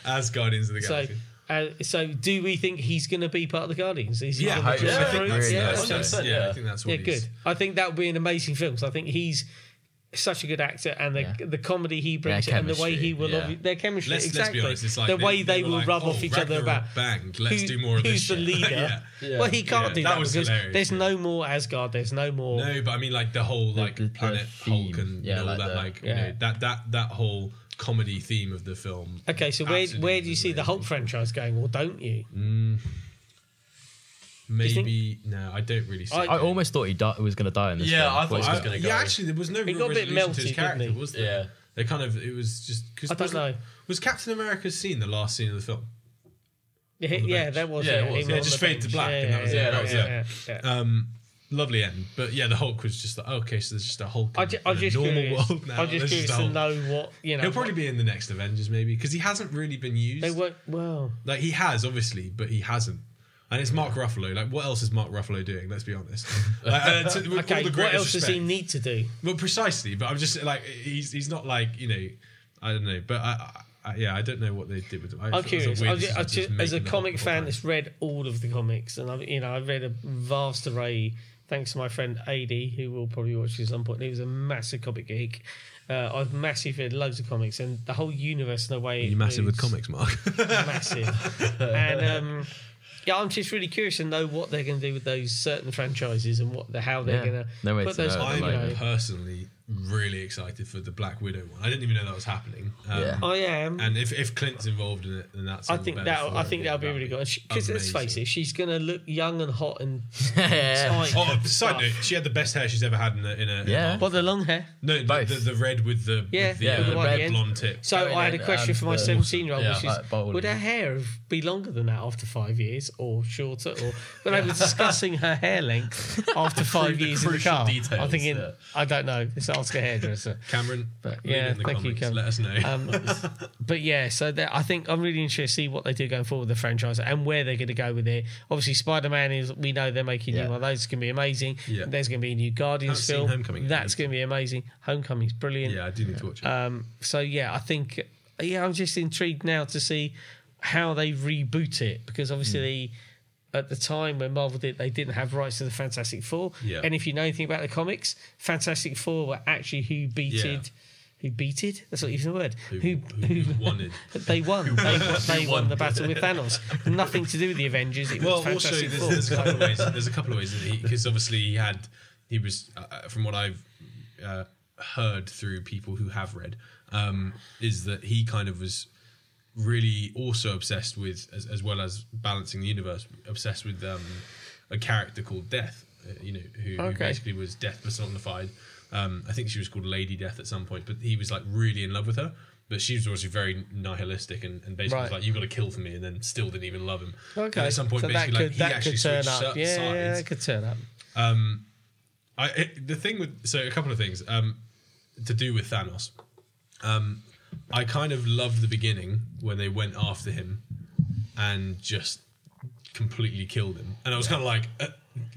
[SPEAKER 1] As Guardians of the
[SPEAKER 3] So,
[SPEAKER 1] Galaxy.
[SPEAKER 3] uh, so do we think he's going to be part of the Guardians? Is he
[SPEAKER 1] yeah,
[SPEAKER 3] gonna
[SPEAKER 1] I,
[SPEAKER 2] hope
[SPEAKER 3] join
[SPEAKER 2] so.
[SPEAKER 1] I think
[SPEAKER 3] through?
[SPEAKER 1] that's,
[SPEAKER 2] Yeah,
[SPEAKER 1] that's,
[SPEAKER 2] yeah.
[SPEAKER 1] that's- yeah, I think that's
[SPEAKER 3] Yeah,
[SPEAKER 1] what he's-
[SPEAKER 3] good. I think that would be an amazing film. So I think he's such a good actor, and the,
[SPEAKER 2] Yeah.
[SPEAKER 3] the comedy he brings,
[SPEAKER 2] Their
[SPEAKER 3] and the way he
[SPEAKER 2] chemistry,
[SPEAKER 3] will
[SPEAKER 2] yeah.
[SPEAKER 3] obvi- their chemistry
[SPEAKER 1] Let's,
[SPEAKER 3] exactly
[SPEAKER 1] let's be honest. It's like
[SPEAKER 3] the way they,
[SPEAKER 1] were
[SPEAKER 3] will
[SPEAKER 1] like,
[SPEAKER 3] rub
[SPEAKER 1] "Oh,
[SPEAKER 3] off each
[SPEAKER 1] Ragnarok
[SPEAKER 3] other about
[SPEAKER 1] banged. Let's
[SPEAKER 3] who-
[SPEAKER 1] do more of this.
[SPEAKER 3] who's the
[SPEAKER 1] shit."
[SPEAKER 3] leader.
[SPEAKER 1] yeah.
[SPEAKER 3] Well, he can't
[SPEAKER 1] Yeah.
[SPEAKER 3] do
[SPEAKER 1] That
[SPEAKER 3] that,
[SPEAKER 1] was
[SPEAKER 3] because
[SPEAKER 1] hilarious,
[SPEAKER 3] there's
[SPEAKER 1] yeah.
[SPEAKER 3] no more Asgard. There's no more.
[SPEAKER 1] No, but I mean, like the whole like
[SPEAKER 2] the- the
[SPEAKER 1] planet
[SPEAKER 2] theme.
[SPEAKER 1] Hulk and
[SPEAKER 2] Yeah,
[SPEAKER 1] all
[SPEAKER 2] like
[SPEAKER 1] that,
[SPEAKER 2] the-
[SPEAKER 1] like you
[SPEAKER 3] Yeah.
[SPEAKER 1] know, that that that whole comedy theme of the film.
[SPEAKER 3] Okay, so where
[SPEAKER 1] Absolutely Mm.
[SPEAKER 3] where do you see the
[SPEAKER 1] amazing.
[SPEAKER 3] Hulk franchise going, or don't you? you think-
[SPEAKER 1] Maybe no, I don't really. See
[SPEAKER 3] I-
[SPEAKER 1] it.
[SPEAKER 2] I almost thought he di- was going to die in this
[SPEAKER 4] Yeah,
[SPEAKER 2] film.
[SPEAKER 4] I thought
[SPEAKER 2] he
[SPEAKER 4] I-
[SPEAKER 2] was going to go.
[SPEAKER 1] yeah, actually, there was no
[SPEAKER 3] It
[SPEAKER 1] real
[SPEAKER 3] got a bit
[SPEAKER 1] resolution to
[SPEAKER 3] melty,
[SPEAKER 1] his
[SPEAKER 3] didn't
[SPEAKER 1] character,
[SPEAKER 3] it?
[SPEAKER 1] was there?
[SPEAKER 4] Yeah.
[SPEAKER 1] They kind of it was just because
[SPEAKER 3] I don't know.
[SPEAKER 1] Was Captain America's scene the last scene of the film?
[SPEAKER 3] Yeah,
[SPEAKER 1] the
[SPEAKER 3] yeah,
[SPEAKER 1] bench.
[SPEAKER 3] that was
[SPEAKER 4] Yeah, it was.
[SPEAKER 3] him
[SPEAKER 4] Yeah,
[SPEAKER 3] on
[SPEAKER 1] it just
[SPEAKER 3] the
[SPEAKER 1] faded to
[SPEAKER 3] bench.
[SPEAKER 1] black,
[SPEAKER 3] Yeah,
[SPEAKER 1] and that was
[SPEAKER 3] yeah,
[SPEAKER 1] it.
[SPEAKER 3] yeah,
[SPEAKER 1] That was
[SPEAKER 3] yeah,
[SPEAKER 1] it.
[SPEAKER 3] yeah, yeah.
[SPEAKER 1] Um, lovely end, but yeah, the Hulk was just like oh, okay, so there's just a Hulk.
[SPEAKER 3] I
[SPEAKER 1] in
[SPEAKER 3] ju-
[SPEAKER 1] the-
[SPEAKER 3] I'm
[SPEAKER 1] in the
[SPEAKER 3] just
[SPEAKER 1] normal
[SPEAKER 3] curious.
[SPEAKER 1] world now.
[SPEAKER 3] I'm just
[SPEAKER 1] There's
[SPEAKER 3] curious
[SPEAKER 1] a
[SPEAKER 3] to
[SPEAKER 1] Hulk.
[SPEAKER 3] know what you know.
[SPEAKER 1] He'll probably be in the next Avengers, maybe, because he hasn't really been used.
[SPEAKER 3] They were well.
[SPEAKER 1] Like he has, obviously, but he hasn't. And it's Mark Ruffalo. Like, what else is Mark Ruffalo doing? Let's be honest. Like, and it's- with all
[SPEAKER 3] Okay,
[SPEAKER 1] the
[SPEAKER 3] what
[SPEAKER 1] greatest
[SPEAKER 3] else does he
[SPEAKER 1] respect-
[SPEAKER 3] need to do?
[SPEAKER 1] Well, precisely. But I'm just like, he's he's not like you know, I don't know. But I, I, I yeah, I don't know what they did with him. I
[SPEAKER 3] I'm
[SPEAKER 1] thought it was a
[SPEAKER 3] curious.
[SPEAKER 1] weird
[SPEAKER 3] I ju-
[SPEAKER 1] decision
[SPEAKER 3] I
[SPEAKER 1] just
[SPEAKER 3] ju- as a
[SPEAKER 1] making the whole-
[SPEAKER 3] comic
[SPEAKER 1] the whole
[SPEAKER 3] fan
[SPEAKER 1] thing.
[SPEAKER 3] that's read all of the comics, and I've you know I've read a vast array. Thanks to my friend AD, who will probably watch this at some point. He was a massive comic geek. Uh, I've massive read loads of comics, and the whole universe and the way
[SPEAKER 1] you
[SPEAKER 3] it
[SPEAKER 1] massive with
[SPEAKER 3] moves-
[SPEAKER 1] comics, Mark.
[SPEAKER 3] massive. and um, yeah, I'm just really curious to know what they're going to do with those certain franchises and what the how they're
[SPEAKER 2] Yeah.
[SPEAKER 3] going
[SPEAKER 2] No way
[SPEAKER 3] put
[SPEAKER 2] to
[SPEAKER 3] those.
[SPEAKER 2] know at
[SPEAKER 3] you
[SPEAKER 2] the
[SPEAKER 3] know.
[SPEAKER 2] moment.
[SPEAKER 1] Personally, really excited for the Black Widow one. I didn't even know that was happening. Um,
[SPEAKER 2] Yeah.
[SPEAKER 3] I am.
[SPEAKER 1] And if, if Clint's involved in it, then that's.
[SPEAKER 3] I
[SPEAKER 1] all the
[SPEAKER 3] think
[SPEAKER 1] better
[SPEAKER 3] that
[SPEAKER 1] for
[SPEAKER 3] I
[SPEAKER 1] it.
[SPEAKER 3] think
[SPEAKER 1] Yeah,
[SPEAKER 3] that'll be
[SPEAKER 1] that'd
[SPEAKER 3] really good. Because let's face
[SPEAKER 1] amazing.
[SPEAKER 3] it, she's going to look young and hot and
[SPEAKER 2] yeah.
[SPEAKER 3] tight.
[SPEAKER 1] Oh, side note, she had the best hair she's ever had in a in a in a
[SPEAKER 2] Yeah.
[SPEAKER 3] But the long hair.
[SPEAKER 1] No, the,
[SPEAKER 2] Both.
[SPEAKER 1] the, the red with the
[SPEAKER 3] Yeah,
[SPEAKER 1] with the,
[SPEAKER 3] yeah,
[SPEAKER 1] uh,
[SPEAKER 2] with the
[SPEAKER 1] red
[SPEAKER 3] white
[SPEAKER 1] blonde tip.
[SPEAKER 3] So
[SPEAKER 2] Going
[SPEAKER 3] I had a
[SPEAKER 2] in
[SPEAKER 3] question
[SPEAKER 2] and
[SPEAKER 3] for my
[SPEAKER 2] the-
[SPEAKER 3] 17 year old,
[SPEAKER 2] Yeah,
[SPEAKER 3] which is
[SPEAKER 2] like bowling.
[SPEAKER 3] would her hair be longer than that after five years or shorter? Or when I was discussing her hair length after five
[SPEAKER 4] the
[SPEAKER 3] years in the
[SPEAKER 4] crucial
[SPEAKER 3] car, I'm
[SPEAKER 4] details,
[SPEAKER 3] thinking,
[SPEAKER 4] yeah.
[SPEAKER 3] I don't know. It's ask a hairdresser.
[SPEAKER 1] Cameron,
[SPEAKER 3] But,
[SPEAKER 1] leave it
[SPEAKER 3] yeah,
[SPEAKER 1] in the
[SPEAKER 3] thank you,
[SPEAKER 1] comments.
[SPEAKER 3] Cameron.
[SPEAKER 1] Let us know.
[SPEAKER 3] Um, but yeah, so that, I think I'm really interested to see what they do going forward with the franchise and where they're going to go with it. Obviously, Spider Man is we know they're making
[SPEAKER 2] Yeah.
[SPEAKER 3] new one. Those going to be amazing.
[SPEAKER 1] Yeah.
[SPEAKER 3] There's going to be a new
[SPEAKER 1] Haven't
[SPEAKER 3] Guardians
[SPEAKER 1] seen
[SPEAKER 3] film.
[SPEAKER 1] Homecoming yet.
[SPEAKER 3] That's going to be amazing. Homecoming's brilliant.
[SPEAKER 1] yeah, I do need to watch it.
[SPEAKER 3] Um, so yeah, I think yeah, I'm just intrigued now to see how they reboot it because
[SPEAKER 1] Hmm.
[SPEAKER 3] obviously at the time when Marvel did, they didn't have rights to the Fantastic Four.
[SPEAKER 1] Yeah.
[SPEAKER 3] And if you know anything about the comics, Fantastic Four were actually who beated. Who beated? That's not even a word. Who,
[SPEAKER 1] who, who, who wanted?
[SPEAKER 3] they won? They, they won the battle with Thanos. Nothing to do with the Avengers. It was
[SPEAKER 1] Well, also there's,
[SPEAKER 3] Fantastic Four.
[SPEAKER 1] there's a couple of ways. There's a couple of ways because obviously he had he was, uh, from what I've uh, heard through people who have read, um, is that he kind of was really also obsessed with, as, as well as balancing the universe, obsessed with um, a character called Death. uh, You know, who, who
[SPEAKER 3] Okay.
[SPEAKER 1] basically was Death personified. Um, I think she was called Lady Death at some point, but he was like really in love with her. But she was obviously very nihilistic and, and basically was
[SPEAKER 3] Right.
[SPEAKER 1] like, "You got to kill for me," and then still didn't even love him.
[SPEAKER 3] Okay.
[SPEAKER 1] And at some point,
[SPEAKER 3] so
[SPEAKER 1] basically,
[SPEAKER 3] that could,
[SPEAKER 1] like he
[SPEAKER 3] that
[SPEAKER 1] actually
[SPEAKER 3] could turn
[SPEAKER 1] switched
[SPEAKER 3] up.
[SPEAKER 1] si-
[SPEAKER 3] Yeah, yeah,
[SPEAKER 1] sides.
[SPEAKER 3] that could turn up.
[SPEAKER 1] I it, the thing with so a couple of things um, to do with Thanos. Um, I kind of loved the beginning when they went after him and just completely killed him, and I was kind of like. Uh,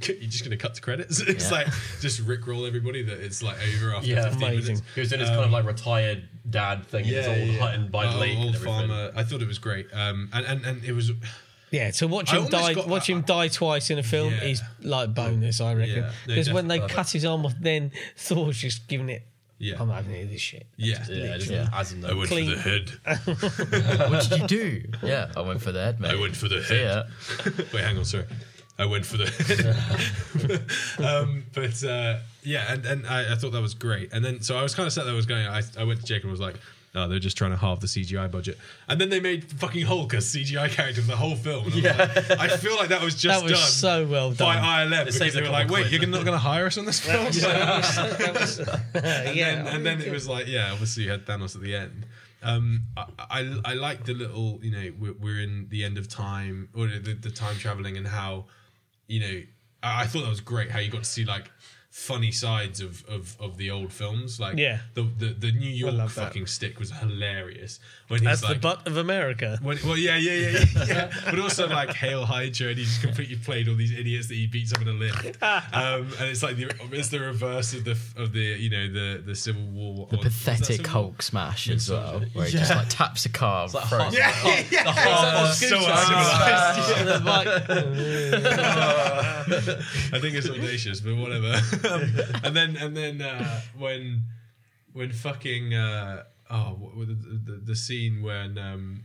[SPEAKER 1] you're just gonna cut to credits. It's
[SPEAKER 2] Yeah.
[SPEAKER 1] like just rickroll everybody that it's like over after
[SPEAKER 4] Yeah.
[SPEAKER 1] 15
[SPEAKER 3] Amazing.
[SPEAKER 1] minutes.
[SPEAKER 4] He was in his kind of
[SPEAKER 1] Um,
[SPEAKER 4] like retired dad thing. Yeah, his old hut and by the
[SPEAKER 1] Oh,
[SPEAKER 4] lake.
[SPEAKER 1] Old
[SPEAKER 4] and everything.
[SPEAKER 1] farmer. I thought it was great. Um, and, and and it was
[SPEAKER 3] Yeah, to watch
[SPEAKER 1] I
[SPEAKER 3] him
[SPEAKER 1] almost
[SPEAKER 3] die,
[SPEAKER 1] got-
[SPEAKER 3] watch
[SPEAKER 1] I-
[SPEAKER 3] him die twice in a film
[SPEAKER 1] Yeah.
[SPEAKER 3] is like bonus, I
[SPEAKER 1] Yeah.
[SPEAKER 3] reckon.
[SPEAKER 1] No,
[SPEAKER 3] Because when they
[SPEAKER 1] definitely.
[SPEAKER 3] cut his arm off, then Thor's just giving it.
[SPEAKER 1] yeah,
[SPEAKER 3] I'm not having any of this shit.
[SPEAKER 1] yeah,
[SPEAKER 4] Yeah, just
[SPEAKER 2] Yeah.
[SPEAKER 4] as in
[SPEAKER 1] I
[SPEAKER 4] the
[SPEAKER 1] went
[SPEAKER 3] Clean.
[SPEAKER 1] for the head.
[SPEAKER 2] what did you do? Yeah, I went for the head, mate.
[SPEAKER 1] I went for the
[SPEAKER 2] See
[SPEAKER 1] head.
[SPEAKER 2] ya.
[SPEAKER 1] Wait, hang on, sorry. I went for the. um, but uh, yeah, and, and I, I thought that was great. And then, so I was kind of sad that I was going, I, I went to Jacob and was like, oh, they're just trying to halve the CGI budget. And then they made fucking Hulk a CGI character for the whole film. And yeah. I, was like, I feel like that was just
[SPEAKER 3] That was
[SPEAKER 1] done
[SPEAKER 3] so well
[SPEAKER 1] by
[SPEAKER 3] done.
[SPEAKER 1] ILM
[SPEAKER 4] saved
[SPEAKER 1] because they
[SPEAKER 4] a
[SPEAKER 1] were like,
[SPEAKER 4] couple
[SPEAKER 1] wait, you're not going to hire us on this film?
[SPEAKER 3] yeah,
[SPEAKER 1] and, and then it was like, yeah, obviously you had Thanos at the end. Um, I, I, I like the little, you know, we're, we're in the end of time or the, the time traveling and how, you know, I, I thought that was great how you got to see like funny sides of, of, of the old films. Like
[SPEAKER 3] Yeah.
[SPEAKER 1] the, the, the New York
[SPEAKER 3] love that.
[SPEAKER 1] fucking stick was hilarious when he's
[SPEAKER 3] That's
[SPEAKER 1] like,
[SPEAKER 3] the butt of America.
[SPEAKER 1] when, well, yeah, yeah, yeah, yeah, yeah. But also like Hail Hydra, and he just completely played all these idiots that he beats up in a lift. Um, and it's like the it's the reverse of the of the you know the the Civil War. The
[SPEAKER 2] Pathetic Hulk smash as well, where he just like taps a car, throws it.
[SPEAKER 1] Yeah, yeah, yeah.
[SPEAKER 4] Hulk.
[SPEAKER 1] Oh, so uncivilized. I think it's audacious, but whatever. Um, and then and then uh, when when fucking uh, oh what, what, the, the the scene when. Um,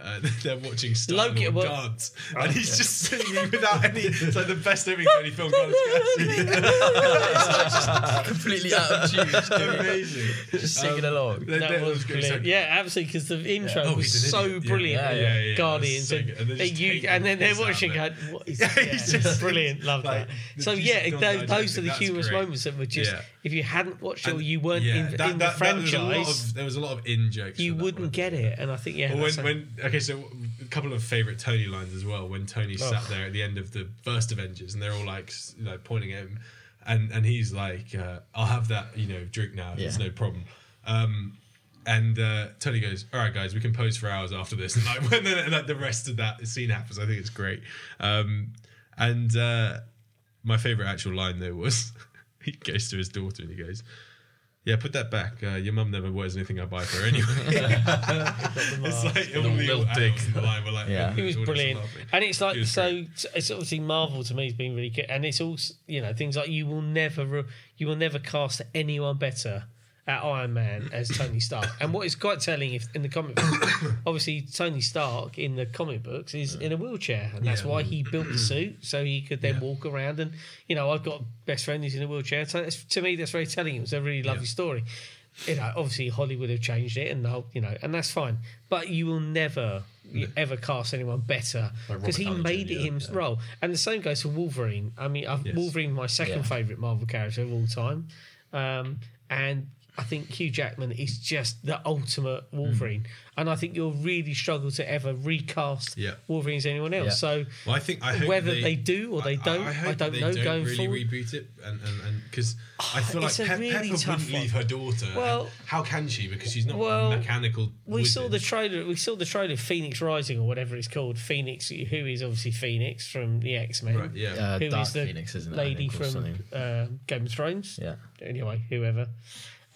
[SPEAKER 1] uh, they're watching Star
[SPEAKER 3] Loki-
[SPEAKER 1] Lord
[SPEAKER 3] well-
[SPEAKER 1] dance, and he's just singing without any. It's like the best opening to any film. Guns,
[SPEAKER 2] completely out of tune, just doing it,
[SPEAKER 1] amazing.
[SPEAKER 2] just singing along.
[SPEAKER 1] That,
[SPEAKER 3] That was
[SPEAKER 1] great.
[SPEAKER 3] brilliant.
[SPEAKER 1] So-
[SPEAKER 3] Yeah, absolutely, because the intro
[SPEAKER 1] Oh, he's
[SPEAKER 3] was
[SPEAKER 1] an
[SPEAKER 3] so
[SPEAKER 1] idiot. Yeah.
[SPEAKER 3] brilliant.
[SPEAKER 2] Yeah,
[SPEAKER 1] yeah,
[SPEAKER 2] yeah,
[SPEAKER 1] yeah, yeah.
[SPEAKER 3] Guardians,
[SPEAKER 1] So
[SPEAKER 3] and,
[SPEAKER 1] good. And they're
[SPEAKER 3] they,
[SPEAKER 1] just
[SPEAKER 3] you,
[SPEAKER 1] taking
[SPEAKER 3] and then
[SPEAKER 1] the
[SPEAKER 3] they're
[SPEAKER 1] piss out of
[SPEAKER 3] watching.
[SPEAKER 1] it.
[SPEAKER 3] Going, what is
[SPEAKER 1] Yeah,
[SPEAKER 3] yeah,
[SPEAKER 1] he's just-
[SPEAKER 3] brilliant, love
[SPEAKER 1] like,
[SPEAKER 3] that.
[SPEAKER 1] the
[SPEAKER 3] So
[SPEAKER 1] juice
[SPEAKER 3] yeah,
[SPEAKER 1] is gone
[SPEAKER 3] those, those
[SPEAKER 1] digested,
[SPEAKER 3] are the
[SPEAKER 1] that's
[SPEAKER 3] humorous
[SPEAKER 1] great.
[SPEAKER 3] moments that were just.
[SPEAKER 1] Yeah.
[SPEAKER 3] If you hadn't watched it or
[SPEAKER 1] And-
[SPEAKER 3] you weren't
[SPEAKER 1] yeah,
[SPEAKER 3] in,
[SPEAKER 1] that-
[SPEAKER 3] in
[SPEAKER 1] that- that-
[SPEAKER 3] the
[SPEAKER 1] there was a lot
[SPEAKER 3] franchise,
[SPEAKER 1] of- There was a lot of in jokes.
[SPEAKER 3] you
[SPEAKER 1] with that
[SPEAKER 3] wouldn't
[SPEAKER 1] one.
[SPEAKER 3] get it. And I think yeah,
[SPEAKER 1] Or when,
[SPEAKER 3] that's a-
[SPEAKER 1] when okay, so a couple of favorite Tony lines as well. When Tony
[SPEAKER 3] Oh.
[SPEAKER 1] sat there at the end of the first Avengers, and they're all like, s- you know, pointing at him, and and he's like, uh, "I'll have that, you know, drink now. It's
[SPEAKER 2] Yeah.
[SPEAKER 1] no problem." Um, and uh, Tony goes, "All right, guys, we can pose for hours after this." And like when the, like, the rest of that scene happens, I think it's great. Um, and uh, my favorite actual line though was he goes to his daughter and he goes. Yeah, put that back. Uh, your mum never wears anything I buy for her anyway. It's like all the
[SPEAKER 4] little
[SPEAKER 1] adults
[SPEAKER 4] dick.
[SPEAKER 1] in the line were like,
[SPEAKER 2] Yeah.
[SPEAKER 1] "Oh,
[SPEAKER 3] It was
[SPEAKER 1] all this
[SPEAKER 3] brilliant,
[SPEAKER 1] laughing."
[SPEAKER 3] and it's
[SPEAKER 1] It
[SPEAKER 3] like
[SPEAKER 1] was
[SPEAKER 3] so. It's obviously Marvel to me has been really good, and it's also you know things like you will never re- you will never cast anyone better at Iron Man as Tony Stark. and what is quite telling, if in the comic, books, obviously Tony Stark in the comic books is in a wheelchair, and that's
[SPEAKER 1] Yeah.
[SPEAKER 3] why he built the suit so he could then
[SPEAKER 1] Yeah.
[SPEAKER 3] walk around. And you know, I've got a best friend who's in a wheelchair, so it's, to me that's very telling. It was a really lovely
[SPEAKER 1] Yeah.
[SPEAKER 3] story. You know, obviously Hollywood have changed it, and the whole you know, and that's fine. But you will never you ever cast anyone better
[SPEAKER 4] Like
[SPEAKER 3] because he
[SPEAKER 4] Robert Downey
[SPEAKER 3] made it
[SPEAKER 4] Jr.,
[SPEAKER 3] his
[SPEAKER 4] yeah.
[SPEAKER 3] role. And the same goes for Wolverine. I mean, I've,
[SPEAKER 1] Yes.
[SPEAKER 3] Wolverine, my second
[SPEAKER 2] Yeah.
[SPEAKER 3] favorite Marvel character of all time, um, and I think Hugh Jackman is just the ultimate Wolverine. And I think you'll really struggle to ever recast
[SPEAKER 1] Yeah.
[SPEAKER 3] Wolverine as anyone else.
[SPEAKER 2] Yeah.
[SPEAKER 3] So
[SPEAKER 1] Well, I think I hope
[SPEAKER 3] whether they do or they don't, I don't know going
[SPEAKER 1] really
[SPEAKER 3] forward. Oh,
[SPEAKER 1] reboot it, and and because I feel like
[SPEAKER 3] it's
[SPEAKER 1] Pe-
[SPEAKER 3] a really
[SPEAKER 1] Pepper
[SPEAKER 3] tough
[SPEAKER 1] wouldn't
[SPEAKER 3] one.
[SPEAKER 1] leave her daughter. and
[SPEAKER 3] Well-
[SPEAKER 1] how can she? Because she's not
[SPEAKER 3] Well,
[SPEAKER 1] mechanical.
[SPEAKER 3] we saw the
[SPEAKER 1] wizard.
[SPEAKER 3] trailer. We saw the trailer of Phoenix Rising or whatever it's called. Phoenix, who is obviously Phoenix from the X Men.
[SPEAKER 1] right, yeah.
[SPEAKER 2] Uh,
[SPEAKER 3] Who is
[SPEAKER 2] Dark
[SPEAKER 3] the
[SPEAKER 2] Phoenix, isn't it? I
[SPEAKER 3] lady
[SPEAKER 2] think, or
[SPEAKER 3] from
[SPEAKER 2] something.
[SPEAKER 3] uh, Game of Thrones.
[SPEAKER 2] Yeah.
[SPEAKER 3] Anyway, whoever.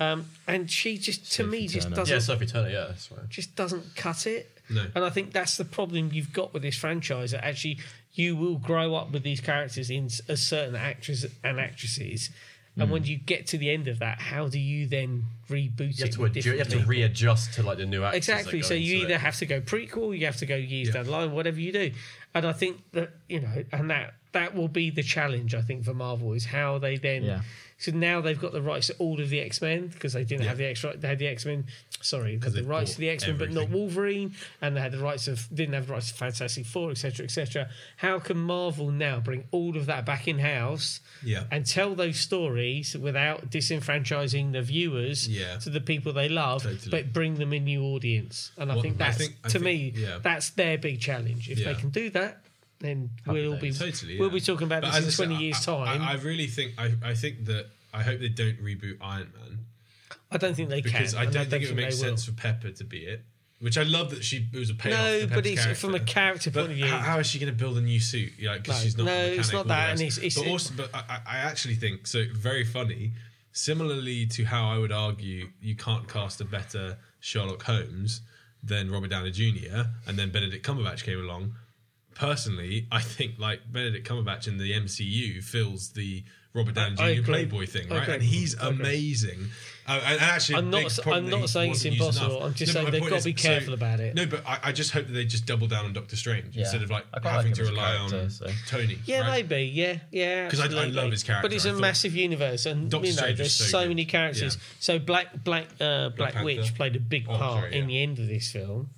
[SPEAKER 3] Um, and she just, to
[SPEAKER 2] Sophie
[SPEAKER 3] me, just
[SPEAKER 2] Turner.
[SPEAKER 3] doesn't
[SPEAKER 4] Yeah, Sophie Turner. Yeah, that's right.
[SPEAKER 3] just doesn't cut it.
[SPEAKER 1] No.
[SPEAKER 3] And I think that's the problem you've got with this franchise. That actually, you will grow up with these characters in s- as certain actors and actresses. And
[SPEAKER 2] Hmm.
[SPEAKER 3] when you get to the end of that, how do you then reboot
[SPEAKER 4] You
[SPEAKER 3] it?
[SPEAKER 4] have to, adju- you have to
[SPEAKER 3] differently?
[SPEAKER 4] readjust to like the new actors.
[SPEAKER 3] Exactly.
[SPEAKER 4] that go
[SPEAKER 3] So you
[SPEAKER 4] into
[SPEAKER 3] either
[SPEAKER 4] it.
[SPEAKER 3] have to go prequel, you have to go years down the line, whatever you do. And I think that you know, and that that will be the challenge, I think, for Marvel is how they then.
[SPEAKER 2] Yeah.
[SPEAKER 3] So now they've got the rights to all of the X Men because they didn't have the X. They had the X Men. Sorry, they had the
[SPEAKER 1] they
[SPEAKER 3] rights to the
[SPEAKER 1] bought
[SPEAKER 3] X Men, but not
[SPEAKER 1] everything.
[SPEAKER 3] Wolverine, and they had the rights of didn't have the rights to Fantastic Four, etc., etc. How can Marvel now bring all of that back in house?
[SPEAKER 1] Yeah.
[SPEAKER 3] and tell those stories without disenfranchising the viewers
[SPEAKER 1] Yeah.
[SPEAKER 3] to the people they love,
[SPEAKER 1] Totally.
[SPEAKER 3] but bring them a new audience. And I
[SPEAKER 1] Well,
[SPEAKER 3] think
[SPEAKER 1] I
[SPEAKER 3] that's
[SPEAKER 1] think- I
[SPEAKER 3] to
[SPEAKER 1] think-
[SPEAKER 3] me
[SPEAKER 1] yeah.
[SPEAKER 3] that's their big challenge. If
[SPEAKER 1] Yeah.
[SPEAKER 3] they can do that, then we'll be
[SPEAKER 2] days.
[SPEAKER 1] totally.
[SPEAKER 3] we'll
[SPEAKER 1] yeah.
[SPEAKER 3] be talking about
[SPEAKER 1] But
[SPEAKER 3] this in
[SPEAKER 1] as I said,
[SPEAKER 3] twenty
[SPEAKER 1] I-
[SPEAKER 3] years
[SPEAKER 1] I-
[SPEAKER 3] time.
[SPEAKER 1] I,
[SPEAKER 3] I,
[SPEAKER 1] really think I, I think that I hope they don't reboot Iron Man
[SPEAKER 3] don't think they
[SPEAKER 1] because
[SPEAKER 3] can.
[SPEAKER 1] I
[SPEAKER 3] and
[SPEAKER 1] don't think it would make
[SPEAKER 3] they will.
[SPEAKER 1] sense for Pepper to be it. Which I love that she it was a payoff.
[SPEAKER 3] No,
[SPEAKER 1] for
[SPEAKER 3] but
[SPEAKER 1] Pepper's
[SPEAKER 3] it's from a
[SPEAKER 1] character.
[SPEAKER 3] character
[SPEAKER 1] But
[SPEAKER 3] point of view.
[SPEAKER 1] How, how is she going to build a new suit? You know, because
[SPEAKER 3] No.
[SPEAKER 1] she's not. a
[SPEAKER 3] No, it's
[SPEAKER 1] mechanic,
[SPEAKER 3] not
[SPEAKER 1] all the
[SPEAKER 3] that,
[SPEAKER 1] rest.
[SPEAKER 3] and it's- it's-
[SPEAKER 1] but also, but I, I I actually think so. Very funny. Similarly to how I would argue, you can't cast a better Sherlock Holmes than Robert Downey Jr. and then Benedict Cumberbatch came along. Personally, I think like Benedict Cumberbatch in the MCU fills the Robert Downey
[SPEAKER 3] I
[SPEAKER 1] Jr.
[SPEAKER 3] agree.
[SPEAKER 1] Playboy thing,
[SPEAKER 3] I
[SPEAKER 1] right?
[SPEAKER 3] agree.
[SPEAKER 1] And he's amazing. Uh, and and actually,
[SPEAKER 3] I'm
[SPEAKER 1] a
[SPEAKER 3] not
[SPEAKER 1] big
[SPEAKER 3] s- I'm
[SPEAKER 1] problem that
[SPEAKER 3] not
[SPEAKER 1] he
[SPEAKER 3] saying it's
[SPEAKER 1] wasn't used enough.
[SPEAKER 3] impossible. I'm just
[SPEAKER 1] but
[SPEAKER 3] saying
[SPEAKER 1] my
[SPEAKER 3] they've
[SPEAKER 1] point
[SPEAKER 3] gotta
[SPEAKER 1] is,
[SPEAKER 3] be careful about it.
[SPEAKER 1] No, but I, I just hope that they just double down on Doctor Strange
[SPEAKER 2] Yeah.
[SPEAKER 1] instead of like
[SPEAKER 2] I quite
[SPEAKER 1] having
[SPEAKER 2] like
[SPEAKER 1] to
[SPEAKER 2] him as a
[SPEAKER 1] rely on
[SPEAKER 2] character, so-
[SPEAKER 1] Tony.
[SPEAKER 3] Yeah,
[SPEAKER 1] right?
[SPEAKER 3] maybe. Yeah, yeah.
[SPEAKER 1] 'Cause I- I
[SPEAKER 3] absolutely.
[SPEAKER 1] love his character,
[SPEAKER 3] But it's
[SPEAKER 1] I
[SPEAKER 3] a
[SPEAKER 1] thought-
[SPEAKER 3] massive universe, and
[SPEAKER 1] Doctor
[SPEAKER 3] you know,
[SPEAKER 1] Strange
[SPEAKER 3] there's
[SPEAKER 1] is so
[SPEAKER 3] so,
[SPEAKER 1] good.
[SPEAKER 3] many characters.
[SPEAKER 1] Yeah.
[SPEAKER 3] So Black Black uh, Black
[SPEAKER 1] Panther.
[SPEAKER 3] Witch played a big
[SPEAKER 1] Oh,
[SPEAKER 3] part
[SPEAKER 1] sorry,
[SPEAKER 3] in
[SPEAKER 1] yeah.
[SPEAKER 3] the end of this film.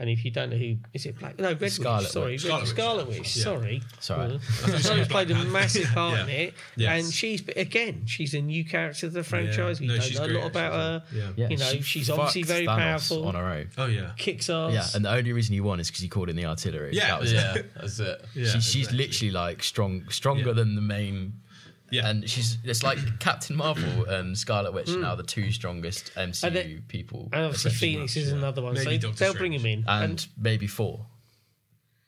[SPEAKER 3] And if you don't know who is it, Black No Red
[SPEAKER 2] Scarlet
[SPEAKER 3] Witch. Sorry,
[SPEAKER 2] Witch.
[SPEAKER 3] Red-
[SPEAKER 1] Scarlet Witch.
[SPEAKER 3] Scarlet Witch.
[SPEAKER 1] Yeah.
[SPEAKER 3] Sorry,
[SPEAKER 2] all right.
[SPEAKER 3] Sorry, She's played a massive part in
[SPEAKER 1] Yeah.
[SPEAKER 3] it,
[SPEAKER 1] Yes.
[SPEAKER 3] and she's again she's a new character to the franchise. We
[SPEAKER 1] No,
[SPEAKER 3] don't
[SPEAKER 1] she's
[SPEAKER 3] know a
[SPEAKER 1] great,
[SPEAKER 3] lot about her.
[SPEAKER 1] actually. Yeah.
[SPEAKER 2] Yeah,
[SPEAKER 3] You know,
[SPEAKER 2] she
[SPEAKER 3] she's obviously
[SPEAKER 2] fucked
[SPEAKER 3] very
[SPEAKER 2] Thanos
[SPEAKER 3] powerful.
[SPEAKER 2] on her own.
[SPEAKER 1] Oh yeah.
[SPEAKER 3] Kicks ass.
[SPEAKER 2] Yeah, and the only reason he won is because he called in the artillery.
[SPEAKER 1] Yeah.
[SPEAKER 2] that was
[SPEAKER 4] Yeah,
[SPEAKER 2] it.
[SPEAKER 4] that's it.
[SPEAKER 1] yeah
[SPEAKER 2] she, she's
[SPEAKER 1] exactly.
[SPEAKER 2] literally like strong, stronger
[SPEAKER 1] Yeah.
[SPEAKER 2] than the main.
[SPEAKER 1] Yeah.
[SPEAKER 2] and she's it's like Captain Marvel and Scarlet Witch are now the two strongest MCU
[SPEAKER 3] And it-
[SPEAKER 2] people,
[SPEAKER 3] And obviously
[SPEAKER 2] essentially.
[SPEAKER 3] Phoenix is another one.
[SPEAKER 1] Maybe
[SPEAKER 3] so
[SPEAKER 1] Doctor
[SPEAKER 3] they'll bring him
[SPEAKER 1] Strange.
[SPEAKER 3] in.
[SPEAKER 2] and, maybe four.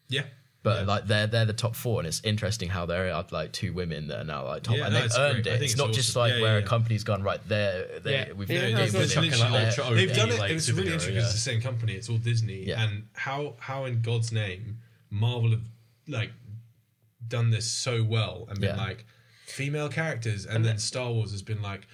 [SPEAKER 1] Yeah.
[SPEAKER 2] But like they're they're the top four, and it's interesting how there are like two women that are now like top,
[SPEAKER 1] Yeah,
[SPEAKER 2] and
[SPEAKER 1] no,
[SPEAKER 2] they've
[SPEAKER 1] it's
[SPEAKER 2] earned
[SPEAKER 1] great. I
[SPEAKER 2] it.
[SPEAKER 1] think
[SPEAKER 2] It's
[SPEAKER 1] it's
[SPEAKER 2] not just
[SPEAKER 1] awesome.
[SPEAKER 2] like
[SPEAKER 1] Yeah, yeah,
[SPEAKER 2] where a
[SPEAKER 1] yeah.
[SPEAKER 2] company's gone right there. They,
[SPEAKER 3] Yeah.
[SPEAKER 2] We've
[SPEAKER 3] Yeah,
[SPEAKER 2] given
[SPEAKER 3] no, it's
[SPEAKER 2] women
[SPEAKER 1] It's
[SPEAKER 3] Chuck
[SPEAKER 1] literally
[SPEAKER 2] their-
[SPEAKER 1] like,
[SPEAKER 4] Ultra
[SPEAKER 1] they've
[SPEAKER 4] OP,
[SPEAKER 1] done it.
[SPEAKER 4] like,
[SPEAKER 1] it's really
[SPEAKER 4] superhero,
[SPEAKER 1] interesting
[SPEAKER 4] yeah.
[SPEAKER 1] because it's the same company. It's all Disney.
[SPEAKER 2] Yeah.
[SPEAKER 1] And how how in God's name Marvel have like done this so well and been
[SPEAKER 2] Yeah.
[SPEAKER 1] like female characters, and then Star Wars has been like,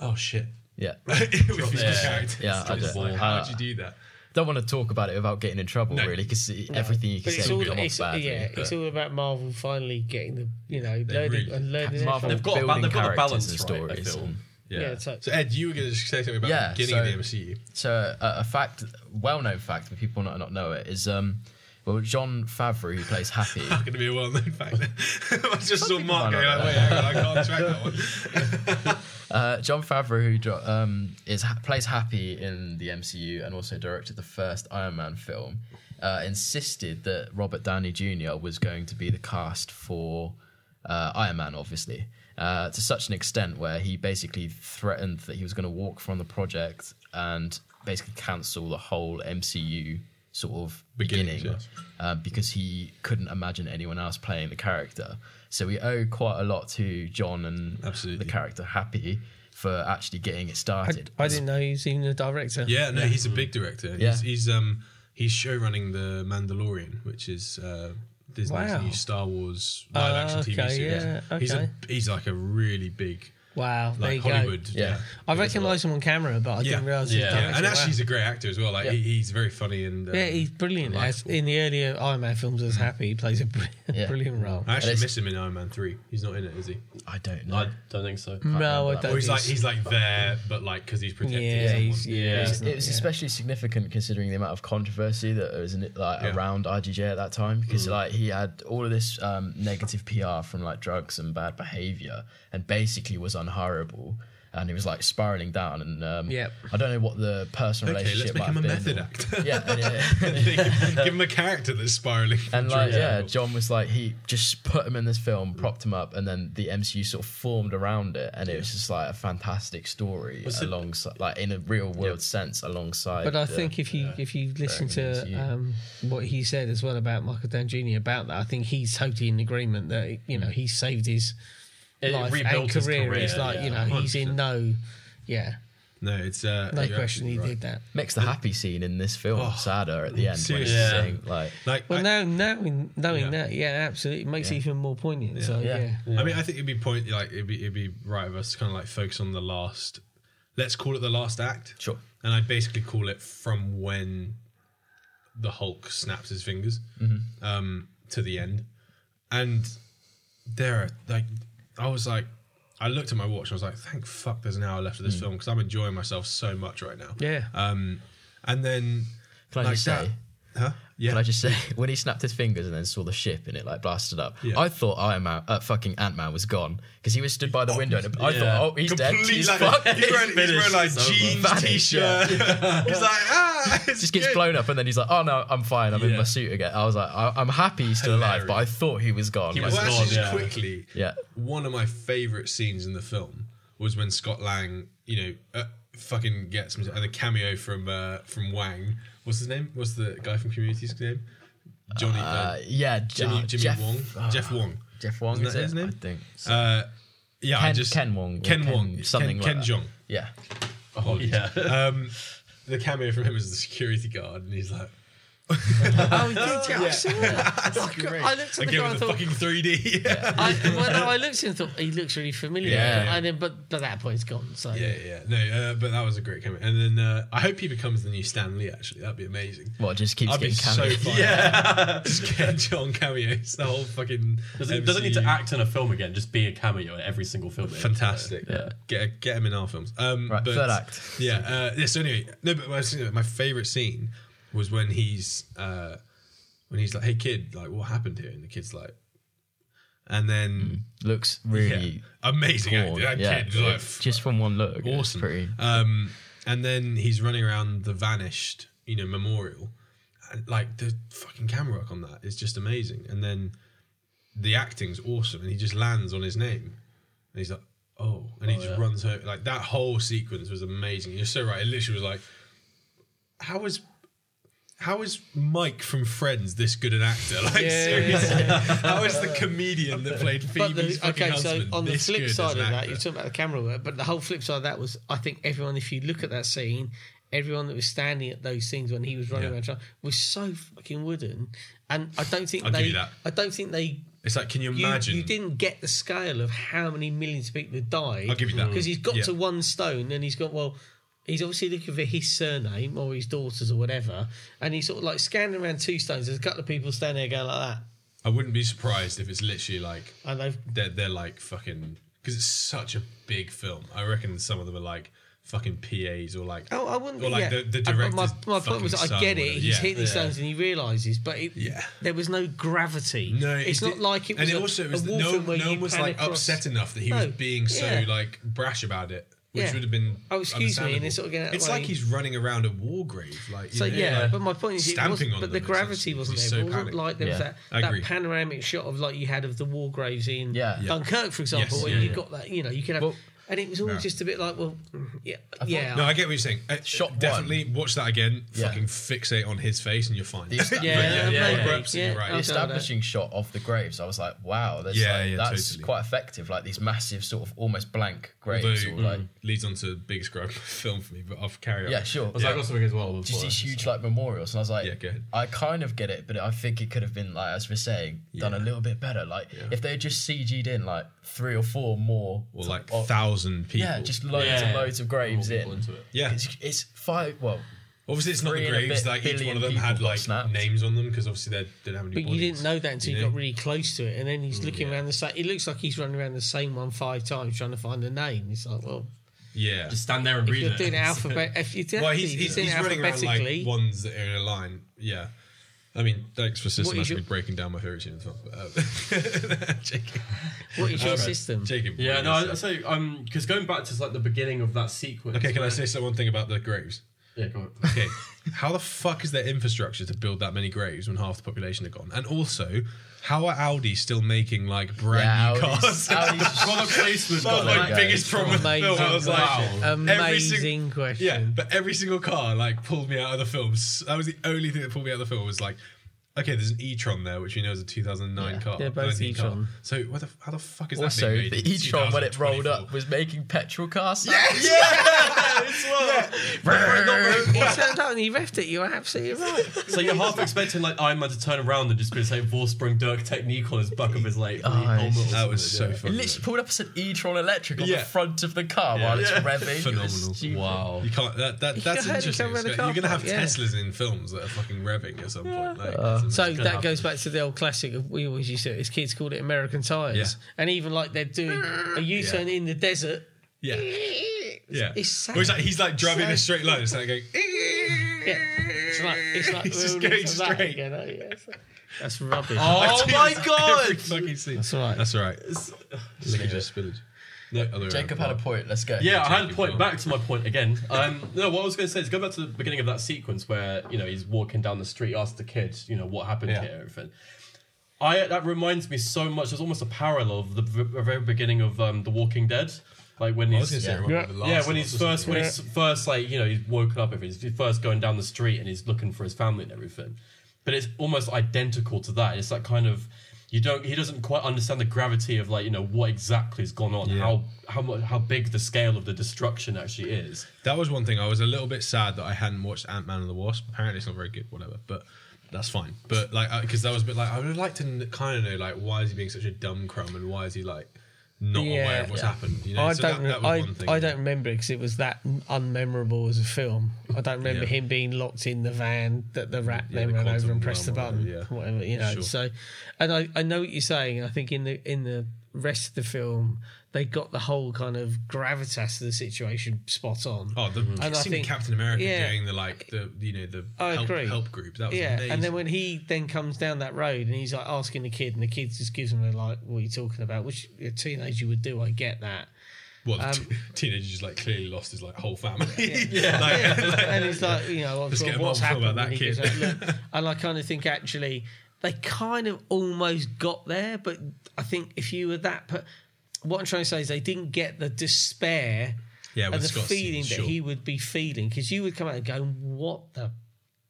[SPEAKER 1] oh shit,
[SPEAKER 2] yeah.
[SPEAKER 1] with female
[SPEAKER 4] Yeah.
[SPEAKER 1] characters.
[SPEAKER 2] Yeah, I
[SPEAKER 1] It's
[SPEAKER 2] don't-
[SPEAKER 1] like,
[SPEAKER 2] I-
[SPEAKER 1] how would you do that?
[SPEAKER 2] Don't want to talk about it without getting in trouble,
[SPEAKER 1] No.
[SPEAKER 2] really, because everything you can
[SPEAKER 3] But
[SPEAKER 2] say
[SPEAKER 3] it's
[SPEAKER 2] will
[SPEAKER 3] all,
[SPEAKER 2] come
[SPEAKER 3] it's,
[SPEAKER 2] off badly.
[SPEAKER 3] yeah,
[SPEAKER 2] but-
[SPEAKER 3] it's all about Marvel finally getting the you know
[SPEAKER 1] They
[SPEAKER 3] learning
[SPEAKER 1] really-
[SPEAKER 3] and learning. it
[SPEAKER 2] Marvel
[SPEAKER 3] from-
[SPEAKER 4] They've got, a ba-
[SPEAKER 2] building
[SPEAKER 4] they've got a
[SPEAKER 2] characters
[SPEAKER 4] balance
[SPEAKER 2] and
[SPEAKER 4] right, I
[SPEAKER 2] stories
[SPEAKER 4] feel.
[SPEAKER 2] and-
[SPEAKER 3] Yeah, so-
[SPEAKER 1] so Ed, you were going to say something about
[SPEAKER 2] Yeah,
[SPEAKER 1] the beginning
[SPEAKER 2] so-
[SPEAKER 1] of the MCU.
[SPEAKER 2] So uh, a fact, well-known fact, but people not not know it is um, well, John Favreau who plays Happy.
[SPEAKER 1] Not going to be a well-known fact. I just saw Mark
[SPEAKER 2] might
[SPEAKER 1] going
[SPEAKER 2] not
[SPEAKER 1] like, wait, hang on, I can't track that one.
[SPEAKER 2] uh, John Favreau who dro- um, is ha- plays Happy in the MCU and also directed the first Iron Man film. Uh, insisted that Robert Downey Jr. was going to be the cast for uh, Iron Man, obviously, uh, to such an extent where he basically threatened that he was going to walk from the project and basically cancel the whole MCU sort of
[SPEAKER 1] Beginnings,
[SPEAKER 2] beginning
[SPEAKER 1] yes.
[SPEAKER 2] uh, because he couldn't imagine anyone else playing the character. So we owe quite a lot to John and
[SPEAKER 1] Absolutely.
[SPEAKER 2] the character Happy for actually getting it started.
[SPEAKER 3] I didn't know he was even a director.
[SPEAKER 1] Yeah, no, he's a big director. He's, he's um he's show running the Mandalorian, which is uh, Disney's
[SPEAKER 3] Wow. Ah,
[SPEAKER 1] new Star Wars live action TV
[SPEAKER 3] okay,
[SPEAKER 1] series.
[SPEAKER 3] yeah,
[SPEAKER 1] He's a
[SPEAKER 3] okay.
[SPEAKER 1] he's like a really big
[SPEAKER 3] Wow, there
[SPEAKER 1] like
[SPEAKER 3] you
[SPEAKER 1] Hollywood.
[SPEAKER 3] go.
[SPEAKER 2] Yeah.
[SPEAKER 3] I recognise him on camera, but I didn't realise
[SPEAKER 1] yeah.
[SPEAKER 3] he's done
[SPEAKER 1] And actually, he's a great actor as well. Like
[SPEAKER 2] Yeah.
[SPEAKER 1] he, he's very funny and um,
[SPEAKER 3] yeah, he's brilliant. As
[SPEAKER 1] Delightful.
[SPEAKER 3] in the earlier Iron Man films, as Happy, he plays a br-
[SPEAKER 2] Yeah.
[SPEAKER 3] brilliant role.
[SPEAKER 1] I actually
[SPEAKER 2] and it's-
[SPEAKER 1] miss him in Iron Man three. He's not in it, is he?
[SPEAKER 2] I don't know.
[SPEAKER 4] I don't think so.
[SPEAKER 3] No, I
[SPEAKER 2] remember that.
[SPEAKER 3] don't.
[SPEAKER 1] Or he's like
[SPEAKER 3] think
[SPEAKER 1] he's like there, but like because he's protected.
[SPEAKER 3] yeah,
[SPEAKER 1] someone.
[SPEAKER 3] he's, yeah,
[SPEAKER 2] It
[SPEAKER 3] he's
[SPEAKER 2] was,
[SPEAKER 3] not-
[SPEAKER 2] it was
[SPEAKER 3] yeah.
[SPEAKER 2] especially significant considering the amount of controversy that was in it, like
[SPEAKER 1] Yeah. Mm.
[SPEAKER 2] around RGJ at that time because like he had all of this um, negative PR from like drugs and bad behavior and basically was unhirable and he was like spiraling down and um,
[SPEAKER 3] Yep.
[SPEAKER 2] I don't know what the personal
[SPEAKER 1] Okay, let's
[SPEAKER 2] relationship
[SPEAKER 1] make him a
[SPEAKER 2] might have been.
[SPEAKER 1] method actor.
[SPEAKER 2] yeah, and, yeah.
[SPEAKER 1] Give him a character that's spiraling.
[SPEAKER 2] And like, yeah,
[SPEAKER 1] Enjoyable.
[SPEAKER 2] John was like, he just put him in this film, propped him up, and then the MCU sort of formed around it, and it was just like a fantastic story
[SPEAKER 1] it-
[SPEAKER 2] alongside, like in a real world sense, alongside.
[SPEAKER 3] But I
[SPEAKER 2] the-
[SPEAKER 3] think if you if you listen
[SPEAKER 2] Very
[SPEAKER 3] to
[SPEAKER 2] nice, yeah.
[SPEAKER 3] um, what he said as well about Michael Down Jr. about that, I think he's totally in agreement that you know he saved his
[SPEAKER 4] It
[SPEAKER 3] life and
[SPEAKER 4] rebuilt his
[SPEAKER 3] career. It's
[SPEAKER 4] career,
[SPEAKER 3] like you know
[SPEAKER 4] yeah,
[SPEAKER 3] he's in no, yeah,
[SPEAKER 1] No, it's uh,
[SPEAKER 3] no
[SPEAKER 1] you're
[SPEAKER 3] question he
[SPEAKER 1] absolutely
[SPEAKER 3] did that.
[SPEAKER 2] makes the happy scene in this film sadder at the end. When he's
[SPEAKER 1] Oh, seriously.
[SPEAKER 2] saying, like,
[SPEAKER 1] right. Like,
[SPEAKER 3] Well,
[SPEAKER 1] I-
[SPEAKER 3] now knowing knowing
[SPEAKER 1] Yeah.
[SPEAKER 3] that, yeah, absolutely, it makes it even more poignant. So
[SPEAKER 2] Yeah.
[SPEAKER 3] yeah,
[SPEAKER 1] I mean, I think it'd be point like it'd be it'd be right of us to kind of like focus on the last. Let's call it the last act.
[SPEAKER 2] Sure.
[SPEAKER 1] And I basically call it from when Mm-hmm. the Hulk snaps his fingers um, to the end, and there are like I was like I looked at my watch and I was like, thank fuck there's an hour left of this film because I'm enjoying myself so much right now.
[SPEAKER 7] Yeah.
[SPEAKER 1] Um and then
[SPEAKER 2] Can I
[SPEAKER 1] like
[SPEAKER 2] just
[SPEAKER 1] that-
[SPEAKER 2] say?
[SPEAKER 1] Huh? Yeah.
[SPEAKER 2] Can I just say, when he snapped his fingers and then saw the ship and it like blasted up,
[SPEAKER 1] Yeah.
[SPEAKER 2] I thought Iron Man, uh, fucking Ant Man was gone because he was stood by the window. And I
[SPEAKER 1] Yeah.
[SPEAKER 2] thought, oh, he's dead.
[SPEAKER 1] Complete
[SPEAKER 2] He's
[SPEAKER 1] like-
[SPEAKER 2] fucked.
[SPEAKER 1] he's wearing, he's wearing like
[SPEAKER 2] It's over.
[SPEAKER 1] jeans,
[SPEAKER 2] Vanished,
[SPEAKER 1] t-shirt. he's like, ah, it's
[SPEAKER 2] Just gets
[SPEAKER 1] good.
[SPEAKER 2] blown up and then he's like, oh no, I'm fine. I'm in
[SPEAKER 1] Yeah.
[SPEAKER 2] my suit again. I was like, I- I'm happy he's still alive,
[SPEAKER 1] Hilarious.
[SPEAKER 2] but I thought he was gone. Like,
[SPEAKER 1] Well, actually,
[SPEAKER 4] gone,
[SPEAKER 1] just
[SPEAKER 4] yeah.
[SPEAKER 1] quickly,
[SPEAKER 2] Yeah.
[SPEAKER 1] One of my favorite scenes in the film was when Scott Lang, you know, uh, fucking gets him- and the cameo from uh, from Wang. What's his name? What's the guy from Community's name? Johnny. Uh,
[SPEAKER 2] uh, yeah, J-
[SPEAKER 1] Jimmy,
[SPEAKER 2] uh,
[SPEAKER 1] Jimmy
[SPEAKER 2] Jeff,
[SPEAKER 1] Wong. Jeff Wong.
[SPEAKER 2] Jeff Wong
[SPEAKER 1] Isn't
[SPEAKER 2] is
[SPEAKER 1] that
[SPEAKER 2] it?
[SPEAKER 1] his name?
[SPEAKER 2] I think.
[SPEAKER 1] Uh, yeah, I
[SPEAKER 2] Ken-
[SPEAKER 1] just
[SPEAKER 2] Ken Wong or
[SPEAKER 1] Ken
[SPEAKER 2] Ken
[SPEAKER 1] Wong.
[SPEAKER 2] something
[SPEAKER 1] Ken,
[SPEAKER 2] like
[SPEAKER 1] Ken Jeong.
[SPEAKER 2] Yeah.
[SPEAKER 1] Apologies. Um, the cameo from him is the security guard, and he's like,
[SPEAKER 3] Oh, I looked
[SPEAKER 1] "Again
[SPEAKER 3] at the guy and
[SPEAKER 1] with the
[SPEAKER 3] thought,
[SPEAKER 1] fucking 3D."
[SPEAKER 3] I, well, no, I looked at him and thought he looks really familiar.
[SPEAKER 2] Yeah.
[SPEAKER 3] And then, but by that point, it's gone. So
[SPEAKER 1] Yeah, yeah, no, uh, but that was a great comment. And then uh, I hope he becomes the new Stan Lee. Actually, that'd be amazing.
[SPEAKER 2] Well, it just keeps
[SPEAKER 1] I'd be
[SPEAKER 2] getting
[SPEAKER 1] so
[SPEAKER 2] cameos.
[SPEAKER 1] fine. Yeah, just Ken John cameos. The whole fucking
[SPEAKER 4] Doesn't, doesn't need to
[SPEAKER 1] MCU.
[SPEAKER 4] act in a film again. Just be a cameo in every single film.
[SPEAKER 1] Fantastic.
[SPEAKER 4] Yeah.
[SPEAKER 1] Get get him in our films. Um,
[SPEAKER 2] Right,
[SPEAKER 1] but-
[SPEAKER 2] third act.
[SPEAKER 1] Yeah. Uh, yeah. So anyway, no, but my, my favorite scene was when he's uh, when he's like, "Hey kid, like what happened here?" And the kid's like, and then
[SPEAKER 2] Looks Mm. really
[SPEAKER 1] amazing. acting.
[SPEAKER 2] bored.
[SPEAKER 1] That
[SPEAKER 2] Yeah.
[SPEAKER 1] kid was like,
[SPEAKER 2] just from one look. it's
[SPEAKER 1] awesome.
[SPEAKER 2] Pretty.
[SPEAKER 1] Um, and then he's running around the vanished, you know, memorial. And, like the fucking camera work on that is just amazing. And then the acting's awesome, and he just lands on his name, and he's like, "Oh!" And he just runs home. Like that whole sequence was amazing. You're so right. It literally was like, how is. How is Mike from Friends this good an actor? Like seriously, how is the comedian that played
[SPEAKER 3] But
[SPEAKER 1] Phoebe's
[SPEAKER 3] the,
[SPEAKER 1] fucking
[SPEAKER 3] okay, so
[SPEAKER 1] husband
[SPEAKER 3] on the
[SPEAKER 1] this good
[SPEAKER 3] flip
[SPEAKER 1] as
[SPEAKER 3] side
[SPEAKER 1] an
[SPEAKER 3] of that,
[SPEAKER 1] actor?
[SPEAKER 3] you're talking about the camera work, but the whole flip side of that was, I think everyone, if you look at that scene, everyone that was standing at those scenes when he was running
[SPEAKER 1] Yeah.
[SPEAKER 3] around trying, was so fucking wooden, and I don't think
[SPEAKER 1] I'll give
[SPEAKER 3] they,
[SPEAKER 1] you that.
[SPEAKER 3] I don't think they.
[SPEAKER 1] It's like, can you
[SPEAKER 3] You,
[SPEAKER 1] imagine?
[SPEAKER 3] you didn't get the scale of how many millions of people had died.
[SPEAKER 1] I'll give you that.
[SPEAKER 3] because he's got
[SPEAKER 1] Yeah.
[SPEAKER 3] to one stone and he's got well. He's obviously looking for his surname or his daughter's or whatever, and he's sort of like scanning around two stones. There's a couple of people standing there going like that,
[SPEAKER 1] I wouldn't be surprised if it's literally like
[SPEAKER 3] and they've
[SPEAKER 1] they're they're like fucking because it's such a big film. I reckon some of them are like fucking PAs or like
[SPEAKER 3] Oh, I wouldn't.
[SPEAKER 1] or like
[SPEAKER 3] yeah.
[SPEAKER 1] the, the
[SPEAKER 3] Uh, but
[SPEAKER 1] director.
[SPEAKER 3] My, my point was, I get it. He's hit these stones and he realizes, but it,
[SPEAKER 1] Yeah.
[SPEAKER 3] there was no gravity.
[SPEAKER 1] No,
[SPEAKER 3] it's
[SPEAKER 1] it
[SPEAKER 3] not
[SPEAKER 1] did-
[SPEAKER 3] like it was.
[SPEAKER 1] and
[SPEAKER 3] a,
[SPEAKER 1] it also was
[SPEAKER 3] a
[SPEAKER 1] that
[SPEAKER 3] war
[SPEAKER 1] no,
[SPEAKER 3] film where
[SPEAKER 1] no
[SPEAKER 3] you
[SPEAKER 1] one was
[SPEAKER 3] pan
[SPEAKER 1] like
[SPEAKER 3] across-
[SPEAKER 1] upset enough that he
[SPEAKER 3] No,
[SPEAKER 1] was being so
[SPEAKER 3] yeah.
[SPEAKER 1] like brash about it, which
[SPEAKER 3] Yeah.
[SPEAKER 1] would have been.
[SPEAKER 3] Oh, excuse me, and
[SPEAKER 1] understandable.
[SPEAKER 3] it's sort of getting out of
[SPEAKER 1] It's
[SPEAKER 3] the
[SPEAKER 1] like
[SPEAKER 3] way.
[SPEAKER 1] he's running around a war grave, like you
[SPEAKER 3] So
[SPEAKER 1] know,
[SPEAKER 3] yeah,
[SPEAKER 1] like-
[SPEAKER 3] but my point is, it
[SPEAKER 1] stamping
[SPEAKER 3] wasn't,
[SPEAKER 1] on
[SPEAKER 3] but
[SPEAKER 1] them
[SPEAKER 3] the
[SPEAKER 1] and
[SPEAKER 3] gravity
[SPEAKER 1] stuff.
[SPEAKER 3] wasn't
[SPEAKER 1] He's so
[SPEAKER 3] there. It wasn't
[SPEAKER 1] panicked.
[SPEAKER 3] like there was
[SPEAKER 2] Yeah.
[SPEAKER 3] that,
[SPEAKER 1] I
[SPEAKER 3] that
[SPEAKER 1] agree.
[SPEAKER 3] panoramic shot of like you had of the war graves in
[SPEAKER 2] Yeah. Yeah.
[SPEAKER 3] Dunkirk, for example,
[SPEAKER 1] Yes,
[SPEAKER 3] where
[SPEAKER 1] yeah,
[SPEAKER 3] you
[SPEAKER 1] yeah.
[SPEAKER 3] got that. You know, you could have,
[SPEAKER 2] Well-
[SPEAKER 3] and it was all
[SPEAKER 1] No.
[SPEAKER 3] just a bit like, well, yeah, yeah.
[SPEAKER 1] no, I get what you're saying. Uh,
[SPEAKER 2] Shot one.
[SPEAKER 1] definitely watch that again.
[SPEAKER 2] Yeah.
[SPEAKER 1] Fucking fixate on his face, and you're fine.
[SPEAKER 2] The esta-
[SPEAKER 1] But
[SPEAKER 3] Yeah,
[SPEAKER 1] yeah,
[SPEAKER 3] maybe.
[SPEAKER 1] ropes,
[SPEAKER 3] Yeah.
[SPEAKER 1] you're right.
[SPEAKER 3] Oh,
[SPEAKER 2] the
[SPEAKER 3] Okay, with that.
[SPEAKER 2] establishing shot of the graves, I was like, wow, that's,
[SPEAKER 1] Yeah,
[SPEAKER 2] like-
[SPEAKER 1] yeah,
[SPEAKER 2] that's
[SPEAKER 1] totally.
[SPEAKER 2] quite effective. Like these massive, sort of almost blank
[SPEAKER 1] Although
[SPEAKER 2] graves, or like
[SPEAKER 1] mm, leads on to the biggest gripe of the film for me, but I'll carry on.
[SPEAKER 2] yeah, sure.
[SPEAKER 4] I got something as well.
[SPEAKER 2] Just these huge like memorials, and I was like,
[SPEAKER 1] Yeah, go ahead.
[SPEAKER 2] I kind of get it, but I think it could have been like, as we're saying, done a little bit better. Like if they had just CG'd in like three or four more,
[SPEAKER 1] Or
[SPEAKER 2] to-
[SPEAKER 1] like
[SPEAKER 2] or-
[SPEAKER 1] thousand people.
[SPEAKER 2] yeah, just loads and loads of graves in.
[SPEAKER 1] Yeah.
[SPEAKER 2] It's, it's five. Well,
[SPEAKER 1] Obviously, it's not
[SPEAKER 2] three
[SPEAKER 1] the
[SPEAKER 2] and a
[SPEAKER 1] graves.
[SPEAKER 2] bit
[SPEAKER 1] Like each one
[SPEAKER 2] billion
[SPEAKER 1] of them
[SPEAKER 2] people
[SPEAKER 1] had
[SPEAKER 2] got
[SPEAKER 1] like
[SPEAKER 2] snapped.
[SPEAKER 1] names on them because obviously they didn't have any.
[SPEAKER 3] But you didn't know that until you,
[SPEAKER 1] know?
[SPEAKER 3] got really close to it, and then he's looking around the same. It looks like he's running around the same one five times trying to find a name. It's like, well,
[SPEAKER 1] Yeah.
[SPEAKER 4] Just stand there and
[SPEAKER 3] if
[SPEAKER 4] read
[SPEAKER 3] you're
[SPEAKER 4] it.
[SPEAKER 3] doing it alphabet, if you're doing,
[SPEAKER 1] well, he's,
[SPEAKER 3] if
[SPEAKER 1] he's,
[SPEAKER 3] you're doing
[SPEAKER 1] he's
[SPEAKER 3] it
[SPEAKER 1] running around like
[SPEAKER 3] alphabetically,
[SPEAKER 1] ones that are in a line. Yeah. I mean, thanks for
[SPEAKER 3] is
[SPEAKER 1] systematically
[SPEAKER 3] your-
[SPEAKER 1] breaking down my theories in the film. But, uh, Jacob,
[SPEAKER 3] what is your
[SPEAKER 1] Alright,
[SPEAKER 3] system?
[SPEAKER 1] Jacob.
[SPEAKER 4] Yeah,
[SPEAKER 1] what
[SPEAKER 4] no,
[SPEAKER 1] are you
[SPEAKER 4] I,
[SPEAKER 1] gonna say?
[SPEAKER 4] so um, because going back to like the beginning of that sequence.
[SPEAKER 1] Okay, can I
[SPEAKER 4] where-
[SPEAKER 1] say so one thing about the graves?
[SPEAKER 4] Yeah, go on.
[SPEAKER 1] Okay. how the fuck is there infrastructure to build that many graves when half the population are gone? And also, how are Audi still making like brand
[SPEAKER 2] yeah,
[SPEAKER 1] new
[SPEAKER 2] Audi's,
[SPEAKER 1] cars?
[SPEAKER 2] Audi's
[SPEAKER 4] Product placement.
[SPEAKER 1] That was
[SPEAKER 4] guy.
[SPEAKER 1] my
[SPEAKER 2] Guys,
[SPEAKER 1] biggest problem with the film. I was like,
[SPEAKER 3] question.
[SPEAKER 1] every sing-
[SPEAKER 3] amazing question.
[SPEAKER 1] yeah, but every single car like pulled me out of the film. S- That was the only thing that pulled me out of the film. Was like, okay, there's an e-tron there, which we know is a 2009 car.
[SPEAKER 3] they're both
[SPEAKER 1] 19 car.
[SPEAKER 3] e-tron.
[SPEAKER 1] So what the, f- how the fuck is
[SPEAKER 2] also,
[SPEAKER 1] that being made
[SPEAKER 2] the
[SPEAKER 1] in
[SPEAKER 2] e-tron when it rolled
[SPEAKER 1] 2024?
[SPEAKER 2] up was making petrol cars. Yeah,
[SPEAKER 3] he turned up and he reffed it. You're absolutely right.
[SPEAKER 4] So you're half expecting like Iron Man to turn around and just be say Vorsprung Dirk technique on his back of his like helmet.
[SPEAKER 2] it's
[SPEAKER 4] or
[SPEAKER 1] That
[SPEAKER 4] something,
[SPEAKER 1] was so
[SPEAKER 4] yeah.
[SPEAKER 2] It
[SPEAKER 1] funny.
[SPEAKER 2] literally pulled up and said e-tron electric on
[SPEAKER 1] Yeah.
[SPEAKER 2] the front of the car while it's
[SPEAKER 1] Yeah.
[SPEAKER 2] revving. It was
[SPEAKER 1] Phenomenal.
[SPEAKER 2] stupid.
[SPEAKER 4] Wow.
[SPEAKER 1] You can't. That, that, that's
[SPEAKER 3] heard it
[SPEAKER 1] interesting.
[SPEAKER 3] come around the
[SPEAKER 1] You're gonna
[SPEAKER 3] car
[SPEAKER 1] have
[SPEAKER 3] park, yeah.
[SPEAKER 1] Teslas in films that are fucking revving at some point. Like, it's them.
[SPEAKER 3] So
[SPEAKER 1] It's
[SPEAKER 3] that
[SPEAKER 1] gonna happen.
[SPEAKER 3] goes back to the old classic of we always used to as kids called it American tires.
[SPEAKER 1] Yeah.
[SPEAKER 3] And even like they're doing a U turn in the desert.
[SPEAKER 1] Yeah. Yeah.
[SPEAKER 3] It's sad.
[SPEAKER 1] Or he's like, he's like driving in a
[SPEAKER 3] Sad.
[SPEAKER 1] straight line. It's like going.
[SPEAKER 3] Yeah. It's like it's like
[SPEAKER 1] He's just
[SPEAKER 3] we're all
[SPEAKER 1] going
[SPEAKER 3] into that
[SPEAKER 1] straight.
[SPEAKER 3] again, aren't we? That's- That's rubbish.
[SPEAKER 1] Oh
[SPEAKER 4] my God!
[SPEAKER 1] Every fucking scene. That's
[SPEAKER 3] all right.
[SPEAKER 1] That's all right. Look at just spillage. No, other way
[SPEAKER 2] Jacob
[SPEAKER 1] around.
[SPEAKER 2] had a point. Let's go.
[SPEAKER 4] Yeah, I had a
[SPEAKER 1] Jacob
[SPEAKER 4] point.
[SPEAKER 1] Ball.
[SPEAKER 4] Back to my point again. Um, no, what I was going to say is go back to the beginning of that sequence where you know he's walking down the street, asks the kid, you know, what happened
[SPEAKER 1] Yeah.
[SPEAKER 4] here, everything. I that reminds me so much. There's almost a parallel of the v- very beginning of um, The Walking Dead, like when
[SPEAKER 1] I
[SPEAKER 4] he's
[SPEAKER 1] was gonna say,
[SPEAKER 2] Yeah.
[SPEAKER 1] remember
[SPEAKER 3] Yeah.
[SPEAKER 1] the last
[SPEAKER 4] yeah, when
[SPEAKER 1] one
[SPEAKER 4] he's
[SPEAKER 1] or
[SPEAKER 4] first,
[SPEAKER 1] something.
[SPEAKER 4] when he's first, like you know, he's woken up. If he's he's first going down the street and he's looking for his family and everything, but it's almost identical to that. It's that kind of you don't he doesn't quite understand the gravity of like you know what exactly has gone on,
[SPEAKER 1] Yeah.
[SPEAKER 4] how how much how big the scale of the destruction actually is.
[SPEAKER 1] That was one thing. I was a little bit sad that I hadn't watched Ant Man and the Wasp. Apparently, it's not very good, whatever, but that's fine. But like, because that was a bit like, I would have liked to kind of know, like, why is he being such a dumb crumb and why is he like not
[SPEAKER 3] Yeah.
[SPEAKER 1] aware of what's
[SPEAKER 2] Yeah.
[SPEAKER 1] happened? You know,
[SPEAKER 3] I
[SPEAKER 1] So
[SPEAKER 3] don't.
[SPEAKER 1] That, that was
[SPEAKER 3] I,
[SPEAKER 1] one thing.
[SPEAKER 3] I don't remember because it was that unmemorable as a film. I don't remember
[SPEAKER 1] Yeah.
[SPEAKER 3] him being locked in the van that the rat
[SPEAKER 1] Yeah,
[SPEAKER 3] then
[SPEAKER 1] the
[SPEAKER 3] ran over
[SPEAKER 1] quantum
[SPEAKER 3] and pressed the
[SPEAKER 1] realm,
[SPEAKER 3] button,
[SPEAKER 1] whatever, yeah.
[SPEAKER 3] whatever you know.
[SPEAKER 1] Sure.
[SPEAKER 3] So, and I, I know what you're saying. I think in the in the rest of the film, they got the whole kind of gravitas of the situation spot on.
[SPEAKER 1] Oh, the
[SPEAKER 3] And I
[SPEAKER 1] seeing
[SPEAKER 3] think-
[SPEAKER 1] Captain America
[SPEAKER 3] yeah.
[SPEAKER 1] doing the like the you know the
[SPEAKER 3] I
[SPEAKER 1] help,
[SPEAKER 3] agree.
[SPEAKER 1] help group that was
[SPEAKER 3] yeah,
[SPEAKER 1] amazing.
[SPEAKER 3] and then when he then comes down that road and he's like asking the kid, and the kid just gives him a like, "What are you talking about?" Which a teenager would do. I get that.
[SPEAKER 1] well, the
[SPEAKER 3] um,
[SPEAKER 1] t- teenager just like clearly lost his like whole family. Yeah,
[SPEAKER 3] and he's like, you know,
[SPEAKER 1] Let's get
[SPEAKER 3] well,
[SPEAKER 1] him on,
[SPEAKER 3] what's
[SPEAKER 1] talk
[SPEAKER 3] happened?
[SPEAKER 1] about that
[SPEAKER 3] and, he
[SPEAKER 1] kid.
[SPEAKER 3] goes, like, "Look," and I kind of think actually they kind of almost got there, but I think if you were that, per- what I'm trying to say is they didn't get the despair
[SPEAKER 1] yeah,
[SPEAKER 3] and
[SPEAKER 1] with
[SPEAKER 3] the
[SPEAKER 1] Scott's
[SPEAKER 3] feeling
[SPEAKER 1] scene,
[SPEAKER 3] that
[SPEAKER 1] sure.
[SPEAKER 3] he would be feeling because you would come out and go, what the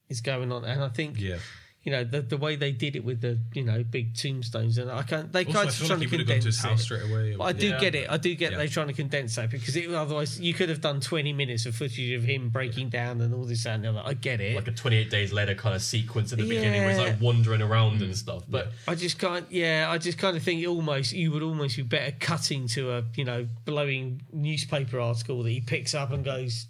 [SPEAKER 3] is going on? And I think
[SPEAKER 1] Yeah.
[SPEAKER 3] You know the, the way they did it with the you know big tombstones and I can't they
[SPEAKER 1] Also,
[SPEAKER 3] kind
[SPEAKER 1] I
[SPEAKER 3] of
[SPEAKER 1] feel
[SPEAKER 3] trying
[SPEAKER 1] like he
[SPEAKER 3] to
[SPEAKER 1] would have gone to
[SPEAKER 3] condense
[SPEAKER 1] his house
[SPEAKER 3] it.
[SPEAKER 1] straight away.
[SPEAKER 3] But I do
[SPEAKER 4] Yeah.
[SPEAKER 3] get it. I do get
[SPEAKER 1] Yeah.
[SPEAKER 3] they're trying to condense that because it, otherwise you could have done 20 minutes of footage of him breaking down and all this that and the other. I get it.
[SPEAKER 4] Like a 28 days later kind of sequence at the beginning where he's
[SPEAKER 3] Yeah.
[SPEAKER 4] like wandering around and stuff. But
[SPEAKER 3] I just can't. Yeah, I just kind of think it almost you would almost be better cutting to a you know blowing newspaper article that he picks up and goes,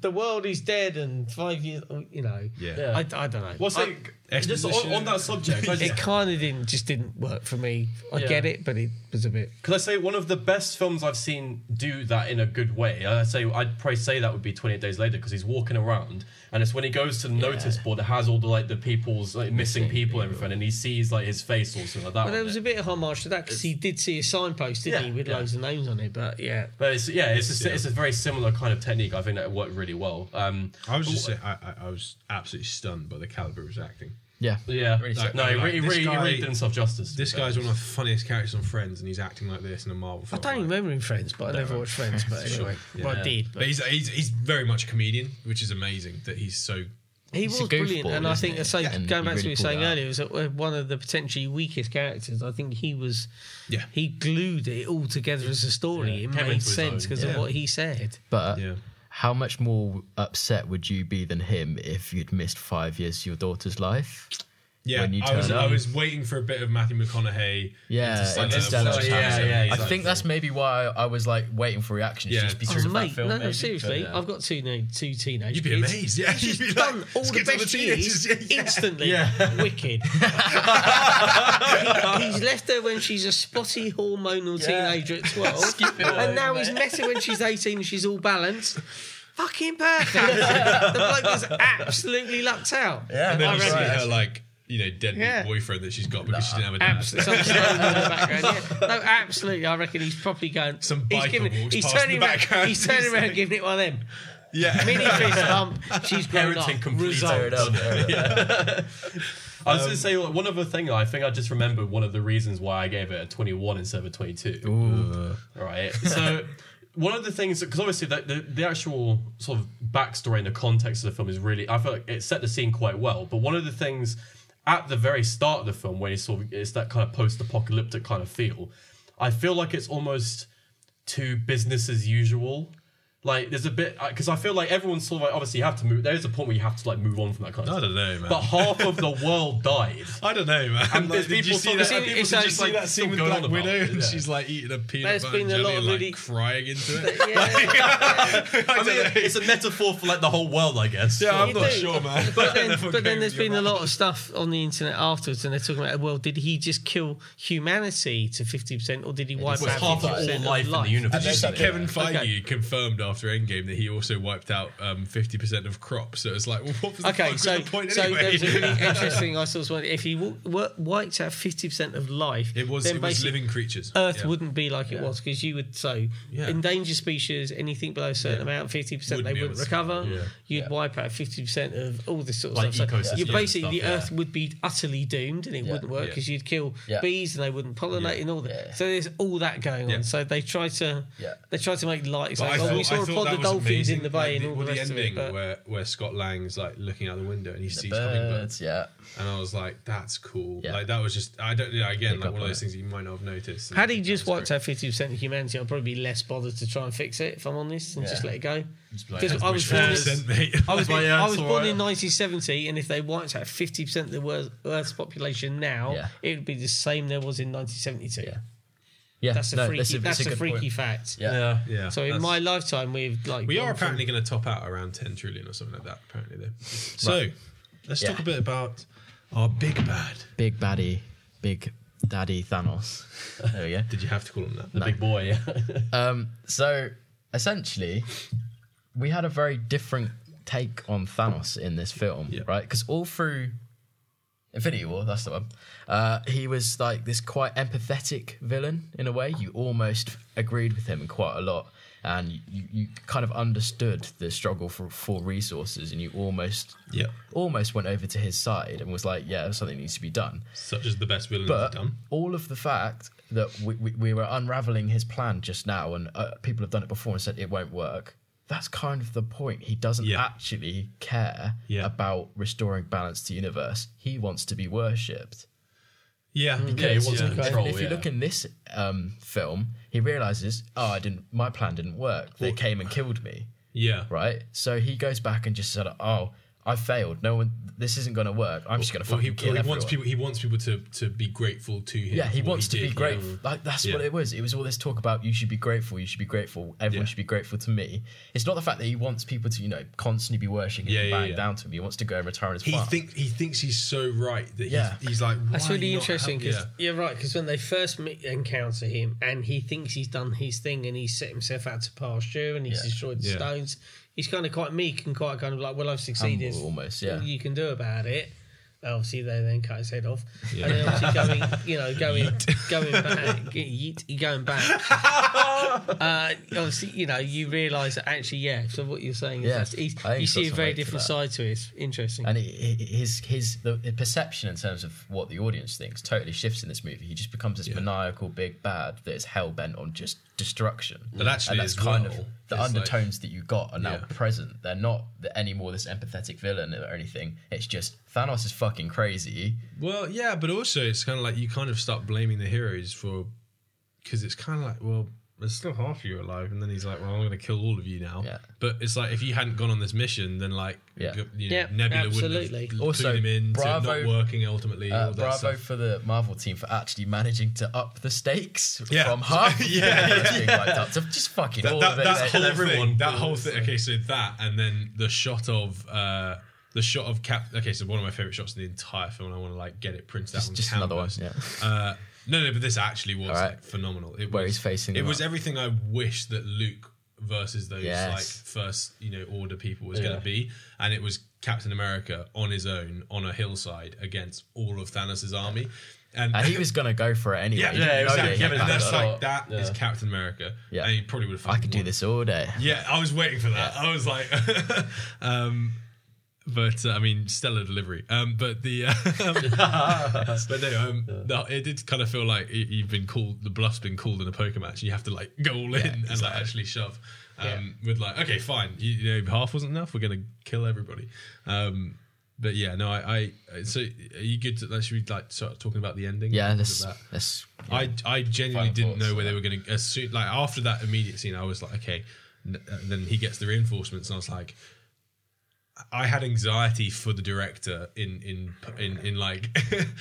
[SPEAKER 3] "The world is dead," and five years. You know.
[SPEAKER 1] Yeah.
[SPEAKER 4] Yeah.
[SPEAKER 3] I, I don't know.
[SPEAKER 4] what's
[SPEAKER 3] I-
[SPEAKER 4] it? Just on, on that subject, I
[SPEAKER 3] It
[SPEAKER 4] just-
[SPEAKER 3] kind of didn't just didn't work for me. I
[SPEAKER 4] Yeah.
[SPEAKER 3] get it, but it was a bit.
[SPEAKER 4] Because I say one of the best films I've seen do that in a good way. I say I'd probably say that would be Twenty Eight Days Later because he's walking around and it's when he goes to the notice board it has all the like the people's like, missing, people and everything and he sees like his face or something like that.
[SPEAKER 3] But
[SPEAKER 4] on
[SPEAKER 3] there was
[SPEAKER 4] it.
[SPEAKER 3] a bit of homage to that because he did see a signpost, didn't
[SPEAKER 4] Yeah,
[SPEAKER 3] he, with
[SPEAKER 4] yeah.
[SPEAKER 3] loads of names on it? But yeah,
[SPEAKER 4] but it's, yeah, it's a, it's a very similar kind of technique. I think that worked really well. Um,
[SPEAKER 1] I was just saying, I, I, I was absolutely stunned by the caliber of his acting.
[SPEAKER 2] Yeah.
[SPEAKER 4] yeah,
[SPEAKER 2] Really
[SPEAKER 4] no,
[SPEAKER 2] sick.
[SPEAKER 4] he,
[SPEAKER 1] Like,
[SPEAKER 4] re- he
[SPEAKER 1] this
[SPEAKER 4] really, he
[SPEAKER 1] guy-
[SPEAKER 4] really did himself justice.
[SPEAKER 1] This guy's one of the funniest characters on Friends, and he's acting like this in a Marvel
[SPEAKER 3] I
[SPEAKER 1] film.
[SPEAKER 3] don't
[SPEAKER 1] like-
[SPEAKER 3] remember in Friends, but I never watched Friends. But anyway, well, I did.
[SPEAKER 1] But
[SPEAKER 3] But
[SPEAKER 1] he's, he's he's very much a comedian, which is amazing that he's so.
[SPEAKER 3] he was
[SPEAKER 2] a
[SPEAKER 3] brilliant,
[SPEAKER 2] goofball,
[SPEAKER 3] and I
[SPEAKER 2] isn't
[SPEAKER 3] think
[SPEAKER 2] he?
[SPEAKER 3] so.
[SPEAKER 2] Yeah. And
[SPEAKER 3] Going
[SPEAKER 2] he
[SPEAKER 3] back to what
[SPEAKER 2] really
[SPEAKER 3] you were saying
[SPEAKER 2] pulled it out.
[SPEAKER 3] earlier, was that we're one of the potentially weakest characters. I think he was.
[SPEAKER 1] Yeah.
[SPEAKER 3] He glued it all together as a story.
[SPEAKER 4] Yeah.
[SPEAKER 3] It
[SPEAKER 4] Came
[SPEAKER 3] made
[SPEAKER 4] into his
[SPEAKER 3] sense
[SPEAKER 4] own,
[SPEAKER 3] because
[SPEAKER 1] yeah.
[SPEAKER 3] of what he said.
[SPEAKER 2] But
[SPEAKER 1] Yeah.
[SPEAKER 2] how much more upset would you be than him if you'd missed five years of your daughter's life?
[SPEAKER 1] Yeah,
[SPEAKER 2] When you
[SPEAKER 1] I was
[SPEAKER 2] turn
[SPEAKER 1] I
[SPEAKER 2] up.
[SPEAKER 1] was waiting for a bit of Matthew McConaughey.
[SPEAKER 2] Yeah,
[SPEAKER 1] into Stella
[SPEAKER 2] Interstellar.
[SPEAKER 1] Wars.
[SPEAKER 4] Oh, Yeah, yeah,
[SPEAKER 2] I
[SPEAKER 4] Exactly.
[SPEAKER 2] think that's maybe why I was like waiting for reactions,
[SPEAKER 1] Yeah.
[SPEAKER 2] just because
[SPEAKER 3] Oh,
[SPEAKER 2] of
[SPEAKER 3] mate,
[SPEAKER 2] that film.
[SPEAKER 3] no, no,
[SPEAKER 2] maybe.
[SPEAKER 3] seriously, Oh,
[SPEAKER 2] But, yeah.
[SPEAKER 3] I've got two no, two
[SPEAKER 1] uh,
[SPEAKER 3] teenage.
[SPEAKER 1] You'd be
[SPEAKER 3] kids.
[SPEAKER 1] amazed. Yeah,
[SPEAKER 3] He's
[SPEAKER 1] You'd be like,
[SPEAKER 3] done all
[SPEAKER 1] "Let's
[SPEAKER 3] the
[SPEAKER 1] get to
[SPEAKER 3] best
[SPEAKER 1] teenagers."
[SPEAKER 3] years
[SPEAKER 1] Yeah, yeah.
[SPEAKER 3] instantly. Wicked. He- he's left her when she's a spotty hormonal teenager at twelve, and now he's met her when she's eighteen. and She's all balanced. Fucking perfect. the bloke was absolutely lucked out.
[SPEAKER 2] Yeah,
[SPEAKER 1] And then
[SPEAKER 2] I
[SPEAKER 1] you see
[SPEAKER 2] reckon-
[SPEAKER 1] her like you know deadbeat
[SPEAKER 3] Yeah.
[SPEAKER 1] boyfriend that she's got because she didn't have a dad.
[SPEAKER 3] Absolutely. Some stone in the background. Yeah. No, absolutely. I reckon he's probably going.
[SPEAKER 1] Some
[SPEAKER 3] he's
[SPEAKER 1] biker walks
[SPEAKER 3] he's
[SPEAKER 1] past
[SPEAKER 3] turning
[SPEAKER 1] in the
[SPEAKER 3] around.
[SPEAKER 1] background.
[SPEAKER 3] He's turning
[SPEAKER 1] He's
[SPEAKER 3] around,
[SPEAKER 1] like-
[SPEAKER 3] giving it one of them.
[SPEAKER 1] Yeah,
[SPEAKER 3] Mini fist hump. She's grown up.
[SPEAKER 4] Parenting completely
[SPEAKER 2] Fair enough, fair enough.
[SPEAKER 4] I was going to say like, one other thing. I think I just remembered one of the reasons why I gave it a 21 instead of a 22. Right. So one of the things, because obviously the, the the actual sort of backstory and the context of the film is really, I feel like it set the scene quite well. But one of the things at the very start of the film, where you sort of it's that kind of post-apocalyptic kind of feel, I feel like it's almost too business as usual. Like, there's a bit because I feel like everyone's sort of like obviously you have to move. There is a point where you have to like move on from that kind of
[SPEAKER 1] I
[SPEAKER 4] stuff.
[SPEAKER 1] don't know, man.
[SPEAKER 4] But half of the world died.
[SPEAKER 1] I don't know, man.
[SPEAKER 4] And there's
[SPEAKER 1] did you
[SPEAKER 4] people
[SPEAKER 1] see
[SPEAKER 4] sort
[SPEAKER 1] that?
[SPEAKER 4] of-
[SPEAKER 1] and people
[SPEAKER 4] it's
[SPEAKER 1] sort of
[SPEAKER 4] like-
[SPEAKER 1] just
[SPEAKER 4] see
[SPEAKER 1] like
[SPEAKER 4] that
[SPEAKER 1] scene
[SPEAKER 4] scene
[SPEAKER 1] with
[SPEAKER 4] with
[SPEAKER 1] Black
[SPEAKER 4] Gone
[SPEAKER 1] Widow,
[SPEAKER 4] about it,
[SPEAKER 1] and
[SPEAKER 4] yeah.
[SPEAKER 1] she's like eating a peanut
[SPEAKER 3] There's
[SPEAKER 1] butter
[SPEAKER 3] been
[SPEAKER 1] and
[SPEAKER 3] a lot
[SPEAKER 1] jelly,
[SPEAKER 3] of
[SPEAKER 1] and, like
[SPEAKER 3] really-
[SPEAKER 1] crying into it.
[SPEAKER 4] I mean, it's a metaphor for like the whole world, I guess.
[SPEAKER 1] Yeah, I'm
[SPEAKER 3] You
[SPEAKER 1] not
[SPEAKER 3] do.
[SPEAKER 1] sure, man.
[SPEAKER 3] But then, but then there's been a lot of stuff on the internet afterwards, and they're talking about, well, did he just kill humanity to 50%, or did he wipe
[SPEAKER 2] was
[SPEAKER 3] out
[SPEAKER 4] It's half of
[SPEAKER 3] 50%
[SPEAKER 4] all
[SPEAKER 3] of
[SPEAKER 4] life in the universe.
[SPEAKER 1] Did you see
[SPEAKER 2] Yeah.
[SPEAKER 1] Kevin Feige
[SPEAKER 3] Okay.
[SPEAKER 1] confirmed after Endgame that he also wiped out um, 50% of crops? So it's like, well, what was the, fuck
[SPEAKER 3] Okay,
[SPEAKER 1] was
[SPEAKER 3] so,
[SPEAKER 1] the point
[SPEAKER 3] so
[SPEAKER 1] anyway?
[SPEAKER 3] there was a really interesting. I saw this one. If he w- w- wiped out fifty percent of life,
[SPEAKER 1] it was,
[SPEAKER 3] then
[SPEAKER 1] it was
[SPEAKER 3] basically
[SPEAKER 1] living creatures.
[SPEAKER 3] Earth
[SPEAKER 1] Yeah.
[SPEAKER 3] wouldn't be like it was because you would so
[SPEAKER 1] Yeah.
[SPEAKER 3] endangered species, anything below a certain
[SPEAKER 1] Yeah.
[SPEAKER 3] amount, fifty percent
[SPEAKER 1] Wouldn't
[SPEAKER 3] they
[SPEAKER 1] be
[SPEAKER 3] wouldn't
[SPEAKER 1] able to
[SPEAKER 3] recover.
[SPEAKER 1] survive, yeah.
[SPEAKER 3] You'd
[SPEAKER 2] Yeah.
[SPEAKER 3] wipe out fifty percent of all this sort of
[SPEAKER 4] Like
[SPEAKER 3] stuff. So
[SPEAKER 4] ecosystems
[SPEAKER 3] you
[SPEAKER 4] and
[SPEAKER 3] basically the
[SPEAKER 4] stuff, yeah.
[SPEAKER 3] Earth would be utterly doomed and it
[SPEAKER 2] Yeah.
[SPEAKER 3] wouldn't work
[SPEAKER 1] Yeah.
[SPEAKER 3] because you'd kill
[SPEAKER 2] Yeah.
[SPEAKER 3] bees and they wouldn't pollinate and all that.
[SPEAKER 2] Yeah.
[SPEAKER 3] So there's all that going on.
[SPEAKER 1] Yeah.
[SPEAKER 3] So they try to
[SPEAKER 2] Yeah.
[SPEAKER 3] they try to make light. It's
[SPEAKER 1] But
[SPEAKER 3] like,
[SPEAKER 1] I
[SPEAKER 3] oh,
[SPEAKER 1] thought,
[SPEAKER 3] we saw
[SPEAKER 1] I
[SPEAKER 3] a
[SPEAKER 1] thought
[SPEAKER 3] pod
[SPEAKER 1] that
[SPEAKER 3] of
[SPEAKER 1] was
[SPEAKER 3] dolphins
[SPEAKER 1] amazing.
[SPEAKER 3] in the bay
[SPEAKER 1] like,
[SPEAKER 3] and all the,
[SPEAKER 1] the
[SPEAKER 3] rest
[SPEAKER 1] ending
[SPEAKER 3] of it. but-
[SPEAKER 1] where, where Scott Lang's like looking out the window and he
[SPEAKER 2] The
[SPEAKER 1] sees hummingbirds.
[SPEAKER 2] birds, yeah.
[SPEAKER 1] And I was like, that's cool.
[SPEAKER 2] Yeah.
[SPEAKER 1] Like, that was just, I don't, yeah, again,
[SPEAKER 2] Pick
[SPEAKER 1] like
[SPEAKER 2] up
[SPEAKER 1] one of
[SPEAKER 2] on
[SPEAKER 1] those
[SPEAKER 2] it.
[SPEAKER 1] things that you might not have noticed.
[SPEAKER 3] Had he just wiped
[SPEAKER 1] out.
[SPEAKER 3] out fifty percent of humanity, I'd probably be less bothered to try and fix it if I'm honest, and
[SPEAKER 2] Yeah.
[SPEAKER 3] just let it go.
[SPEAKER 2] like,
[SPEAKER 3] Because I was born, in,
[SPEAKER 1] 50%, mate.
[SPEAKER 3] I was,
[SPEAKER 4] Like, yeah,
[SPEAKER 3] I
[SPEAKER 4] it's
[SPEAKER 3] was
[SPEAKER 4] all
[SPEAKER 3] born
[SPEAKER 4] right.
[SPEAKER 3] in 1970, and if they wiped out fifty percent of the world's, Earth's population now,
[SPEAKER 2] Yeah.
[SPEAKER 3] it would be the same there was in 1972.
[SPEAKER 2] Yeah. Yeah,
[SPEAKER 3] That's a
[SPEAKER 2] no,
[SPEAKER 3] freaky. That's a,
[SPEAKER 2] good
[SPEAKER 3] freaky
[SPEAKER 2] point.
[SPEAKER 3] fact.
[SPEAKER 2] Yeah.
[SPEAKER 4] Yeah.
[SPEAKER 1] Yeah.
[SPEAKER 3] So in
[SPEAKER 1] that's-
[SPEAKER 3] my lifetime, we've like
[SPEAKER 1] We
[SPEAKER 3] gone
[SPEAKER 1] are
[SPEAKER 3] from-
[SPEAKER 1] apparently going to top out around 10 trillion or something like that, apparently, though. So let's
[SPEAKER 2] Yeah.
[SPEAKER 1] talk a bit about our big bad.
[SPEAKER 2] Big baddie, big daddy Thanos. There we go.
[SPEAKER 1] Did you have to call him that?
[SPEAKER 4] The big boy.
[SPEAKER 2] Um, so essentially, we had a very different take on Thanos in this film,
[SPEAKER 1] Yeah.
[SPEAKER 2] right? Because all through Infinity War, that's the one, uh, he was like this quite empathetic villain in a way. You almost agreed with him quite a lot. And you, you kind of understood the struggle for, for resources, and you almost
[SPEAKER 1] Yeah.
[SPEAKER 2] almost went over to his side and was like, "Yeah, something needs to be done."
[SPEAKER 1] Such as the best villains
[SPEAKER 2] but
[SPEAKER 1] have done.
[SPEAKER 2] all of the fact that we, we, we were unraveling his plan just now and uh, people have done it before and said it won't work that's kind of the point he doesn't
[SPEAKER 1] Yeah.
[SPEAKER 2] actually care
[SPEAKER 1] Yeah.
[SPEAKER 2] about restoring balance to the universe he wants to be worshipped
[SPEAKER 1] Yeah.
[SPEAKER 4] Mm. Yeah, he wants
[SPEAKER 1] yeah.
[SPEAKER 4] to
[SPEAKER 2] and
[SPEAKER 4] control.
[SPEAKER 2] if you
[SPEAKER 4] yeah.
[SPEAKER 2] look in this um, film he realizes oh i didn't my plan didn't work they came and killed me
[SPEAKER 1] Yeah.
[SPEAKER 2] right so he goes back and just said oh i failed no one this isn't going to work i'm just going to
[SPEAKER 1] Well, he,
[SPEAKER 2] fucking kill
[SPEAKER 1] well, he
[SPEAKER 2] everyone.
[SPEAKER 1] wants people. He wants people to, to be grateful to him.
[SPEAKER 2] Yeah, he
[SPEAKER 1] for what
[SPEAKER 2] wants to
[SPEAKER 1] did,
[SPEAKER 2] be
[SPEAKER 1] you
[SPEAKER 2] grateful.
[SPEAKER 1] know?
[SPEAKER 2] Like that's
[SPEAKER 1] Yeah.
[SPEAKER 2] what it was. It was all this talk about you should be grateful, you should be grateful, everyone
[SPEAKER 1] Yeah.
[SPEAKER 2] should be grateful to me. It's not the fact that he wants people to, you know, constantly be worshipping
[SPEAKER 1] Yeah,
[SPEAKER 2] and
[SPEAKER 1] yeah,
[SPEAKER 2] bowing
[SPEAKER 1] yeah.
[SPEAKER 2] down to him. He wants to go and retire his
[SPEAKER 1] He
[SPEAKER 2] farm.
[SPEAKER 1] think he thinks he's so right that
[SPEAKER 2] Yeah.
[SPEAKER 1] he's, he's like.
[SPEAKER 3] That's
[SPEAKER 1] why
[SPEAKER 3] really
[SPEAKER 1] not
[SPEAKER 3] interesting
[SPEAKER 1] help-
[SPEAKER 3] because you're right. Because when they first meet, encounter him, and he thinks he's done his thing, and he's set himself out to pasture, and he's
[SPEAKER 2] Yeah.
[SPEAKER 3] destroyed the
[SPEAKER 1] Yeah.
[SPEAKER 3] stones. He's kind of quite meek and quite kind of like, "Well, I've succeeded.
[SPEAKER 2] Humble almost,
[SPEAKER 3] There's
[SPEAKER 2] yeah.
[SPEAKER 3] nothing you can do about it." Obviously, they then cut his head off,
[SPEAKER 1] Yeah.
[SPEAKER 3] and then obviously going, you know, going, going back, yeet, going back. uh, obviously, you know, you realise that actually, yeah. So what you're saying is,
[SPEAKER 2] Yeah,
[SPEAKER 3] that's- he's,
[SPEAKER 2] I think
[SPEAKER 3] you
[SPEAKER 2] he's got
[SPEAKER 3] see a
[SPEAKER 2] some
[SPEAKER 3] very
[SPEAKER 2] weight to
[SPEAKER 3] different
[SPEAKER 2] that.
[SPEAKER 3] side to it. It's Interesting.
[SPEAKER 2] and he- he- his his the, the perception in terms of what the audience thinks totally shifts in this movie. He just becomes this maniacal big bad that is hell bent on just destruction.
[SPEAKER 1] But actually
[SPEAKER 2] and that's
[SPEAKER 1] as
[SPEAKER 2] kind
[SPEAKER 1] well,
[SPEAKER 2] of
[SPEAKER 1] it's
[SPEAKER 2] the
[SPEAKER 1] like-
[SPEAKER 2] undertones that you got are now
[SPEAKER 1] Yeah.
[SPEAKER 2] present. They're not the, anymore this empathetic villain or anything. It's just Thanos is fucking crazy.
[SPEAKER 1] Well, yeah, but also it's kind of like you kind of start blaming the heroes for because it's kind of like well. There's still half of you alive, and then he's like, "Well, I'm going to kill all of you now."
[SPEAKER 2] Yeah.
[SPEAKER 1] But it's like if you hadn't gone on this mission, then like,
[SPEAKER 2] Yeah.
[SPEAKER 1] you know,
[SPEAKER 3] Yeah,
[SPEAKER 1] Nebula
[SPEAKER 3] absolutely.
[SPEAKER 1] wouldn't have
[SPEAKER 2] Also,
[SPEAKER 1] clued him in to
[SPEAKER 2] bravo-
[SPEAKER 1] not working ultimately.
[SPEAKER 2] Uh,
[SPEAKER 1] all that
[SPEAKER 2] bravo
[SPEAKER 1] stuff.
[SPEAKER 2] for the Marvel team for actually managing to up the stakes
[SPEAKER 1] Yeah.
[SPEAKER 2] from half
[SPEAKER 1] Yeah.
[SPEAKER 2] yeah. being wiped out to just fucking
[SPEAKER 1] that,
[SPEAKER 2] all
[SPEAKER 1] that,
[SPEAKER 2] of it.
[SPEAKER 1] that
[SPEAKER 2] They-
[SPEAKER 1] whole
[SPEAKER 4] everyone
[SPEAKER 1] thing. That whole thing. Okay, so that, and then the shot of uh, the shot of Cap. Okay, so one of my favorite shots in the entire film. and I want to like get it printed out on
[SPEAKER 2] just
[SPEAKER 1] canvas.
[SPEAKER 2] another one, yeah.
[SPEAKER 1] Uh, no, no, but this actually was
[SPEAKER 2] Alright.
[SPEAKER 1] like, phenomenal. It
[SPEAKER 2] Where
[SPEAKER 1] was,
[SPEAKER 2] he's facing
[SPEAKER 1] It
[SPEAKER 2] them
[SPEAKER 1] was
[SPEAKER 2] up.
[SPEAKER 1] everything I wish that Luke versus those
[SPEAKER 2] Yes.
[SPEAKER 1] like first you know order people was going to be, and it was Captain America on his own on a hillside against all of Thanos' army. And,
[SPEAKER 2] and he was gonna go for it anyway.
[SPEAKER 1] yeah,
[SPEAKER 2] He didn't
[SPEAKER 1] yeah,
[SPEAKER 2] know that
[SPEAKER 1] exactly.
[SPEAKER 2] he
[SPEAKER 1] Yeah,
[SPEAKER 2] had
[SPEAKER 1] but
[SPEAKER 2] that
[SPEAKER 1] that's
[SPEAKER 2] sort
[SPEAKER 1] like
[SPEAKER 2] of-
[SPEAKER 1] that is
[SPEAKER 4] Yeah.
[SPEAKER 1] Captain America.
[SPEAKER 2] Yeah.
[SPEAKER 1] and he probably would have.
[SPEAKER 2] I could do this all day.
[SPEAKER 1] Yeah, I was waiting for that. I was like, um, but uh, I mean, stellar delivery. Um, but the, um, but no, um, no, it did kind of feel like y- you've been called, the bluff's been called in a poker match. And you have to like go all in and like actually shove. Um, With like, okay, fine, you, you know, half wasn't enough. We're gonna kill everybody. Um, but yeah, no, I, I. So, are you good? To, like, should we like start talking about the ending?
[SPEAKER 2] Yeah,
[SPEAKER 1] Because
[SPEAKER 2] let's
[SPEAKER 1] of that?
[SPEAKER 2] let's
[SPEAKER 1] I I genuinely
[SPEAKER 2] Final
[SPEAKER 1] didn't
[SPEAKER 2] thoughts
[SPEAKER 1] know
[SPEAKER 2] on
[SPEAKER 1] where they
[SPEAKER 2] that.
[SPEAKER 1] were going to. As soon, like after that immediate scene, I was like, okay, n- and then he gets the reinforcements, and I was like, I had anxiety for the director in in in, in like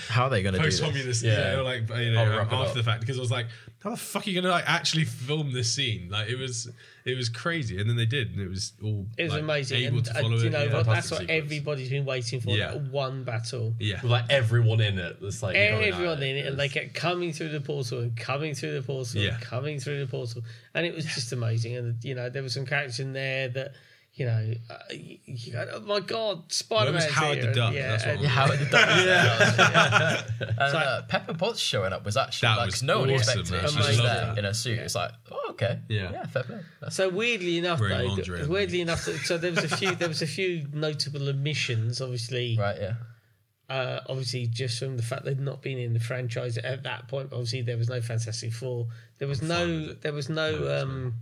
[SPEAKER 2] How are they going to do this?
[SPEAKER 1] post-communist, yeah, like you know,
[SPEAKER 4] I'll
[SPEAKER 1] um,
[SPEAKER 4] wrap it
[SPEAKER 1] after
[SPEAKER 4] up.
[SPEAKER 1] the fact, because I was like, how the fuck are you gonna like actually film this scene? Like it was it was crazy, and then they did, and it was all
[SPEAKER 3] It was
[SPEAKER 1] like,
[SPEAKER 3] amazing.
[SPEAKER 1] able
[SPEAKER 3] and,
[SPEAKER 1] to
[SPEAKER 3] uh,
[SPEAKER 1] follow
[SPEAKER 3] do
[SPEAKER 1] it.
[SPEAKER 3] you
[SPEAKER 1] yeah.
[SPEAKER 3] know what? That's
[SPEAKER 1] Fantastic
[SPEAKER 3] what
[SPEAKER 1] sequence.
[SPEAKER 3] everybody's been waiting for.
[SPEAKER 1] Yeah.
[SPEAKER 3] That one battle.
[SPEAKER 1] yeah.
[SPEAKER 4] With like everyone in it, it's like you don't
[SPEAKER 3] Everyone
[SPEAKER 4] know.
[SPEAKER 3] in it, and they kept coming through the portal and coming through the portal
[SPEAKER 1] Yeah.
[SPEAKER 3] and coming through the portal, and it was just amazing. And you know, there were some characters in there that you know, uh, you, you go, oh my god, Spider Man.
[SPEAKER 1] Howard the Duck?
[SPEAKER 3] Yeah,
[SPEAKER 1] That's what
[SPEAKER 3] and-
[SPEAKER 1] I'm-
[SPEAKER 2] How did that? yeah. And uh, Pepper Potts showing up was actually
[SPEAKER 1] That
[SPEAKER 2] like
[SPEAKER 1] was
[SPEAKER 2] 'cause no one
[SPEAKER 1] awesome,
[SPEAKER 2] expected
[SPEAKER 1] man.
[SPEAKER 2] it. She
[SPEAKER 3] I
[SPEAKER 2] was
[SPEAKER 3] love
[SPEAKER 2] there
[SPEAKER 1] that.
[SPEAKER 2] in a suit. It's like, oh okay,
[SPEAKER 1] Yeah.
[SPEAKER 2] yeah, fair play. That's
[SPEAKER 3] So weirdly enough,
[SPEAKER 1] Wearing
[SPEAKER 3] though,
[SPEAKER 1] lingerie
[SPEAKER 3] th-
[SPEAKER 1] underneath.
[SPEAKER 3] weirdly enough, th- so there was a few there was a few notable omissions. Obviously,
[SPEAKER 2] right, yeah.
[SPEAKER 3] uh, obviously just from the fact they'd not been in the franchise at that point. but Obviously, there was no Fantastic Four. There was
[SPEAKER 1] fine
[SPEAKER 3] no
[SPEAKER 1] with it.
[SPEAKER 3] there was no um,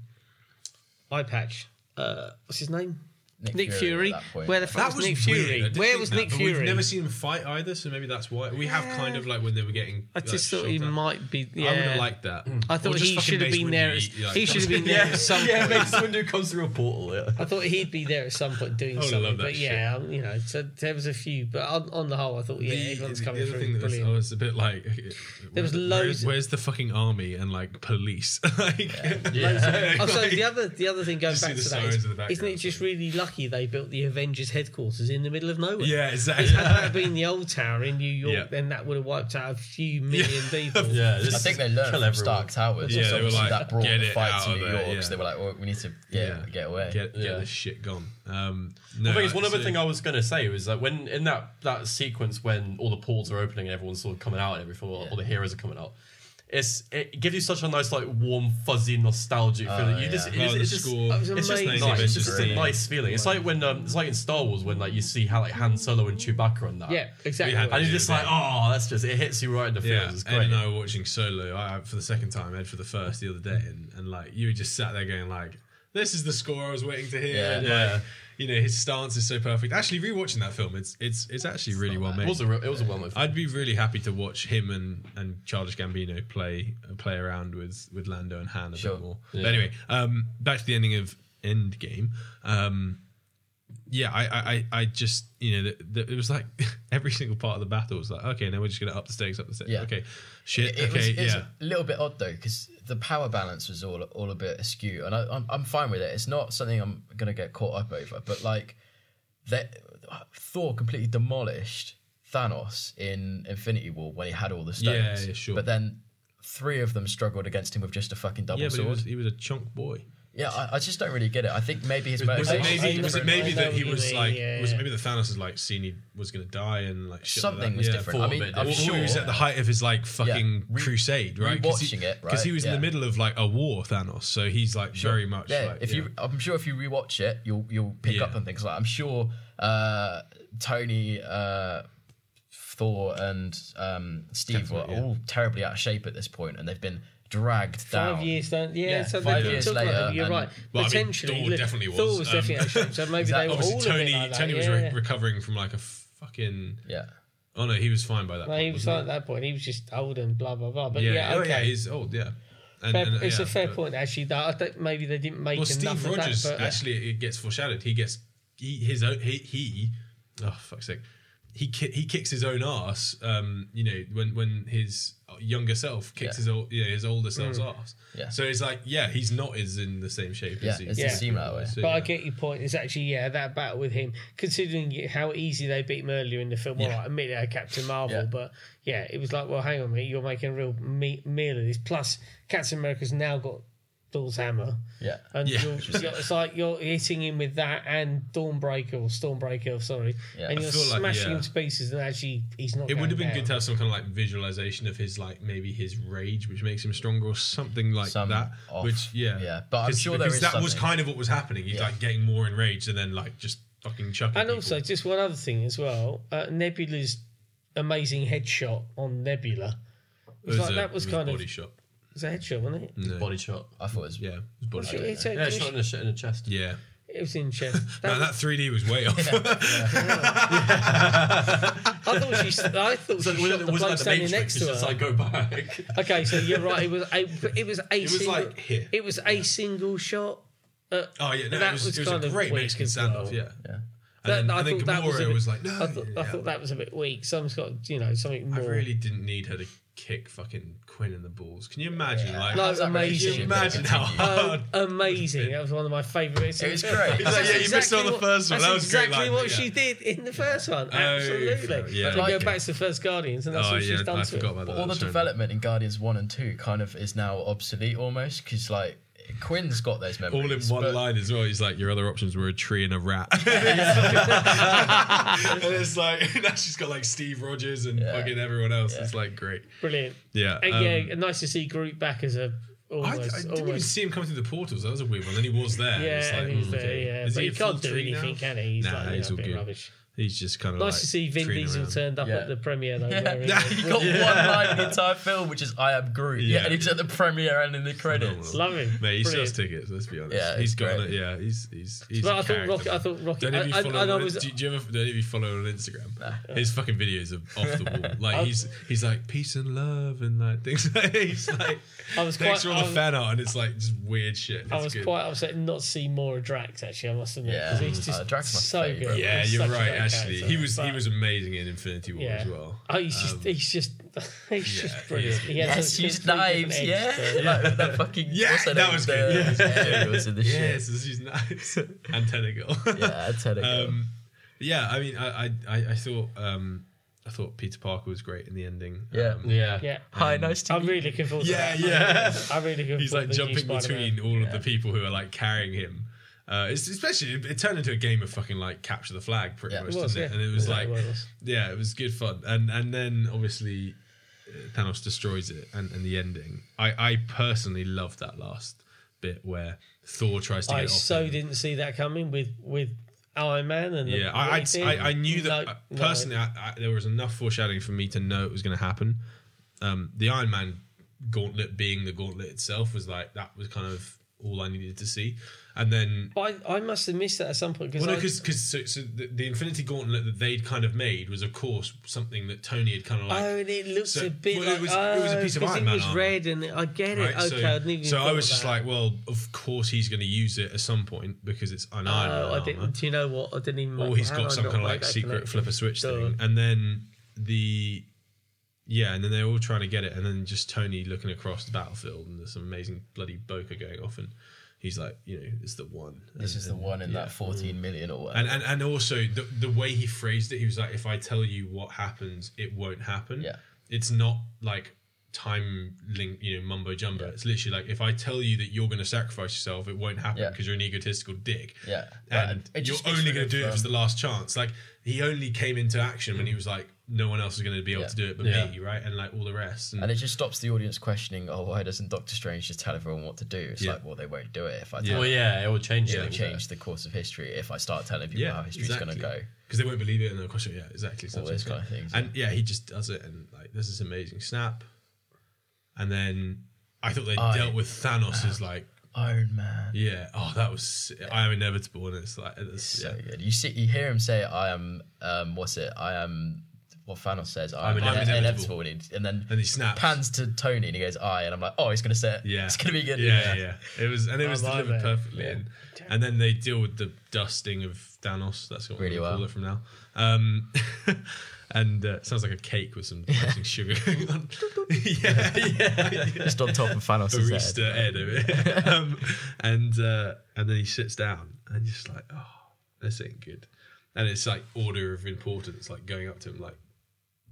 [SPEAKER 3] eye patch. Uh, what's his name? Nick Fury.
[SPEAKER 2] at that point.
[SPEAKER 3] Where the fuck
[SPEAKER 1] That
[SPEAKER 3] was,
[SPEAKER 1] was
[SPEAKER 3] Nick
[SPEAKER 1] weird. I
[SPEAKER 3] Fury?
[SPEAKER 1] did
[SPEAKER 3] Where
[SPEAKER 1] think
[SPEAKER 3] was
[SPEAKER 1] that,
[SPEAKER 3] Nick
[SPEAKER 1] but
[SPEAKER 3] Fury?
[SPEAKER 1] We've never seen him fight either, so maybe that's why we have kind of like when they were getting.
[SPEAKER 3] I just
[SPEAKER 1] like,
[SPEAKER 3] thought he
[SPEAKER 1] shoved out.
[SPEAKER 3] might be. Yeah.
[SPEAKER 1] I would have liked that.
[SPEAKER 3] I thought
[SPEAKER 1] Or just
[SPEAKER 3] he
[SPEAKER 1] fucking
[SPEAKER 3] should have
[SPEAKER 1] Mace
[SPEAKER 3] been there.
[SPEAKER 1] Windu,
[SPEAKER 3] at-
[SPEAKER 1] you like-
[SPEAKER 3] he should have been there at some point.
[SPEAKER 4] Mace Windu comes through a portal. Yeah.
[SPEAKER 3] I thought he'd be there at some point doing
[SPEAKER 1] would've
[SPEAKER 3] something.
[SPEAKER 1] loved that
[SPEAKER 3] But yeah, um, you know, so there was a few. But on, on the whole, I thought yeah,
[SPEAKER 1] the,
[SPEAKER 3] everyone's
[SPEAKER 1] the
[SPEAKER 3] coming
[SPEAKER 1] other
[SPEAKER 3] through.
[SPEAKER 1] thing that was,
[SPEAKER 3] Brilliant.
[SPEAKER 1] I was a bit like,
[SPEAKER 3] There was
[SPEAKER 1] where-
[SPEAKER 3] loads-
[SPEAKER 1] Where's, where's the fucking army and like police? like,
[SPEAKER 3] Oh, so the other the other thing going
[SPEAKER 1] Just
[SPEAKER 3] back
[SPEAKER 1] see
[SPEAKER 3] to
[SPEAKER 1] the
[SPEAKER 3] that
[SPEAKER 1] sirens
[SPEAKER 3] is,
[SPEAKER 1] in the background,
[SPEAKER 3] isn't it just really lucky they built the Avengers headquarters in the middle of nowhere?
[SPEAKER 1] yeah,
[SPEAKER 3] Had
[SPEAKER 1] exactly.
[SPEAKER 3] that been the old tower in New York,
[SPEAKER 1] Yeah.
[SPEAKER 3] then that would have wiped out a few million people.
[SPEAKER 4] Yeah, this
[SPEAKER 2] I think they learned
[SPEAKER 4] kill
[SPEAKER 2] from
[SPEAKER 4] everyone.
[SPEAKER 2] Stark Towers.
[SPEAKER 1] Yeah,
[SPEAKER 2] Yeah,
[SPEAKER 1] they were like,
[SPEAKER 2] that brought
[SPEAKER 1] "Get
[SPEAKER 2] the
[SPEAKER 1] it
[SPEAKER 2] fight
[SPEAKER 1] out
[SPEAKER 2] to
[SPEAKER 1] of
[SPEAKER 2] New
[SPEAKER 1] there,"
[SPEAKER 2] York.
[SPEAKER 1] yeah.
[SPEAKER 2] So they were like, well, we need to get,
[SPEAKER 1] Yeah.
[SPEAKER 2] get away.
[SPEAKER 1] Get, get
[SPEAKER 4] Yeah.
[SPEAKER 1] this shit gone. Um, no,
[SPEAKER 4] I think it's one other
[SPEAKER 1] so-
[SPEAKER 4] thing I was going to say was that when in that that sequence when all the portals are opening and everyone's sort of coming out and everything, all, all the heroes are coming out. It's it gives you such a nice like warm fuzzy nostalgic feeling. You
[SPEAKER 2] yeah.
[SPEAKER 4] just
[SPEAKER 1] Oh,
[SPEAKER 4] it's,
[SPEAKER 1] the
[SPEAKER 4] it's just
[SPEAKER 1] score.
[SPEAKER 3] was
[SPEAKER 4] it's just
[SPEAKER 3] amazing.
[SPEAKER 4] nice. It's just
[SPEAKER 2] Avengers
[SPEAKER 4] a nice feeling. It's like when um, it's like in Star Wars when like you see how like Han Solo and Chewbacca and that.
[SPEAKER 3] Yeah, exactly.
[SPEAKER 1] We had-
[SPEAKER 4] And you're just like, oh, that's just it hits you right in the feels.
[SPEAKER 1] Yeah,
[SPEAKER 4] It's
[SPEAKER 1] Ed
[SPEAKER 4] great.
[SPEAKER 1] and uh, I were watching Solo I, for the second time, Ed for the first the other day, and, and like you just sat there going like, "This is the score I was waiting to hear."
[SPEAKER 2] Yeah.
[SPEAKER 1] and,
[SPEAKER 4] Yeah.
[SPEAKER 1] Like, you know his stance is so perfect. Actually, rewatching that film, it's it's it's actually really well
[SPEAKER 4] It
[SPEAKER 1] made.
[SPEAKER 4] was a re- it was a well made.
[SPEAKER 1] I'd be really happy to watch him and and Childish Gambino play play around with with Lando and Han a
[SPEAKER 2] Sure.
[SPEAKER 1] bit more. But anyway, um, back to the ending of Endgame. Um, yeah, I, I, I- I just you know the, the, it was like every single part of the battle was like okay, now we're just gonna up the stakes, up the stakes.
[SPEAKER 2] Yeah.
[SPEAKER 1] Okay, shit.
[SPEAKER 2] It was,
[SPEAKER 1] okay,
[SPEAKER 2] it was
[SPEAKER 1] yeah.
[SPEAKER 2] a little bit odd though because the power balance was all all a bit askew, and I, I'm I'm fine with it. It's not something I'm gonna get caught up over, but like that Thor completely demolished Thanos in Infinity War when he had all the
[SPEAKER 1] Yeah,
[SPEAKER 2] stones.
[SPEAKER 1] yeah, sure.
[SPEAKER 2] But then three of them struggled against him with just a fucking double
[SPEAKER 1] Yeah, but he
[SPEAKER 2] sword.
[SPEAKER 1] was, he was a chunk boy.
[SPEAKER 2] yeah, I, I just don't really get it. I think maybe his
[SPEAKER 1] Was it
[SPEAKER 2] motivation
[SPEAKER 1] maybe? Was it maybe
[SPEAKER 3] I know
[SPEAKER 1] that he
[SPEAKER 3] what you
[SPEAKER 1] was
[SPEAKER 3] mean,
[SPEAKER 1] like?
[SPEAKER 3] yeah,
[SPEAKER 1] Was it
[SPEAKER 3] yeah.
[SPEAKER 1] maybe that Thanos is like seen he was gonna die and like shit like
[SPEAKER 2] Something
[SPEAKER 1] that?
[SPEAKER 2] was
[SPEAKER 1] Yeah,
[SPEAKER 2] different.
[SPEAKER 1] for-
[SPEAKER 2] I
[SPEAKER 4] a
[SPEAKER 2] mean,
[SPEAKER 4] bit
[SPEAKER 2] I'm
[SPEAKER 1] Or
[SPEAKER 2] sure
[SPEAKER 1] he was at the height of his like fucking
[SPEAKER 2] Re-
[SPEAKER 1] crusade, right?
[SPEAKER 2] rewatching it,
[SPEAKER 1] Because he
[SPEAKER 2] right,
[SPEAKER 1] was in the
[SPEAKER 2] yeah.
[SPEAKER 1] middle of like a war, Thanos. So he's like very much
[SPEAKER 2] Yeah,
[SPEAKER 1] like.
[SPEAKER 2] if
[SPEAKER 1] yeah.
[SPEAKER 2] you, I'm sure if you rewatch it, you'll you'll pick
[SPEAKER 1] Yeah.
[SPEAKER 2] up on things. Like I'm sure uh, Tony, uh, Thor, and um, Steve were all terribly out of shape at this point, and they've been dragged down.
[SPEAKER 3] Five years, don't, yeah,
[SPEAKER 2] Yeah,
[SPEAKER 3] So they
[SPEAKER 2] five
[SPEAKER 3] didn't
[SPEAKER 2] years
[SPEAKER 3] talk about
[SPEAKER 2] later,
[SPEAKER 3] them, You're
[SPEAKER 2] and-
[SPEAKER 3] right.
[SPEAKER 1] Well, I mean,
[SPEAKER 3] Potentially,
[SPEAKER 1] Thor
[SPEAKER 3] look,
[SPEAKER 1] definitely was,
[SPEAKER 3] Thor was
[SPEAKER 1] um,
[SPEAKER 3] definitely out of shape, so maybe
[SPEAKER 2] Exactly.
[SPEAKER 3] they were all
[SPEAKER 1] Obviously,
[SPEAKER 3] a bit
[SPEAKER 1] Tony
[SPEAKER 3] like that,
[SPEAKER 1] Tony was
[SPEAKER 3] yeah,
[SPEAKER 1] re-
[SPEAKER 3] yeah.
[SPEAKER 1] recovering from like a fucking.
[SPEAKER 2] Yeah,
[SPEAKER 1] Oh no, he was fine by that.
[SPEAKER 3] No,
[SPEAKER 1] point,
[SPEAKER 3] he was
[SPEAKER 1] wasn't
[SPEAKER 3] like at that point. He was just old and blah blah blah. But
[SPEAKER 1] he?
[SPEAKER 3] yeah,
[SPEAKER 1] Yeah, oh,
[SPEAKER 3] okay.
[SPEAKER 1] yeah, he's old. Yeah, and,
[SPEAKER 3] Fair-
[SPEAKER 1] and,
[SPEAKER 3] it's
[SPEAKER 1] yeah,
[SPEAKER 3] a fair
[SPEAKER 1] but-
[SPEAKER 3] point actually. That I think maybe they didn't make
[SPEAKER 1] Well,
[SPEAKER 3] enough
[SPEAKER 1] Steve
[SPEAKER 3] of
[SPEAKER 1] Rogers
[SPEAKER 2] uh,
[SPEAKER 3] that. But uh,
[SPEAKER 1] actually it gets foreshadowed. He gets he, his own he, he oh fuck's sake he ki- he kicks his own ass. Um, you know when when his younger self kicks
[SPEAKER 2] Yeah. Mm.
[SPEAKER 1] his old you know, his older self's ass.
[SPEAKER 2] Yeah.
[SPEAKER 1] So it's like yeah, he's not as in the same shape.
[SPEAKER 2] yeah,
[SPEAKER 1] as he
[SPEAKER 2] it doesn't
[SPEAKER 3] Yeah.
[SPEAKER 2] seem that way.
[SPEAKER 1] was, so,
[SPEAKER 3] But I
[SPEAKER 1] yeah.
[SPEAKER 3] get your point. It's actually yeah, that battle with him, considering how easy they beat him earlier in the film. Well, I admit I Captain Marvel,
[SPEAKER 2] Yeah.
[SPEAKER 3] but yeah, it was like, well, hang on, mate, you're making a real me- meal of this. Plus, Captain America's now got Thor's hammer,
[SPEAKER 2] Yeah,
[SPEAKER 3] and
[SPEAKER 1] Yeah.
[SPEAKER 3] you're, you're- it's like you're hitting him with that and Dawnbreaker or Stormbreaker, sorry,
[SPEAKER 2] Yeah.
[SPEAKER 3] and
[SPEAKER 2] I
[SPEAKER 3] you're
[SPEAKER 1] feel like,
[SPEAKER 3] smashing
[SPEAKER 1] yeah.
[SPEAKER 3] him to pieces. And actually, he's not.
[SPEAKER 1] It would have been good to
[SPEAKER 3] time.
[SPEAKER 1] have some kind of like visualization of his like maybe his rage, which makes him stronger, or something like
[SPEAKER 2] Some
[SPEAKER 1] that.
[SPEAKER 2] off.
[SPEAKER 1] Which yeah,
[SPEAKER 2] Yeah, but I'm
[SPEAKER 1] 'Cause-
[SPEAKER 2] sure there
[SPEAKER 1] because
[SPEAKER 2] is
[SPEAKER 1] that was
[SPEAKER 2] something.
[SPEAKER 1] kind of what was happening. He's
[SPEAKER 2] Yeah.
[SPEAKER 1] like getting more enraged and then like just fucking chucking.
[SPEAKER 3] And
[SPEAKER 1] people.
[SPEAKER 3] also, just one other thing as well, uh, Nebula's amazing headshot on Nebula. It was, like
[SPEAKER 1] a-
[SPEAKER 3] that was, kind
[SPEAKER 1] body
[SPEAKER 3] of
[SPEAKER 1] shot.
[SPEAKER 3] it was a headshot, wasn't it?
[SPEAKER 1] No.
[SPEAKER 4] Body shot.
[SPEAKER 2] I thought it was.
[SPEAKER 1] Yeah, it was body shot.
[SPEAKER 3] It, it's a-
[SPEAKER 4] Yeah, shot in the sh- in the chest.
[SPEAKER 1] Yeah.
[SPEAKER 3] it was in chest.
[SPEAKER 1] No, that 3D was way off.
[SPEAKER 3] I thought she, s- I thought she shot the bloke standing next to her.
[SPEAKER 4] just like go back.
[SPEAKER 3] okay, so you're right. It was a, it was a
[SPEAKER 1] was
[SPEAKER 3] single,
[SPEAKER 1] like here.
[SPEAKER 3] it was a single shot. Uh,
[SPEAKER 1] Oh yeah, no,
[SPEAKER 3] That
[SPEAKER 1] it was,
[SPEAKER 3] was
[SPEAKER 1] it was a
[SPEAKER 3] kind of
[SPEAKER 1] great
[SPEAKER 3] weak
[SPEAKER 1] Mexican
[SPEAKER 3] as
[SPEAKER 1] standoff.
[SPEAKER 3] well.
[SPEAKER 1] Yeah,
[SPEAKER 2] Yeah.
[SPEAKER 3] That-
[SPEAKER 1] and then,
[SPEAKER 3] I
[SPEAKER 1] I think
[SPEAKER 3] thought that was
[SPEAKER 1] Gamora
[SPEAKER 3] a-
[SPEAKER 1] was like, no,
[SPEAKER 3] I, th- I
[SPEAKER 1] yeah.
[SPEAKER 3] thought that was a bit weak. Someone's got you know something
[SPEAKER 1] I
[SPEAKER 3] more.
[SPEAKER 1] really didn't need her to kick fucking Quinn in the balls. Can you imagine? Like,
[SPEAKER 3] No,
[SPEAKER 2] How's that
[SPEAKER 3] amazing.
[SPEAKER 1] can
[SPEAKER 3] Um,
[SPEAKER 1] you
[SPEAKER 2] relationship gonna
[SPEAKER 1] imagine how
[SPEAKER 2] continue?
[SPEAKER 1] hard?
[SPEAKER 3] amazing. That was one of my favourites.
[SPEAKER 2] It was great.
[SPEAKER 1] He's like, yeah, you missed it on the first one.
[SPEAKER 3] That's
[SPEAKER 1] That was a great
[SPEAKER 3] exactly
[SPEAKER 1] line,
[SPEAKER 3] what
[SPEAKER 1] yeah.
[SPEAKER 3] she did in the first one.
[SPEAKER 1] fair.
[SPEAKER 3] Absolutely.
[SPEAKER 1] Yeah,
[SPEAKER 3] If we
[SPEAKER 2] okay.
[SPEAKER 3] go back to the first Guardians, and that's
[SPEAKER 1] oh
[SPEAKER 3] what she's
[SPEAKER 1] yeah,
[SPEAKER 3] done
[SPEAKER 1] I
[SPEAKER 3] to
[SPEAKER 1] forgot
[SPEAKER 3] it.
[SPEAKER 1] about
[SPEAKER 2] But
[SPEAKER 1] that.
[SPEAKER 2] all the
[SPEAKER 1] sorry.
[SPEAKER 2] development in Guardians One and Two kind of is now obsolete almost because like Quinn's got those memories.
[SPEAKER 1] All in one
[SPEAKER 2] but-
[SPEAKER 1] line as well. He's like, your other options were a tree and a rat. and it's like now she's got like Steve Rogers and
[SPEAKER 2] Yeah.
[SPEAKER 1] fucking everyone else. It's like great.
[SPEAKER 3] Brilliant.
[SPEAKER 1] Yeah.
[SPEAKER 3] And
[SPEAKER 1] um,
[SPEAKER 3] yeah, nice to see Groot back as a
[SPEAKER 1] I, I
[SPEAKER 3] almost.
[SPEAKER 1] didn't even
[SPEAKER 3] almost
[SPEAKER 1] see him come through the portals. That was a weird one. And he was there.
[SPEAKER 3] Oh, yeah,
[SPEAKER 1] It's like,
[SPEAKER 3] and he's
[SPEAKER 1] mm,
[SPEAKER 3] there.
[SPEAKER 1] okay.
[SPEAKER 3] Yeah,
[SPEAKER 1] Is
[SPEAKER 3] but he,
[SPEAKER 1] a full
[SPEAKER 3] can't do
[SPEAKER 1] tree now?
[SPEAKER 3] anything, can he? He's
[SPEAKER 1] Nah,
[SPEAKER 3] like
[SPEAKER 1] he's
[SPEAKER 3] he's a
[SPEAKER 1] all
[SPEAKER 3] bit
[SPEAKER 1] good.
[SPEAKER 3] rubbish.
[SPEAKER 1] He's just kind of
[SPEAKER 3] Nice
[SPEAKER 1] like
[SPEAKER 3] to see Vin
[SPEAKER 1] treating
[SPEAKER 3] Diesel
[SPEAKER 1] around.
[SPEAKER 3] turned up
[SPEAKER 2] Yeah.
[SPEAKER 3] at the premiere though. wearing
[SPEAKER 2] Yeah,
[SPEAKER 3] the-
[SPEAKER 2] you got one line in the entire film, which is "I am Groot." Yeah,
[SPEAKER 1] Yeah.
[SPEAKER 2] and he's at the premiere and in the credits.
[SPEAKER 3] Love him.
[SPEAKER 1] Mate, he
[SPEAKER 3] Brilliant.
[SPEAKER 1] sells tickets. Let's be honest.
[SPEAKER 2] Yeah,
[SPEAKER 1] he's
[SPEAKER 2] it's
[SPEAKER 1] got
[SPEAKER 2] great.
[SPEAKER 1] it. Yeah, he's he's he's. a
[SPEAKER 3] But I thought
[SPEAKER 1] character,
[SPEAKER 3] Rocky. I
[SPEAKER 1] man.
[SPEAKER 3] thought Rocky.
[SPEAKER 1] Don't
[SPEAKER 3] I,
[SPEAKER 1] even
[SPEAKER 3] I,
[SPEAKER 1] follow.
[SPEAKER 3] and I
[SPEAKER 1] him on-
[SPEAKER 3] was.
[SPEAKER 1] do, do you ever? Don't even follow him on Instagram. His fucking videos are off the wall. Like he's he's like peace and love and like things. Like, he's like
[SPEAKER 3] I was
[SPEAKER 1] thanks
[SPEAKER 3] quite.
[SPEAKER 1] for all
[SPEAKER 3] I
[SPEAKER 1] the
[SPEAKER 3] was-
[SPEAKER 1] fan art and it's like just weird shit.
[SPEAKER 3] I
[SPEAKER 1] It's
[SPEAKER 3] was
[SPEAKER 1] good.
[SPEAKER 3] quite upset not to see more of Drax. Actually, I must admit, because
[SPEAKER 2] Yeah.
[SPEAKER 3] he's just
[SPEAKER 2] Uh, Drax is my
[SPEAKER 3] so
[SPEAKER 2] favourite.
[SPEAKER 3] good.
[SPEAKER 1] Yeah,
[SPEAKER 3] He's
[SPEAKER 1] you're
[SPEAKER 3] such a
[SPEAKER 1] right.
[SPEAKER 3] great
[SPEAKER 1] Actually,
[SPEAKER 3] character.
[SPEAKER 1] he was he
[SPEAKER 3] But-
[SPEAKER 1] was amazing in Infinity War
[SPEAKER 3] yeah.
[SPEAKER 1] as well.
[SPEAKER 3] Oh, he's just
[SPEAKER 1] Um,
[SPEAKER 3] he's just he's
[SPEAKER 1] yeah,
[SPEAKER 3] just brilliant.
[SPEAKER 1] he's-
[SPEAKER 3] He has
[SPEAKER 2] Yes,
[SPEAKER 3] a
[SPEAKER 2] use
[SPEAKER 3] complete different
[SPEAKER 2] knives.
[SPEAKER 3] edge
[SPEAKER 2] Yeah,
[SPEAKER 3] to it.
[SPEAKER 2] like that fucking.
[SPEAKER 1] Yeah,
[SPEAKER 2] what's her
[SPEAKER 1] that
[SPEAKER 2] name?
[SPEAKER 1] was
[SPEAKER 2] The-
[SPEAKER 1] good. Yeah.
[SPEAKER 2] yeah, it was in the shit.
[SPEAKER 1] Yes, this is nice. Antenna girl.
[SPEAKER 2] Yeah, I tell you.
[SPEAKER 1] um, yeah, I mean, I I, I, I thought um, I thought Peter Parker was great in the ending.
[SPEAKER 2] Yeah.
[SPEAKER 1] um,
[SPEAKER 4] Yeah.
[SPEAKER 3] Yeah,
[SPEAKER 2] Hi, nice to
[SPEAKER 3] I'm
[SPEAKER 2] meet.
[SPEAKER 3] really looking forward.
[SPEAKER 1] yeah,
[SPEAKER 3] to that.
[SPEAKER 1] yeah.
[SPEAKER 3] I'm really looking
[SPEAKER 1] He's
[SPEAKER 3] forward
[SPEAKER 1] like
[SPEAKER 3] to the new
[SPEAKER 1] jumping
[SPEAKER 3] Spider-Man.
[SPEAKER 1] between all of the people who are like carrying him. Uh, it's, especially, it, it turned into a game of fucking like capture the flag, pretty
[SPEAKER 2] Yeah.
[SPEAKER 1] much,
[SPEAKER 3] It was,
[SPEAKER 1] didn't it?
[SPEAKER 3] yeah.
[SPEAKER 1] And it was
[SPEAKER 3] Yeah,
[SPEAKER 1] like,
[SPEAKER 3] it was.
[SPEAKER 1] yeah, it was good fun. And and then obviously, uh, Thanos destroys it, and, and the ending. I I personally loved that last bit where Thor tries to
[SPEAKER 3] I
[SPEAKER 1] get off.
[SPEAKER 3] so
[SPEAKER 1] him.
[SPEAKER 3] didn't see that coming with with Iron Man and the-
[SPEAKER 1] Yeah, I,
[SPEAKER 3] what
[SPEAKER 1] I'd-
[SPEAKER 3] he did.
[SPEAKER 1] I I knew that
[SPEAKER 3] No,
[SPEAKER 1] I-
[SPEAKER 3] no.
[SPEAKER 1] personally. I, I, there was enough foreshadowing for me to know it was going to happen. Um, the Iron Man gauntlet being the gauntlet itself was like that was kind of all I needed to see, and then.
[SPEAKER 3] But I, I must have missed that at some point because
[SPEAKER 1] Well, no, because so, so the, the Infinity Gauntlet that they'd kind of made was, of course, something that Tony had kind of like.
[SPEAKER 3] oh, and it looks
[SPEAKER 1] so-
[SPEAKER 3] a bit
[SPEAKER 1] well, it
[SPEAKER 3] like
[SPEAKER 1] was- it was a
[SPEAKER 3] oh,
[SPEAKER 1] piece of
[SPEAKER 3] 'cause
[SPEAKER 1] Iron
[SPEAKER 3] it
[SPEAKER 1] Man
[SPEAKER 3] was
[SPEAKER 1] armor.
[SPEAKER 3] red and I get it.
[SPEAKER 1] Right,
[SPEAKER 3] okay,
[SPEAKER 1] so,
[SPEAKER 3] I didn't even
[SPEAKER 1] so I
[SPEAKER 3] thought
[SPEAKER 1] was
[SPEAKER 3] of
[SPEAKER 1] just
[SPEAKER 3] that.
[SPEAKER 1] like, well, of course he's going to use it at some point because it's an Iron Man
[SPEAKER 3] Oh, I
[SPEAKER 1] armor.
[SPEAKER 3] didn't. Do you know what? I didn't even.
[SPEAKER 1] or
[SPEAKER 3] make-
[SPEAKER 1] he's
[SPEAKER 3] how
[SPEAKER 1] got
[SPEAKER 3] did I
[SPEAKER 1] some
[SPEAKER 3] not
[SPEAKER 1] kind of
[SPEAKER 3] make
[SPEAKER 1] like
[SPEAKER 3] that
[SPEAKER 1] secret
[SPEAKER 3] connection?
[SPEAKER 1] flip a switch
[SPEAKER 3] Duh.
[SPEAKER 1] thing, and then the yeah, and then they're all trying to get it, and then just Tony looking across the battlefield, and there's some amazing bloody bokeh going off, and he's like, you know, it's the one.
[SPEAKER 2] This
[SPEAKER 1] And-
[SPEAKER 2] is the
[SPEAKER 1] and-
[SPEAKER 2] one in
[SPEAKER 1] yeah.
[SPEAKER 2] that 14 million or whatever.
[SPEAKER 1] And, and and also the the way he phrased it, he was like, if I tell you what happens, it won't happen.
[SPEAKER 2] Yeah.
[SPEAKER 1] It's not like time link, you know, mumbo jumbo. It's literally like if I tell you that you're going to sacrifice yourself, it won't happen
[SPEAKER 2] Yeah.
[SPEAKER 1] because you're an egotistical dick.
[SPEAKER 2] Yeah.
[SPEAKER 1] And
[SPEAKER 2] It
[SPEAKER 1] you're
[SPEAKER 2] just speaks
[SPEAKER 1] only
[SPEAKER 2] for
[SPEAKER 1] going to do it if
[SPEAKER 2] him.
[SPEAKER 1] it's the last chance. Like he only came into action when he was like, no one else is going to be able
[SPEAKER 2] Yeah.
[SPEAKER 1] to do it but
[SPEAKER 4] Yeah.
[SPEAKER 1] me, right? And like all the rest. And,
[SPEAKER 2] And it just stops the audience questioning, oh, why doesn't Doctor Strange just tell everyone what to do? It's
[SPEAKER 1] Yeah.
[SPEAKER 2] like, well, they won't do it if I tell
[SPEAKER 1] Yeah.
[SPEAKER 4] Well, yeah, it will change.
[SPEAKER 2] It
[SPEAKER 4] Yeah,
[SPEAKER 2] would change the course of history if I start telling people how oh, history's going to go.
[SPEAKER 1] Because they won't believe it and they'll question it. Yeah, exactly.
[SPEAKER 2] All those kind of things.
[SPEAKER 1] And yeah, he just does it, and like there's this amazing snap, and then I thought they
[SPEAKER 2] I- ah.
[SPEAKER 1] dealt with Thanos as like,
[SPEAKER 2] Iron Man.
[SPEAKER 1] yeah, oh that was I am inevitable, and it's like it's,
[SPEAKER 2] So
[SPEAKER 1] yeah.
[SPEAKER 2] good. You see, you hear him say, "I am." Um, what's it? I am. What Thanos says, "I am
[SPEAKER 1] I'm
[SPEAKER 2] ine-
[SPEAKER 1] inevitable."
[SPEAKER 2] inevitable," and, he- and then
[SPEAKER 1] and he snaps.
[SPEAKER 2] pans to Tony and he goes, "I," and I'm like, "Oh, he's gonna say it.
[SPEAKER 1] yeah,
[SPEAKER 2] it's gonna be good."
[SPEAKER 1] Yeah, yeah, It was, and it was
[SPEAKER 3] like
[SPEAKER 1] delivered
[SPEAKER 3] that.
[SPEAKER 1] perfectly. And, and then they deal with the dusting of Thanos. That's what
[SPEAKER 2] Really
[SPEAKER 1] we call
[SPEAKER 2] well.
[SPEAKER 1] it from now. Um, and uh, it sounds like a cake with some icing sugar going on. yeah, yeah, yeah.
[SPEAKER 2] just on top of Thanos' head.
[SPEAKER 1] barista Ed, of it. um, and uh, and then he sits down and just like, oh, this ain't good. And it's like order of importance, like going up to him, like,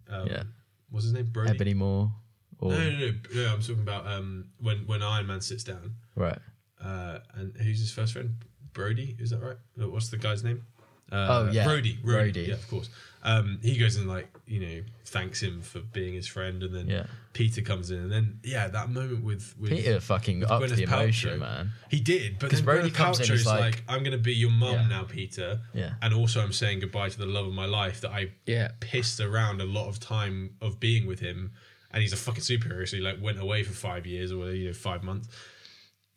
[SPEAKER 1] um,
[SPEAKER 2] Yeah.
[SPEAKER 1] what's his name, Brody?
[SPEAKER 2] Ebony Moore, or
[SPEAKER 1] No, no, no, no, I'm talking about um, when when Iron Man sits down.
[SPEAKER 2] right?
[SPEAKER 1] Uh, and who's his first friend? Brody, is that right? Uh, What's the guy's name? Uh,
[SPEAKER 2] Oh, yeah.
[SPEAKER 1] Brody, Brody.
[SPEAKER 2] Brody.
[SPEAKER 1] Yeah, of course. Um, he goes and like you know thanks him for being his friend, and then
[SPEAKER 2] Yeah.
[SPEAKER 1] Peter comes in, and then yeah, that moment with with
[SPEAKER 2] Peter fucking
[SPEAKER 1] with
[SPEAKER 2] up
[SPEAKER 1] Gwyneth
[SPEAKER 2] the emotion,
[SPEAKER 1] Paltrow.
[SPEAKER 2] man.
[SPEAKER 1] He did, but
[SPEAKER 2] 'Cause
[SPEAKER 1] then
[SPEAKER 2] Brody
[SPEAKER 1] Gwyneth
[SPEAKER 2] comes in,
[SPEAKER 1] Paltrow's
[SPEAKER 2] he's
[SPEAKER 1] like,
[SPEAKER 2] like-
[SPEAKER 1] "I'm going to be your mum
[SPEAKER 2] Yeah.
[SPEAKER 1] now, Peter."
[SPEAKER 2] Yeah.
[SPEAKER 1] And also, I'm saying goodbye to the love of my life that I
[SPEAKER 2] Yeah.
[SPEAKER 1] pissed around a lot of time of being with him, and he's a fucking superhero, so he like went away for five years or you know five months.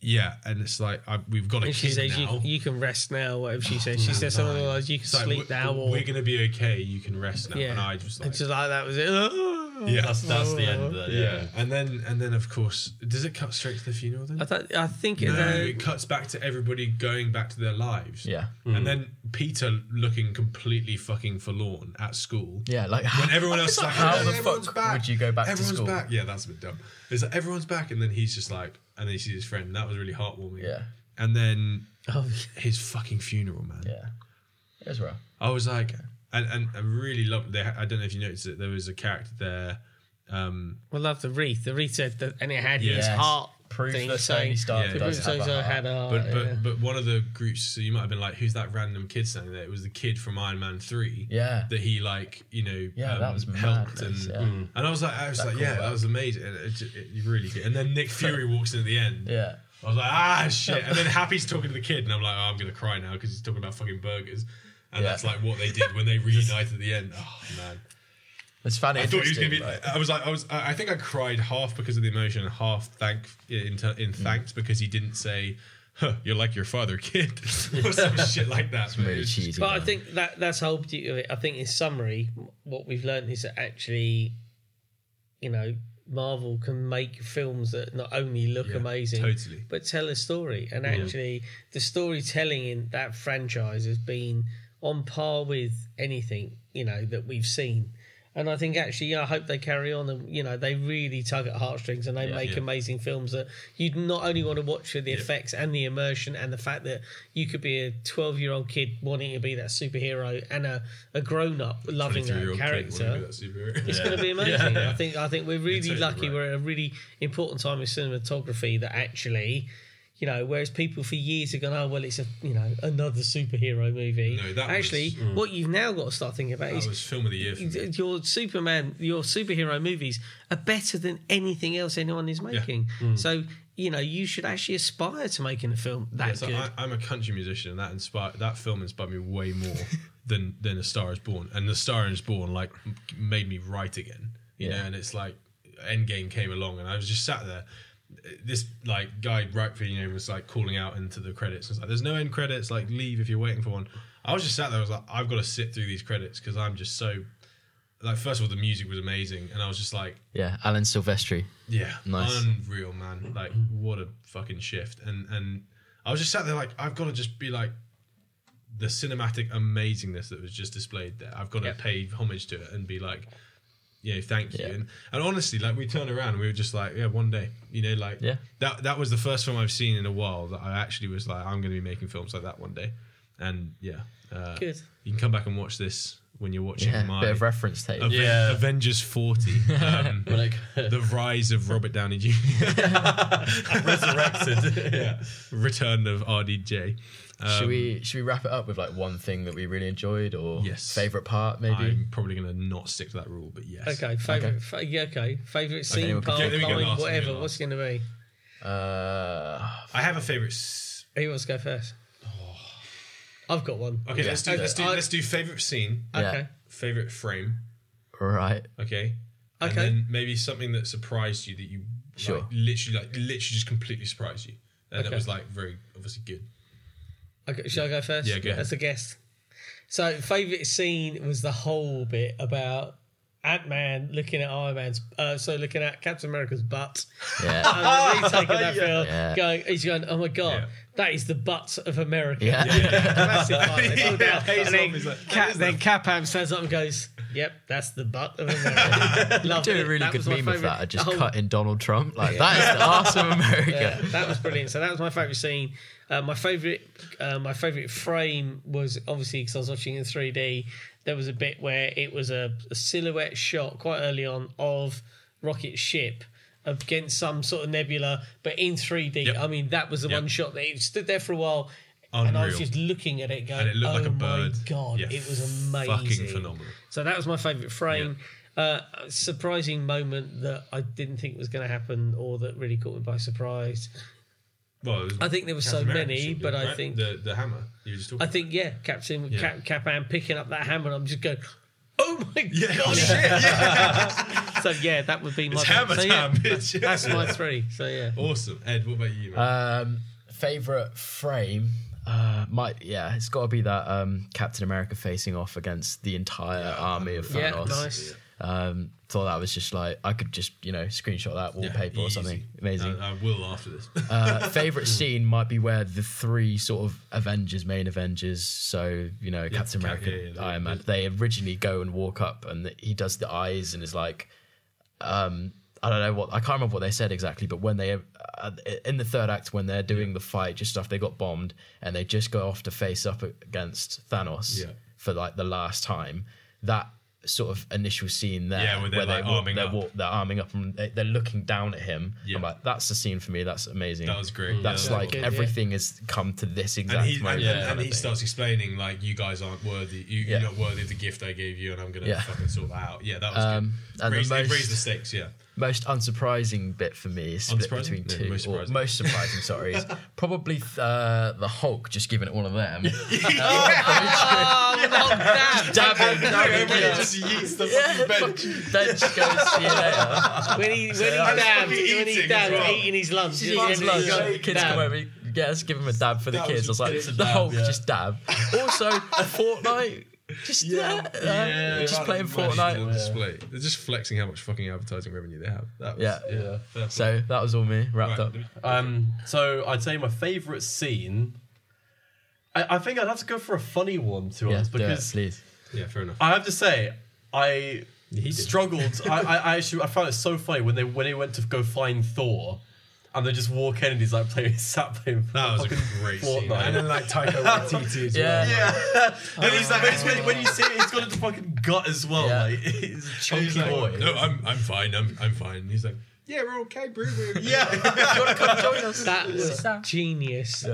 [SPEAKER 1] Yeah, and it's like I, we've got a
[SPEAKER 7] And she
[SPEAKER 1] kid
[SPEAKER 7] says,
[SPEAKER 1] now.
[SPEAKER 7] you, you can rest now, whatever she says. She
[SPEAKER 1] Man,
[SPEAKER 7] says
[SPEAKER 1] like,
[SPEAKER 7] something like, you can
[SPEAKER 1] it's like,
[SPEAKER 7] sleep
[SPEAKER 1] we're,
[SPEAKER 7] now. Or,
[SPEAKER 1] We're going to be okay. You can rest now.
[SPEAKER 7] yeah.
[SPEAKER 1] And I just like,
[SPEAKER 7] just like that was it.
[SPEAKER 1] Yeah.
[SPEAKER 2] That's that's the end. Of that, yeah.
[SPEAKER 1] yeah, and then and then of course, does it cut straight to the funeral then?
[SPEAKER 3] I, th- I think
[SPEAKER 1] No,
[SPEAKER 3] it,
[SPEAKER 1] it cuts back to everybody going back to their lives.
[SPEAKER 2] Yeah.
[SPEAKER 1] and then Peter looking completely fucking forlorn at school.
[SPEAKER 2] Yeah, like
[SPEAKER 1] when everyone else is like,
[SPEAKER 2] How
[SPEAKER 1] "Oh,
[SPEAKER 2] the
[SPEAKER 1] everyone's
[SPEAKER 2] fuck
[SPEAKER 1] back.
[SPEAKER 2] would you go back to
[SPEAKER 1] everyone's
[SPEAKER 2] school?"
[SPEAKER 1] Back. Yeah, that's a bit dumb. It's like everyone's back, and then he's just like, and then he sees his friend. and That was really heartwarming.
[SPEAKER 2] Yeah.
[SPEAKER 1] and then
[SPEAKER 3] Oh,
[SPEAKER 1] his fucking funeral, man.
[SPEAKER 2] yeah, it was rough.
[SPEAKER 1] I was like, and and I really loved. They, I don't know if you noticed it. There was a character there. Um,
[SPEAKER 3] I love the wreath. The wreath said that, and it had his
[SPEAKER 2] Yes.
[SPEAKER 3] heart
[SPEAKER 2] Proof
[SPEAKER 3] thing
[SPEAKER 2] that
[SPEAKER 3] saying.
[SPEAKER 2] Tony Stark
[SPEAKER 1] Yeah.
[SPEAKER 2] yeah,
[SPEAKER 1] It
[SPEAKER 3] The proof
[SPEAKER 2] does have
[SPEAKER 3] saying
[SPEAKER 2] a
[SPEAKER 3] I
[SPEAKER 2] heart.
[SPEAKER 3] had a heart.
[SPEAKER 1] but but
[SPEAKER 3] yeah.
[SPEAKER 1] but one of the groups. So you might have been like, who's that random kid standing there? It was the kid from Iron Man Three.
[SPEAKER 2] Yeah.
[SPEAKER 1] That he like you know um,
[SPEAKER 2] Yeah, that was
[SPEAKER 1] helped and
[SPEAKER 2] madness, yeah.
[SPEAKER 1] and I was like I was like yeah
[SPEAKER 2] callback.
[SPEAKER 1] that was amazing and it, it, it really good and then Nick Fury walks in at the end
[SPEAKER 2] yeah.
[SPEAKER 1] I was like, ah, shit. And then Happy's talking to the kid, and I'm like, oh, I'm going to cry now because he's talking about fucking burgers. And
[SPEAKER 2] Yeah.
[SPEAKER 1] that's like what they did when they reunited at the end. Oh, man.
[SPEAKER 2] It's funny.
[SPEAKER 1] I thought he was going to be.
[SPEAKER 2] interesting, like-
[SPEAKER 1] I was like, I was. I I think I cried half because of the emotion, and half thank in, ter-
[SPEAKER 2] Mm.
[SPEAKER 1] in thanks because he didn't say, huh, "You're like your father, kid," or some shit like that. It's
[SPEAKER 2] really cheesy.
[SPEAKER 3] But I
[SPEAKER 2] man.
[SPEAKER 3] think that that's the whole beauty of it. I think in summary, what we've learned is that actually, you know, Marvel can make films that not only look
[SPEAKER 1] Yeah,
[SPEAKER 3] amazing,
[SPEAKER 1] totally.
[SPEAKER 3] but tell a story. And actually, the storytelling in that franchise has been on par with anything you know that we've seen. And I think actually, yeah, I hope they carry on, and you know, they really tug at heartstrings, and they make
[SPEAKER 1] yeah.
[SPEAKER 3] amazing films that you'd not only want to watch for the effects and the immersion, and the fact that you could be a twelve-year-old kid wanting to be that superhero, and a, a grown-up loving that character. It's going to be amazing. I think I think we're really
[SPEAKER 1] totally
[SPEAKER 3] lucky.
[SPEAKER 1] right.
[SPEAKER 3] We're at a really important time in cinematography that actually, you know, whereas people for years have gone, oh well, it's a you know another superhero movie.
[SPEAKER 1] No, that was- Mm.
[SPEAKER 3] actually, what you've now got to start thinking about
[SPEAKER 1] That
[SPEAKER 3] is
[SPEAKER 1] was film of the year for me.
[SPEAKER 3] your Superman, your superhero movies are better than anything else anyone is making.
[SPEAKER 1] Mm.
[SPEAKER 3] So you know you should actually aspire to making a film that
[SPEAKER 1] so
[SPEAKER 3] good.
[SPEAKER 1] I, I'm a country musician, and that inspired that film inspired me way more than than A Star Is Born, and The Star Is Born like m- made me write again, you know. And it's like Endgame came along, and I was just sat there. This like guy right for you know was like calling out into the credits. It's like there's no end credits. Like leave if you're waiting for one. I was just sat there. I was like, I've got to sit through these credits because I'm just so. Like first of all, the music was amazing, and I was just like,
[SPEAKER 2] yeah, Alan Silvestri.
[SPEAKER 1] yeah,
[SPEAKER 2] Nice.
[SPEAKER 1] unreal, man. Like what a fucking shift. And and I was just sat there like I've got to just be like the cinematic amazingness that was just displayed there. I've got to pay homage to it and be like, yeah, thank you.
[SPEAKER 2] Yeah.
[SPEAKER 1] And and honestly, like we turned around, and we were just like, yeah, one day, you know, like
[SPEAKER 2] Yeah.
[SPEAKER 1] that that was the first film I've seen in a while that I actually was like, I'm going to be making films like that one day. And yeah, uh,
[SPEAKER 3] Good.
[SPEAKER 1] You can come back and watch this when you're watching
[SPEAKER 2] Yeah,
[SPEAKER 1] my
[SPEAKER 2] bit of reference tape.
[SPEAKER 1] Aven-
[SPEAKER 4] Yeah.
[SPEAKER 1] Avengers 40. Um, the rise of Robert Downey Jr.
[SPEAKER 4] Resurrected.
[SPEAKER 1] yeah. Return of RDJ.
[SPEAKER 2] should we should we wrap it up with like one thing that we really enjoyed or
[SPEAKER 1] um, Yes.
[SPEAKER 2] favorite part maybe?
[SPEAKER 1] I'm probably going to not stick to that rule, but yes.
[SPEAKER 3] Okay, favorite, Fa- yeah, okay, favorite scene,
[SPEAKER 2] then we can-
[SPEAKER 3] part,
[SPEAKER 1] yeah, then we go
[SPEAKER 3] line,
[SPEAKER 1] last, then we go
[SPEAKER 3] whatever.
[SPEAKER 1] last.
[SPEAKER 3] What's it going to
[SPEAKER 2] Uh,
[SPEAKER 1] I have a favorite. S-
[SPEAKER 3] be? Who wants to go first?
[SPEAKER 2] Oh.
[SPEAKER 3] I've got one.
[SPEAKER 1] okay, let's do let's do
[SPEAKER 3] I-
[SPEAKER 1] let's do favorite scene,
[SPEAKER 2] Yeah.
[SPEAKER 3] Okay.
[SPEAKER 1] favorite frame.
[SPEAKER 2] right.
[SPEAKER 1] Okay. And
[SPEAKER 3] Okay.
[SPEAKER 1] then maybe something that surprised you that you
[SPEAKER 2] Sure.
[SPEAKER 1] like, literally like literally just completely surprised you. And that
[SPEAKER 3] Okay.
[SPEAKER 1] was like very obviously good.
[SPEAKER 3] Okay, shall I go first?
[SPEAKER 1] Yeah, go ahead.
[SPEAKER 3] As a guest. So, favourite scene was the whole bit about Ant Man looking at Iron Man's, uh, so looking at Captain America's butt.
[SPEAKER 2] Yeah.
[SPEAKER 3] And then retaking that film,
[SPEAKER 2] Yeah.
[SPEAKER 3] going, he's going, oh my God,
[SPEAKER 1] Yeah.
[SPEAKER 3] that is the butt of America.
[SPEAKER 2] Yeah.
[SPEAKER 3] Massive line. It's all about-
[SPEAKER 1] Hazel
[SPEAKER 3] and then
[SPEAKER 1] is like,
[SPEAKER 3] Cap, then Capam stands up and goes, yep, that's the butt of America. Loved
[SPEAKER 2] Do a
[SPEAKER 3] it.
[SPEAKER 2] really
[SPEAKER 3] That
[SPEAKER 2] good
[SPEAKER 3] was my
[SPEAKER 2] meme of
[SPEAKER 3] favourite-
[SPEAKER 2] that. I just
[SPEAKER 3] the whole-
[SPEAKER 2] cut in Donald Trump. Like that is the arse of America.
[SPEAKER 3] yeah, that was brilliant. So that was my favorite scene. Uh, my favorite, uh, my favorite frame was obviously because I was watching it in 3D. There was a bit where it was a, a silhouette shot quite early on of Rocket's ship against some sort of nebula, but in 3D.
[SPEAKER 1] Yep.
[SPEAKER 3] I mean, that was the
[SPEAKER 1] Yep.
[SPEAKER 3] one shot that it stood there for a while. And I was
[SPEAKER 1] Unreal.
[SPEAKER 3] just looking at it, going,
[SPEAKER 1] And it looked
[SPEAKER 3] "Oh
[SPEAKER 1] like a
[SPEAKER 3] my
[SPEAKER 1] bird.
[SPEAKER 3] god,
[SPEAKER 1] Yeah,
[SPEAKER 3] it was amazing,
[SPEAKER 1] Fucking phenomenal.
[SPEAKER 3] so that was my favourite frame. Uh, surprising moment that I didn't think was going to happen, or that really caught me by surprise.
[SPEAKER 1] Well, it was
[SPEAKER 3] I think there were so
[SPEAKER 1] Captain America
[SPEAKER 3] many,
[SPEAKER 1] shot,
[SPEAKER 3] but I
[SPEAKER 1] right?
[SPEAKER 3] think-
[SPEAKER 1] the the hammer you were just talking
[SPEAKER 3] I think yeah, Captain
[SPEAKER 1] Yeah.
[SPEAKER 3] Cap, Capan picking up that hammer. and I'm just going, oh my
[SPEAKER 1] Yeah,
[SPEAKER 3] god!
[SPEAKER 1] shit,
[SPEAKER 3] So yeah, that would be my
[SPEAKER 1] It's hammer
[SPEAKER 3] so, yeah,
[SPEAKER 1] time, bitch.
[SPEAKER 3] That's my three. So yeah,
[SPEAKER 1] Awesome. Ed, what about you, man?
[SPEAKER 2] Um, favorite frame. Uh, might yeah, it's got to be that um, Captain America facing off against the entire army of
[SPEAKER 3] yeah,
[SPEAKER 2] Thanos.
[SPEAKER 3] nice.
[SPEAKER 2] Um, thought that was just like I could just you know screenshot that wallpaper or
[SPEAKER 1] easy.
[SPEAKER 2] something amazing.
[SPEAKER 1] I, I will after this.
[SPEAKER 2] Uh, favorite scene might be where the three sort of Avengers, main Avengers, so you know Captain
[SPEAKER 1] Cap-
[SPEAKER 2] America,
[SPEAKER 1] yeah, yeah, yeah.
[SPEAKER 2] Iron Man, they originally go and walk up, and th- he does the eyes and is like, um, I don't know what I can't remember what they said exactly, but when they uh, in the third act when they're doing the fight, just after they got bombed, and they just go off to face up against Thanos
[SPEAKER 1] Yeah.
[SPEAKER 2] for like the last time, that. Sort of initial scene there,
[SPEAKER 1] Yeah, where they're, like,
[SPEAKER 2] walk-
[SPEAKER 1] arming
[SPEAKER 2] they're
[SPEAKER 1] up.
[SPEAKER 2] walk- they're arming up and they- they're looking down at him.
[SPEAKER 1] Yeah.
[SPEAKER 2] I'm like, that's the scene for me. That's amazing.
[SPEAKER 1] That was great.
[SPEAKER 2] That's
[SPEAKER 1] Mm, Yeah.
[SPEAKER 2] like
[SPEAKER 7] Good, yeah.
[SPEAKER 2] everything has come to this
[SPEAKER 1] and
[SPEAKER 2] exact
[SPEAKER 1] he, and,
[SPEAKER 2] moment.
[SPEAKER 1] and- and he starts explaining like you guys aren't worthy. You,
[SPEAKER 2] Yeah.
[SPEAKER 1] You're not worthy of the gift I gave you, and I'm gonna
[SPEAKER 2] Yeah.
[SPEAKER 1] fucking sort that out. Yeah, that was
[SPEAKER 2] Um,
[SPEAKER 1] good.
[SPEAKER 2] and the
[SPEAKER 1] Raise, they
[SPEAKER 2] most-
[SPEAKER 1] raised the stakes. Yeah,
[SPEAKER 2] Most unsurprising bit for me is split
[SPEAKER 1] Unsurprising?
[SPEAKER 2] between
[SPEAKER 1] No,
[SPEAKER 2] two.
[SPEAKER 1] most
[SPEAKER 2] or
[SPEAKER 1] surprising.
[SPEAKER 2] most surprising, sorry, is probably uh, the Hulk just giving it all of them. Um,
[SPEAKER 1] Oh,
[SPEAKER 2] Dabbing, dabbing,
[SPEAKER 1] Everybody
[SPEAKER 2] yeah.
[SPEAKER 1] just yeets the
[SPEAKER 2] Yeah,
[SPEAKER 1] fucking bench.
[SPEAKER 2] fucking bench goes see you later.
[SPEAKER 3] When he when he
[SPEAKER 1] I'm
[SPEAKER 3] dabbed,
[SPEAKER 1] fucking
[SPEAKER 3] when he
[SPEAKER 1] eating
[SPEAKER 3] dabbed,
[SPEAKER 1] as well.
[SPEAKER 3] eating his lunch.
[SPEAKER 2] Just
[SPEAKER 3] and
[SPEAKER 2] eating
[SPEAKER 3] then
[SPEAKER 2] lunch.
[SPEAKER 3] he got
[SPEAKER 2] The Kids come
[SPEAKER 3] dabbed.
[SPEAKER 2] over. he- Yeah, let's give him a dab for the
[SPEAKER 1] That was
[SPEAKER 2] kids. I was like,
[SPEAKER 1] just- it's a
[SPEAKER 2] the
[SPEAKER 1] dab,
[SPEAKER 2] Hulk
[SPEAKER 1] yeah.
[SPEAKER 2] just dab. Also, Fortnite. Just yeah,
[SPEAKER 1] yeah,
[SPEAKER 2] just
[SPEAKER 1] that
[SPEAKER 2] playing
[SPEAKER 1] was magical
[SPEAKER 2] Fortnite.
[SPEAKER 1] Display. They're just flexing how much fucking advertising revenue they have. That was,
[SPEAKER 2] Yeah.
[SPEAKER 1] yeah. fair play.
[SPEAKER 2] So that was all me wrapped
[SPEAKER 1] Right,
[SPEAKER 2] up.
[SPEAKER 1] let me-
[SPEAKER 4] Um, so I'd say my favourite scene. I, I think I'd have to go for a funny one, to be
[SPEAKER 2] Yeah,
[SPEAKER 4] honest,
[SPEAKER 2] do it,
[SPEAKER 4] because
[SPEAKER 2] please.
[SPEAKER 1] yeah, fair enough.
[SPEAKER 4] I have to say I
[SPEAKER 1] He did.
[SPEAKER 4] struggled. I, I, I actually I found it so funny when they when they went to go find Thor, and they just walk in and he's like playing sat playing.
[SPEAKER 1] That was a
[SPEAKER 4] fucking
[SPEAKER 1] great scene.
[SPEAKER 4] Fortnite.
[SPEAKER 1] And then like Taika Waititi as
[SPEAKER 2] Yeah.
[SPEAKER 1] well.
[SPEAKER 4] Yeah, and he's like, when, when you see it, he's got it fucking gut as well.
[SPEAKER 2] Yeah.
[SPEAKER 4] Like, he's a
[SPEAKER 1] And
[SPEAKER 4] chunky
[SPEAKER 1] he's like,
[SPEAKER 4] boy.
[SPEAKER 1] no, I'm, I'm fine. I'm, I'm fine. And he's like, yeah, we're okay, bro. We're okay."
[SPEAKER 4] yeah.
[SPEAKER 3] That was genius.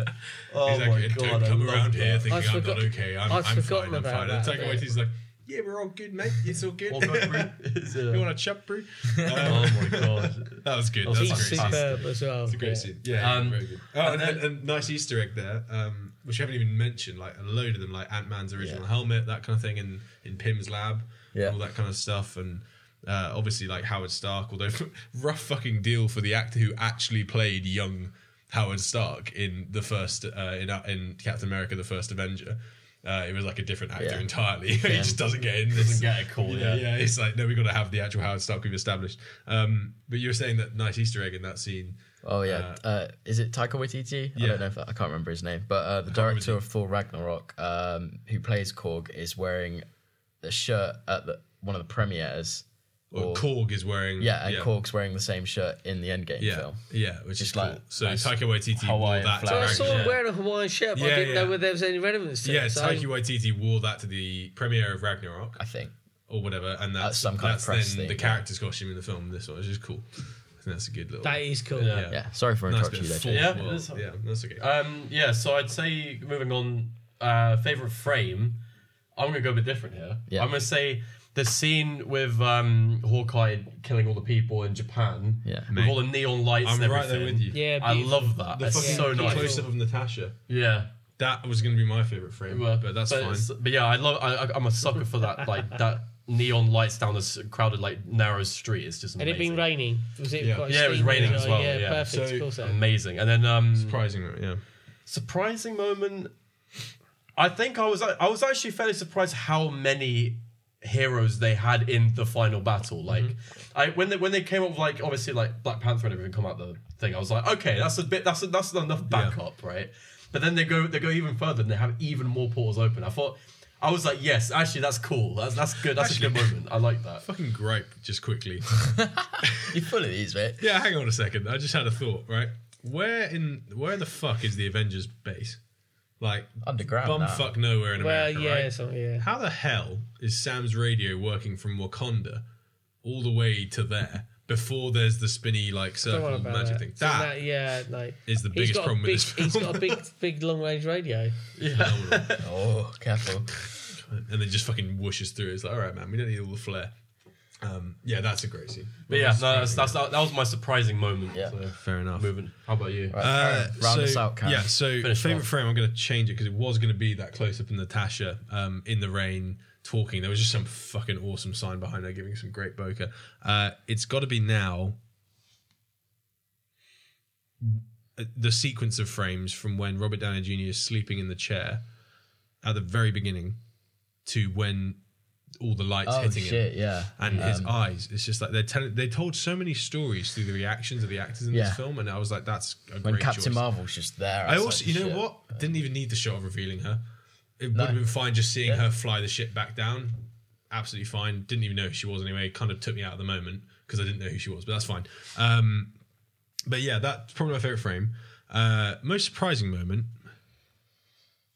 [SPEAKER 4] Oh
[SPEAKER 1] He's
[SPEAKER 4] my
[SPEAKER 1] like,
[SPEAKER 4] god,
[SPEAKER 1] don't
[SPEAKER 4] I
[SPEAKER 1] come
[SPEAKER 4] love
[SPEAKER 1] around
[SPEAKER 4] that.
[SPEAKER 1] here thinking
[SPEAKER 3] I'd
[SPEAKER 1] I'm not
[SPEAKER 3] forgot-
[SPEAKER 1] okay. I'm,
[SPEAKER 3] I'd
[SPEAKER 1] I'm
[SPEAKER 3] forgotten
[SPEAKER 1] fine. I'm
[SPEAKER 3] about
[SPEAKER 1] fine. And
[SPEAKER 3] that
[SPEAKER 1] Taika
[SPEAKER 3] bit.
[SPEAKER 1] Waititi's like, yeah, we're all good, mate. It's all good.
[SPEAKER 4] All good, bro. It's, uh,
[SPEAKER 1] you want a chop, bro?
[SPEAKER 4] Oh
[SPEAKER 1] Um,
[SPEAKER 4] my god.
[SPEAKER 1] that was good. That was a
[SPEAKER 3] He's
[SPEAKER 1] great scene.
[SPEAKER 3] superb as well.
[SPEAKER 1] It's a great
[SPEAKER 3] Yeah.
[SPEAKER 1] scene. Yeah,
[SPEAKER 4] Um,
[SPEAKER 1] very good. Oh, and, and, and nice Easter egg there, um, which you haven't even mentioned. Like a load of them, like Ant Man's original helmet, that kind of thing, in in Pym's lab,
[SPEAKER 2] Yeah.
[SPEAKER 1] and all that kind of stuff, and. Uh, obviously, like Howard Stark, although rough fucking deal for the actor who actually played young Howard Stark in the first uh, in in Captain America: The First Avenger, uh, it was like a different actor
[SPEAKER 2] Yeah.
[SPEAKER 1] entirely. he just doesn't get in. This
[SPEAKER 4] Doesn't get a call,
[SPEAKER 1] yeah, yeah,
[SPEAKER 4] yeah.
[SPEAKER 1] it's like no, we got to have the actual Howard Stark we've established. Um, but you were saying that nice Easter egg in that scene.
[SPEAKER 2] Oh yeah, uh, is it Taika Waititi? I
[SPEAKER 1] yeah.
[SPEAKER 2] don't know if that, I can't remember his name, but uh, the director of Thor Ragnarok, um, who plays Korg, is wearing a shirt at the, one of the premieres.
[SPEAKER 1] Or Oh, Korg is wearing
[SPEAKER 2] Yeah, and Korg's wearing the same shirt in the Endgame
[SPEAKER 1] yeah,
[SPEAKER 2] film.
[SPEAKER 1] yeah, which is
[SPEAKER 2] Just
[SPEAKER 1] cool.
[SPEAKER 2] like
[SPEAKER 1] so
[SPEAKER 2] nice
[SPEAKER 1] Taika Waititi
[SPEAKER 2] Hawaiian
[SPEAKER 1] wore that. To
[SPEAKER 2] flower.
[SPEAKER 3] I
[SPEAKER 1] Ragnarok.
[SPEAKER 3] saw
[SPEAKER 2] Yeah.
[SPEAKER 3] him wearing a Hawaiian shirt,
[SPEAKER 1] Yeah,
[SPEAKER 3] but I didn't
[SPEAKER 1] yeah.
[SPEAKER 3] know whether there was any relevance to
[SPEAKER 1] yeah,
[SPEAKER 3] it. so-
[SPEAKER 1] Taika Waititi wore that to the premiere of Ragnarok
[SPEAKER 2] I think.
[SPEAKER 1] or whatever, and that's,
[SPEAKER 2] some kind of
[SPEAKER 1] that's
[SPEAKER 2] press
[SPEAKER 1] then
[SPEAKER 2] thing,
[SPEAKER 1] the
[SPEAKER 2] yeah.
[SPEAKER 1] character's costume in the film. This one, which is cool. I think that's a good little.
[SPEAKER 3] That is cool.
[SPEAKER 1] yeah.
[SPEAKER 2] Yeah, sorry for
[SPEAKER 1] Nice
[SPEAKER 2] interrupting
[SPEAKER 1] bit of
[SPEAKER 2] you. there,
[SPEAKER 1] thought.
[SPEAKER 2] James.
[SPEAKER 4] Yeah,
[SPEAKER 1] Well,
[SPEAKER 4] that's-
[SPEAKER 1] yeah, that's okay.
[SPEAKER 4] Um, yeah, so I'd say moving on, uh, favorite frame. I'm gonna go a bit different here.
[SPEAKER 2] Yeah.
[SPEAKER 4] I'm gonna say the scene with um, Hawkeye killing all the people in Japan.
[SPEAKER 2] Yeah.
[SPEAKER 4] with
[SPEAKER 1] Mate,
[SPEAKER 4] all the neon lights.
[SPEAKER 1] I'm
[SPEAKER 4] and
[SPEAKER 1] right there
[SPEAKER 4] everything.
[SPEAKER 1] with you.
[SPEAKER 3] Yeah,
[SPEAKER 4] I
[SPEAKER 3] beautiful.
[SPEAKER 4] love that.
[SPEAKER 1] The
[SPEAKER 4] That's
[SPEAKER 1] fucking
[SPEAKER 4] so nice.
[SPEAKER 1] close up of Natasha.
[SPEAKER 4] Yeah,
[SPEAKER 1] That was going to be my favorite frame,
[SPEAKER 4] well,
[SPEAKER 1] but that's fine.
[SPEAKER 4] it's- But yeah, I love. I, I- I'm a sucker for that. Like that neon lights down this crowded, like narrow street. It's just
[SPEAKER 3] Had
[SPEAKER 4] amazing.
[SPEAKER 3] it been raining? Was it
[SPEAKER 1] Yeah.
[SPEAKER 3] quite
[SPEAKER 4] Yeah, it was
[SPEAKER 3] steamy?
[SPEAKER 4] raining as well,
[SPEAKER 3] Yeah,
[SPEAKER 4] yeah.
[SPEAKER 3] perfect.
[SPEAKER 1] So-
[SPEAKER 3] of course that-
[SPEAKER 4] amazing. And then um,
[SPEAKER 1] Surprising, yeah.
[SPEAKER 4] surprising moment. I think I was I was actually fairly surprised how many heroes they had in the final battle. Like, I when they when they came up with like obviously like Black Panther and everything come out the thing, I was like, okay, that's a bit that's a, that's enough backup, right? But then they go they go even further and they have even more portals open. I thought. I was like, yes, actually, that's cool. That's that's good. That's a good moment. I like that.
[SPEAKER 1] Fucking gripe, just quickly.
[SPEAKER 2] You're full of these, mate.
[SPEAKER 1] yeah, hang on a second. I just had a thought. Right, where in where the fuck is the Avengers base? Like
[SPEAKER 2] Underground now.
[SPEAKER 1] bumfuck nowhere in
[SPEAKER 3] Well,
[SPEAKER 1] America,
[SPEAKER 3] yeah,
[SPEAKER 1] right?
[SPEAKER 3] so, yeah.
[SPEAKER 1] How the hell is Sam's radio working from Wakanda all the way to there before there's the spinny like
[SPEAKER 3] Don't worry
[SPEAKER 1] circle
[SPEAKER 3] about
[SPEAKER 1] magic
[SPEAKER 3] that.
[SPEAKER 1] thing?
[SPEAKER 3] So
[SPEAKER 1] That,
[SPEAKER 3] that- yeah, like
[SPEAKER 1] is the
[SPEAKER 3] he's
[SPEAKER 1] biggest
[SPEAKER 3] got a
[SPEAKER 1] problem with
[SPEAKER 3] big-
[SPEAKER 1] this
[SPEAKER 3] He's
[SPEAKER 1] film.
[SPEAKER 3] got a big, big long range radio.
[SPEAKER 1] phenomenal.
[SPEAKER 2] Oh, careful.
[SPEAKER 1] and then just fucking whooshes through. It's like, all right, man, we don't need all the flair. Um, yeah, that's a great scene.
[SPEAKER 4] But yeah, no, that's, that's that was my surprising moment.
[SPEAKER 2] Yeah.
[SPEAKER 4] So,
[SPEAKER 1] Fair enough.
[SPEAKER 4] moving. How about you?
[SPEAKER 2] Right,
[SPEAKER 1] Uh,
[SPEAKER 2] Karen, round
[SPEAKER 1] so,
[SPEAKER 2] us out, Karen.
[SPEAKER 1] Yeah, so
[SPEAKER 4] Finish
[SPEAKER 1] favorite
[SPEAKER 4] off.
[SPEAKER 1] frame. I'm going to change it because it was going to be that close up of Natasha um, in the rain talking. There was just some fucking awesome sign behind her giving some great bokeh. Uh, it's got to be now. uh, The sequence of frames from when Robert Downey Jr. is sleeping in the chair at the very beginning to when all the lights
[SPEAKER 2] Oh
[SPEAKER 1] hitting him
[SPEAKER 2] shit! Yeah.
[SPEAKER 1] and his
[SPEAKER 2] Um,
[SPEAKER 1] eyes. It's just like they're telling. They told so many stories through the reactions of the actors in
[SPEAKER 2] Yeah.
[SPEAKER 1] this film, and I was like, that's a
[SPEAKER 2] When
[SPEAKER 1] great
[SPEAKER 2] Captain
[SPEAKER 1] choice.
[SPEAKER 2] Marvel's just there.
[SPEAKER 1] I
[SPEAKER 2] was
[SPEAKER 1] also,
[SPEAKER 2] like,
[SPEAKER 1] you know
[SPEAKER 2] shit.
[SPEAKER 1] what? Didn't even need the shot of revealing her. It would have been fine just seeing her fly the ship back down. Absolutely fine. Didn't even know who she was anyway. Kind of took me out of the moment because I didn't know who she was, but that's fine. Um, but yeah, that's probably my favorite frame. Uh, most surprising moment.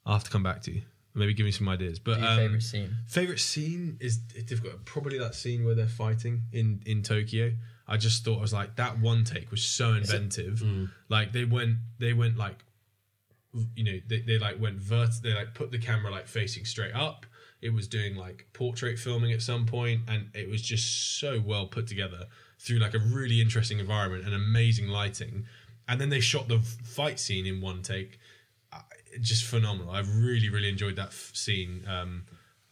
[SPEAKER 1] I'll have to come back to you. Maybe give me some ideas. But
[SPEAKER 2] Your
[SPEAKER 1] um,
[SPEAKER 2] favorite scene?
[SPEAKER 1] Favorite scene is it's difficult. Probably that scene where they're fighting in in Tokyo. I just thought I was like that one take was so inventive. Like they went they went like v- you know they, they like went vert they like put the camera like facing straight up. It was doing like portrait filming at some point, and it was just so well put together through like a really interesting environment and amazing lighting. And then they shot the f- fight scene in one take, just phenomenal. I really, really enjoyed that f- scene. Um,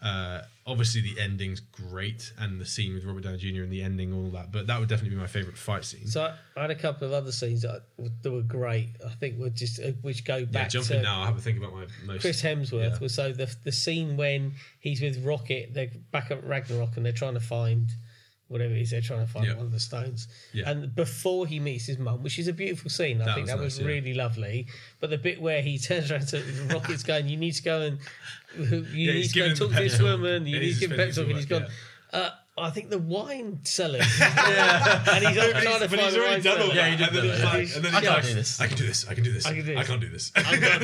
[SPEAKER 1] uh, obviously, the ending's great, and the scene with Robert Downey Jr. and the ending, all that. But that would definitely be my favorite fight scene.
[SPEAKER 3] So I, I had a couple of other scenes that, I, that were great. I think we're just uh, which go
[SPEAKER 1] yeah,
[SPEAKER 3] back
[SPEAKER 1] jumping
[SPEAKER 3] to
[SPEAKER 1] now. I have a think about my most.
[SPEAKER 3] Chris Hemsworth.
[SPEAKER 1] Yeah.
[SPEAKER 3] Was so the the scene when he's with Rocket, they're back at Ragnarok and they're trying to find whatever it is they're trying to find
[SPEAKER 1] Yeah.
[SPEAKER 3] one of the stones.
[SPEAKER 1] Yeah.
[SPEAKER 3] And before he meets his mum, which is a beautiful scene, I
[SPEAKER 1] That
[SPEAKER 3] think
[SPEAKER 1] was
[SPEAKER 3] that
[SPEAKER 1] nice,
[SPEAKER 3] was
[SPEAKER 1] yeah.
[SPEAKER 3] really lovely. But the bit where he turns around to Rocket's going, "You need to go and who- you
[SPEAKER 1] Yeah,
[SPEAKER 3] need
[SPEAKER 1] he's
[SPEAKER 3] to go and
[SPEAKER 1] giving the
[SPEAKER 3] talk to
[SPEAKER 1] pep
[SPEAKER 3] this
[SPEAKER 1] talk.
[SPEAKER 3] woman. You
[SPEAKER 1] Yeah,
[SPEAKER 3] need
[SPEAKER 1] he's
[SPEAKER 3] to give
[SPEAKER 1] just
[SPEAKER 3] him
[SPEAKER 1] been
[SPEAKER 3] pep talk," and
[SPEAKER 1] into
[SPEAKER 3] he's
[SPEAKER 1] it,
[SPEAKER 3] gone. Uh, I think the wine seller, and he's trying to
[SPEAKER 1] But
[SPEAKER 3] find
[SPEAKER 1] he's
[SPEAKER 3] the
[SPEAKER 1] already
[SPEAKER 3] wine
[SPEAKER 1] done all
[SPEAKER 3] cellar.
[SPEAKER 1] that.
[SPEAKER 2] he did
[SPEAKER 1] and then
[SPEAKER 2] do
[SPEAKER 1] he's
[SPEAKER 2] that,
[SPEAKER 1] like,
[SPEAKER 3] yeah.
[SPEAKER 1] and then
[SPEAKER 2] I
[SPEAKER 1] he's
[SPEAKER 2] can't
[SPEAKER 1] like,
[SPEAKER 2] do this.
[SPEAKER 1] I can do this. I can do this. I
[SPEAKER 3] can do
[SPEAKER 1] I
[SPEAKER 3] this.
[SPEAKER 1] can't do this.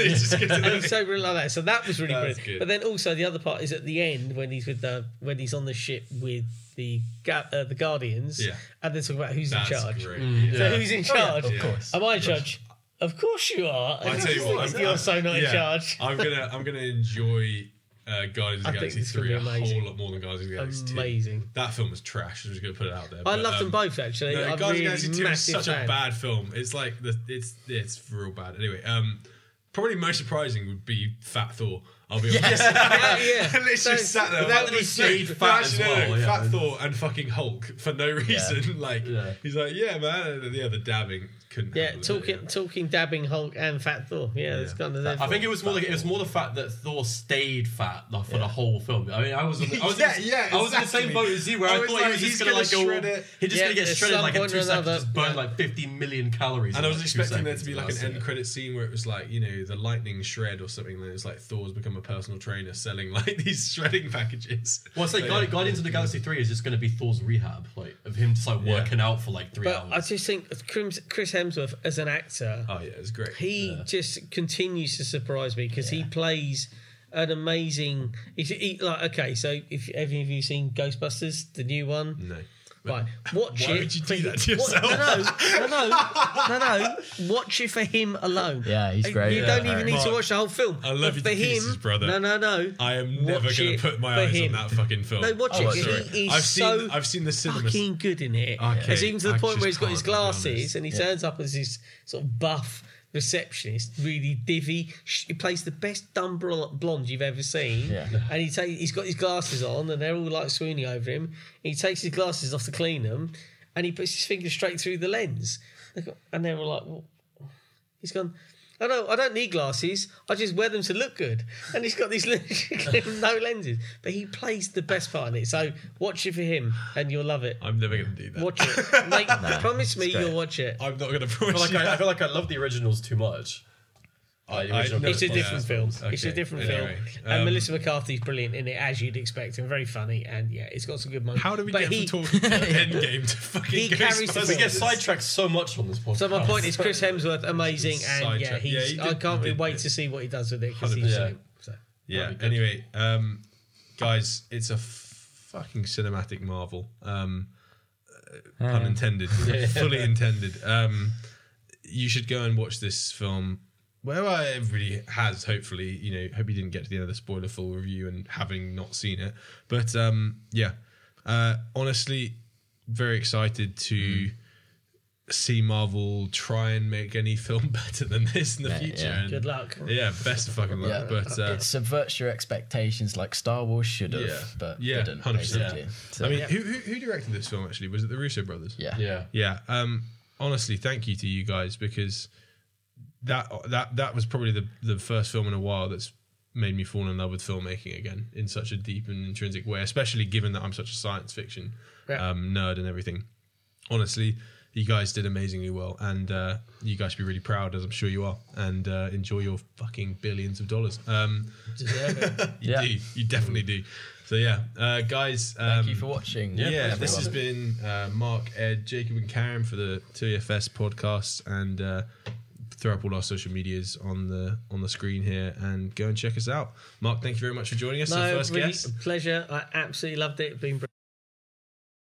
[SPEAKER 1] He just gets to the
[SPEAKER 3] and he's so brilliant like that. So that was really
[SPEAKER 1] That was good.
[SPEAKER 3] brilliant. But then also the other part is at the end when he's with the when he's on the ship with the Ga- uh, the Guardians,
[SPEAKER 1] Yeah.
[SPEAKER 3] and they talk about who's
[SPEAKER 1] That's
[SPEAKER 3] in charge.
[SPEAKER 1] great.
[SPEAKER 3] So who's in charge?
[SPEAKER 2] Mm. Oh, Of course.
[SPEAKER 3] Am I in charge? Of course you are.
[SPEAKER 1] I tell you what, I'm-
[SPEAKER 3] you're so not
[SPEAKER 1] yeah,
[SPEAKER 3] in charge.
[SPEAKER 1] I'm gonna, I'm gonna enjoy uh, Guardians of the
[SPEAKER 3] I think
[SPEAKER 1] Galaxy
[SPEAKER 3] this could be
[SPEAKER 1] three a
[SPEAKER 3] amazing.
[SPEAKER 1] whole lot more than Guardians of the Galaxy two.
[SPEAKER 3] Amazing.
[SPEAKER 1] That film was trash. I'm just gonna put it out there.
[SPEAKER 3] I
[SPEAKER 1] but,
[SPEAKER 3] love them
[SPEAKER 1] um,
[SPEAKER 3] both actually.
[SPEAKER 1] No,
[SPEAKER 3] I'm
[SPEAKER 1] Guardians
[SPEAKER 3] really
[SPEAKER 1] of the Galaxy Two is
[SPEAKER 3] massive
[SPEAKER 1] such
[SPEAKER 3] fan.
[SPEAKER 1] a bad film. It's like the it's it's real bad. Anyway, um, probably most surprising would be Fat Thor. I'll be honest.
[SPEAKER 3] Yeah, yeah.
[SPEAKER 1] Literally
[SPEAKER 3] So-
[SPEAKER 1] sat there.
[SPEAKER 3] that
[SPEAKER 1] like,
[SPEAKER 3] was
[SPEAKER 1] no,
[SPEAKER 3] stupid.
[SPEAKER 1] no,
[SPEAKER 2] fat
[SPEAKER 1] actually,
[SPEAKER 2] as
[SPEAKER 1] no, no,
[SPEAKER 2] well, yeah.
[SPEAKER 1] Fat Thor and fucking Hulk for no reason. Like he's like, yeah, man. And yeah, the dabbing couldn't.
[SPEAKER 3] Yeah,
[SPEAKER 1] handle it,
[SPEAKER 3] talking
[SPEAKER 1] yeah.
[SPEAKER 3] talking dabbing Hulk and Fat Thor. Yeah, that's kind
[SPEAKER 1] Fat
[SPEAKER 3] of them.
[SPEAKER 1] Thor.
[SPEAKER 6] I think it was more like it was more the fact that Thor stayed fat like, for the whole film. I mean, I was, I was,
[SPEAKER 1] Yeah,
[SPEAKER 6] in, the-
[SPEAKER 1] yeah,
[SPEAKER 6] I was in the same
[SPEAKER 1] exactly.
[SPEAKER 6] boat as you, where
[SPEAKER 1] I
[SPEAKER 6] I,
[SPEAKER 1] was
[SPEAKER 6] thought
[SPEAKER 1] like,
[SPEAKER 6] he was
[SPEAKER 1] he's
[SPEAKER 6] just gonna,
[SPEAKER 1] gonna
[SPEAKER 6] like go,
[SPEAKER 1] shred it.
[SPEAKER 6] he's just
[SPEAKER 3] Yeah,
[SPEAKER 6] gonna get
[SPEAKER 3] at
[SPEAKER 6] shredded
[SPEAKER 3] some
[SPEAKER 6] like in
[SPEAKER 3] point or
[SPEAKER 6] two seconds,
[SPEAKER 3] another.
[SPEAKER 6] just burn like 50 million calories.
[SPEAKER 1] And I
[SPEAKER 6] in,
[SPEAKER 1] was
[SPEAKER 6] like, two
[SPEAKER 1] expecting there to
[SPEAKER 6] seconds,
[SPEAKER 1] be
[SPEAKER 6] and
[SPEAKER 1] like an
[SPEAKER 6] that's
[SPEAKER 1] end
[SPEAKER 6] it.
[SPEAKER 1] credit scene where it was like, you know, the lightning shred or something. Then it's like Thor's become a personal trainer selling like these shredding packages.
[SPEAKER 6] Well, it's like
[SPEAKER 1] But,
[SPEAKER 6] Guardi-
[SPEAKER 1] yeah.
[SPEAKER 6] Guardians of the Galaxy Three is just going to be Thor's rehab, like of him just like working out for like three
[SPEAKER 3] But I
[SPEAKER 6] hours.
[SPEAKER 3] just think Chris Chris Hemsworth as an actor,
[SPEAKER 1] Oh yeah, it's great.
[SPEAKER 3] he just continues to surprise me because he plays an amazing. He's he, like okay, so if have any of you seen Ghostbusters, the new one?
[SPEAKER 1] no.
[SPEAKER 3] Right, watch
[SPEAKER 1] Why
[SPEAKER 3] it.
[SPEAKER 1] would you do that to
[SPEAKER 3] What-
[SPEAKER 1] yourself?
[SPEAKER 3] no, no, no, no, no. Watch it for him alone.
[SPEAKER 2] Yeah, he's great.
[SPEAKER 3] You
[SPEAKER 2] Yeah,
[SPEAKER 3] don't even need to
[SPEAKER 1] Mark,
[SPEAKER 3] watch the whole film.
[SPEAKER 1] I love
[SPEAKER 3] But
[SPEAKER 1] you
[SPEAKER 3] for
[SPEAKER 1] to
[SPEAKER 3] him,
[SPEAKER 1] pieces, brother.
[SPEAKER 3] No, no, no.
[SPEAKER 1] I am never
[SPEAKER 3] Watch
[SPEAKER 1] going
[SPEAKER 3] it
[SPEAKER 1] to put my
[SPEAKER 3] for
[SPEAKER 1] eyes
[SPEAKER 3] him.
[SPEAKER 1] on that fuccking film.
[SPEAKER 3] No, watch
[SPEAKER 1] Oh,
[SPEAKER 3] it.
[SPEAKER 1] sorry.
[SPEAKER 3] He is
[SPEAKER 1] I've
[SPEAKER 3] so
[SPEAKER 1] seen, I've seen the cinema.
[SPEAKER 3] fucking good in it.
[SPEAKER 1] Okay,
[SPEAKER 3] It's even to the
[SPEAKER 1] I
[SPEAKER 3] point where he's
[SPEAKER 1] just
[SPEAKER 3] got his
[SPEAKER 1] can't, I'll be
[SPEAKER 3] glasses
[SPEAKER 1] honest.
[SPEAKER 3] and he turns up as this sort of buff receptionist, really divvy. Sh- He plays the best dumb bl- blonde you've ever seen.
[SPEAKER 2] Yeah.
[SPEAKER 3] And he ta- he's got his glasses on and they're all like swooning over him. He takes his glasses off to clean them and he puts his finger straight through the lens. They go- And they were like, "What?" he's gone. Oh no, I don't need glasses. I just wear them to look good. And he's got these no lenses, but he plays the best part in it. So watch it for him, and you'll love it.
[SPEAKER 1] I'm never going to do that.
[SPEAKER 3] Watch it. Mate,
[SPEAKER 2] Nah, it's
[SPEAKER 3] promise me
[SPEAKER 2] great.
[SPEAKER 3] you'll watch it.
[SPEAKER 1] I'm not going to
[SPEAKER 6] I
[SPEAKER 1] promise
[SPEAKER 6] feel like
[SPEAKER 1] you
[SPEAKER 6] I, I
[SPEAKER 1] that.
[SPEAKER 6] feel like I love the originals too much. Like, the original
[SPEAKER 1] no,
[SPEAKER 3] It's a
[SPEAKER 1] yeah.
[SPEAKER 6] Ghostbusters.
[SPEAKER 3] different film. It's a
[SPEAKER 1] Okay,
[SPEAKER 3] different
[SPEAKER 1] anyway,
[SPEAKER 3] film. And
[SPEAKER 1] um,
[SPEAKER 3] Melissa McCarthy's brilliant in it, as you'd expect, and very funny. And yeah, it's got some good moments.
[SPEAKER 1] How do we
[SPEAKER 3] but
[SPEAKER 1] get
[SPEAKER 3] he,
[SPEAKER 1] from talking to Endgame to fucking
[SPEAKER 3] He carries the
[SPEAKER 1] Ghostbusters?
[SPEAKER 6] Because we get sidetracked so much on this podcast.
[SPEAKER 3] So my point is, Chris Hemsworth, amazing, and yeah,
[SPEAKER 1] Sidetrack. Yeah,
[SPEAKER 3] he's.
[SPEAKER 1] he
[SPEAKER 3] I
[SPEAKER 1] did-
[SPEAKER 3] can't
[SPEAKER 1] he did
[SPEAKER 3] wait
[SPEAKER 1] good.
[SPEAKER 3] to see what he does with it because he's.
[SPEAKER 6] 100%.
[SPEAKER 3] Yeah. So.
[SPEAKER 1] Yeah.
[SPEAKER 6] That'd be good.
[SPEAKER 1] Anyway, um, guys, it's a f- fucking cinematic marvel. Um, uh, pun intended, fully intended. Um, you should go and watch this film. Where I- everybody has, hopefully, you know, hope you didn't get to the end of the spoiler full review and having not seen it. But um, yeah, uh, honestly, very excited to see Marvel try and make any film better than this in the
[SPEAKER 2] Yeah,
[SPEAKER 1] future.
[SPEAKER 2] yeah.
[SPEAKER 1] And,
[SPEAKER 3] Good luck.
[SPEAKER 1] Yeah, best of fucking luck.
[SPEAKER 2] Yeah.
[SPEAKER 1] But uh,
[SPEAKER 2] it subverts your expectations like Star Wars should have,
[SPEAKER 1] Yeah.
[SPEAKER 2] but
[SPEAKER 1] Yeah,
[SPEAKER 2] didn't.
[SPEAKER 1] 100%.
[SPEAKER 2] Basically. So,
[SPEAKER 1] I mean, who, who who directed this film? Actually, was it the Russo brothers?
[SPEAKER 2] yeah.
[SPEAKER 6] yeah.
[SPEAKER 1] Yeah. Um. Honestly, thank you to you guys because that that that was probably the the first film in a while that's made me fall in love with filmmaking again in such a deep and intrinsic way, especially given that I'm such a science fiction
[SPEAKER 3] Yeah.
[SPEAKER 1] um, nerd and everything. Honestly, you guys did amazingly well, and uh, you guys should be really proud, as I'm sure you are, and uh, enjoy your fucking billions of dollars. Um,
[SPEAKER 2] Deserve it.
[SPEAKER 1] you
[SPEAKER 2] Yeah.
[SPEAKER 1] do, you definitely do. So yeah, uh, guys. Um,
[SPEAKER 2] Thank you for watching.
[SPEAKER 1] yeah, this has been uh, Mark, Ed, Jacob, and Karen for the 2EFS podcast, and uh, throw up all our social medias on the on the screen here, and go and check us out. Mark, thank you very much for joining us. the
[SPEAKER 3] No,
[SPEAKER 1] first
[SPEAKER 3] really,
[SPEAKER 1] guest.
[SPEAKER 3] a pleasure. I absolutely loved it. Been brilliant.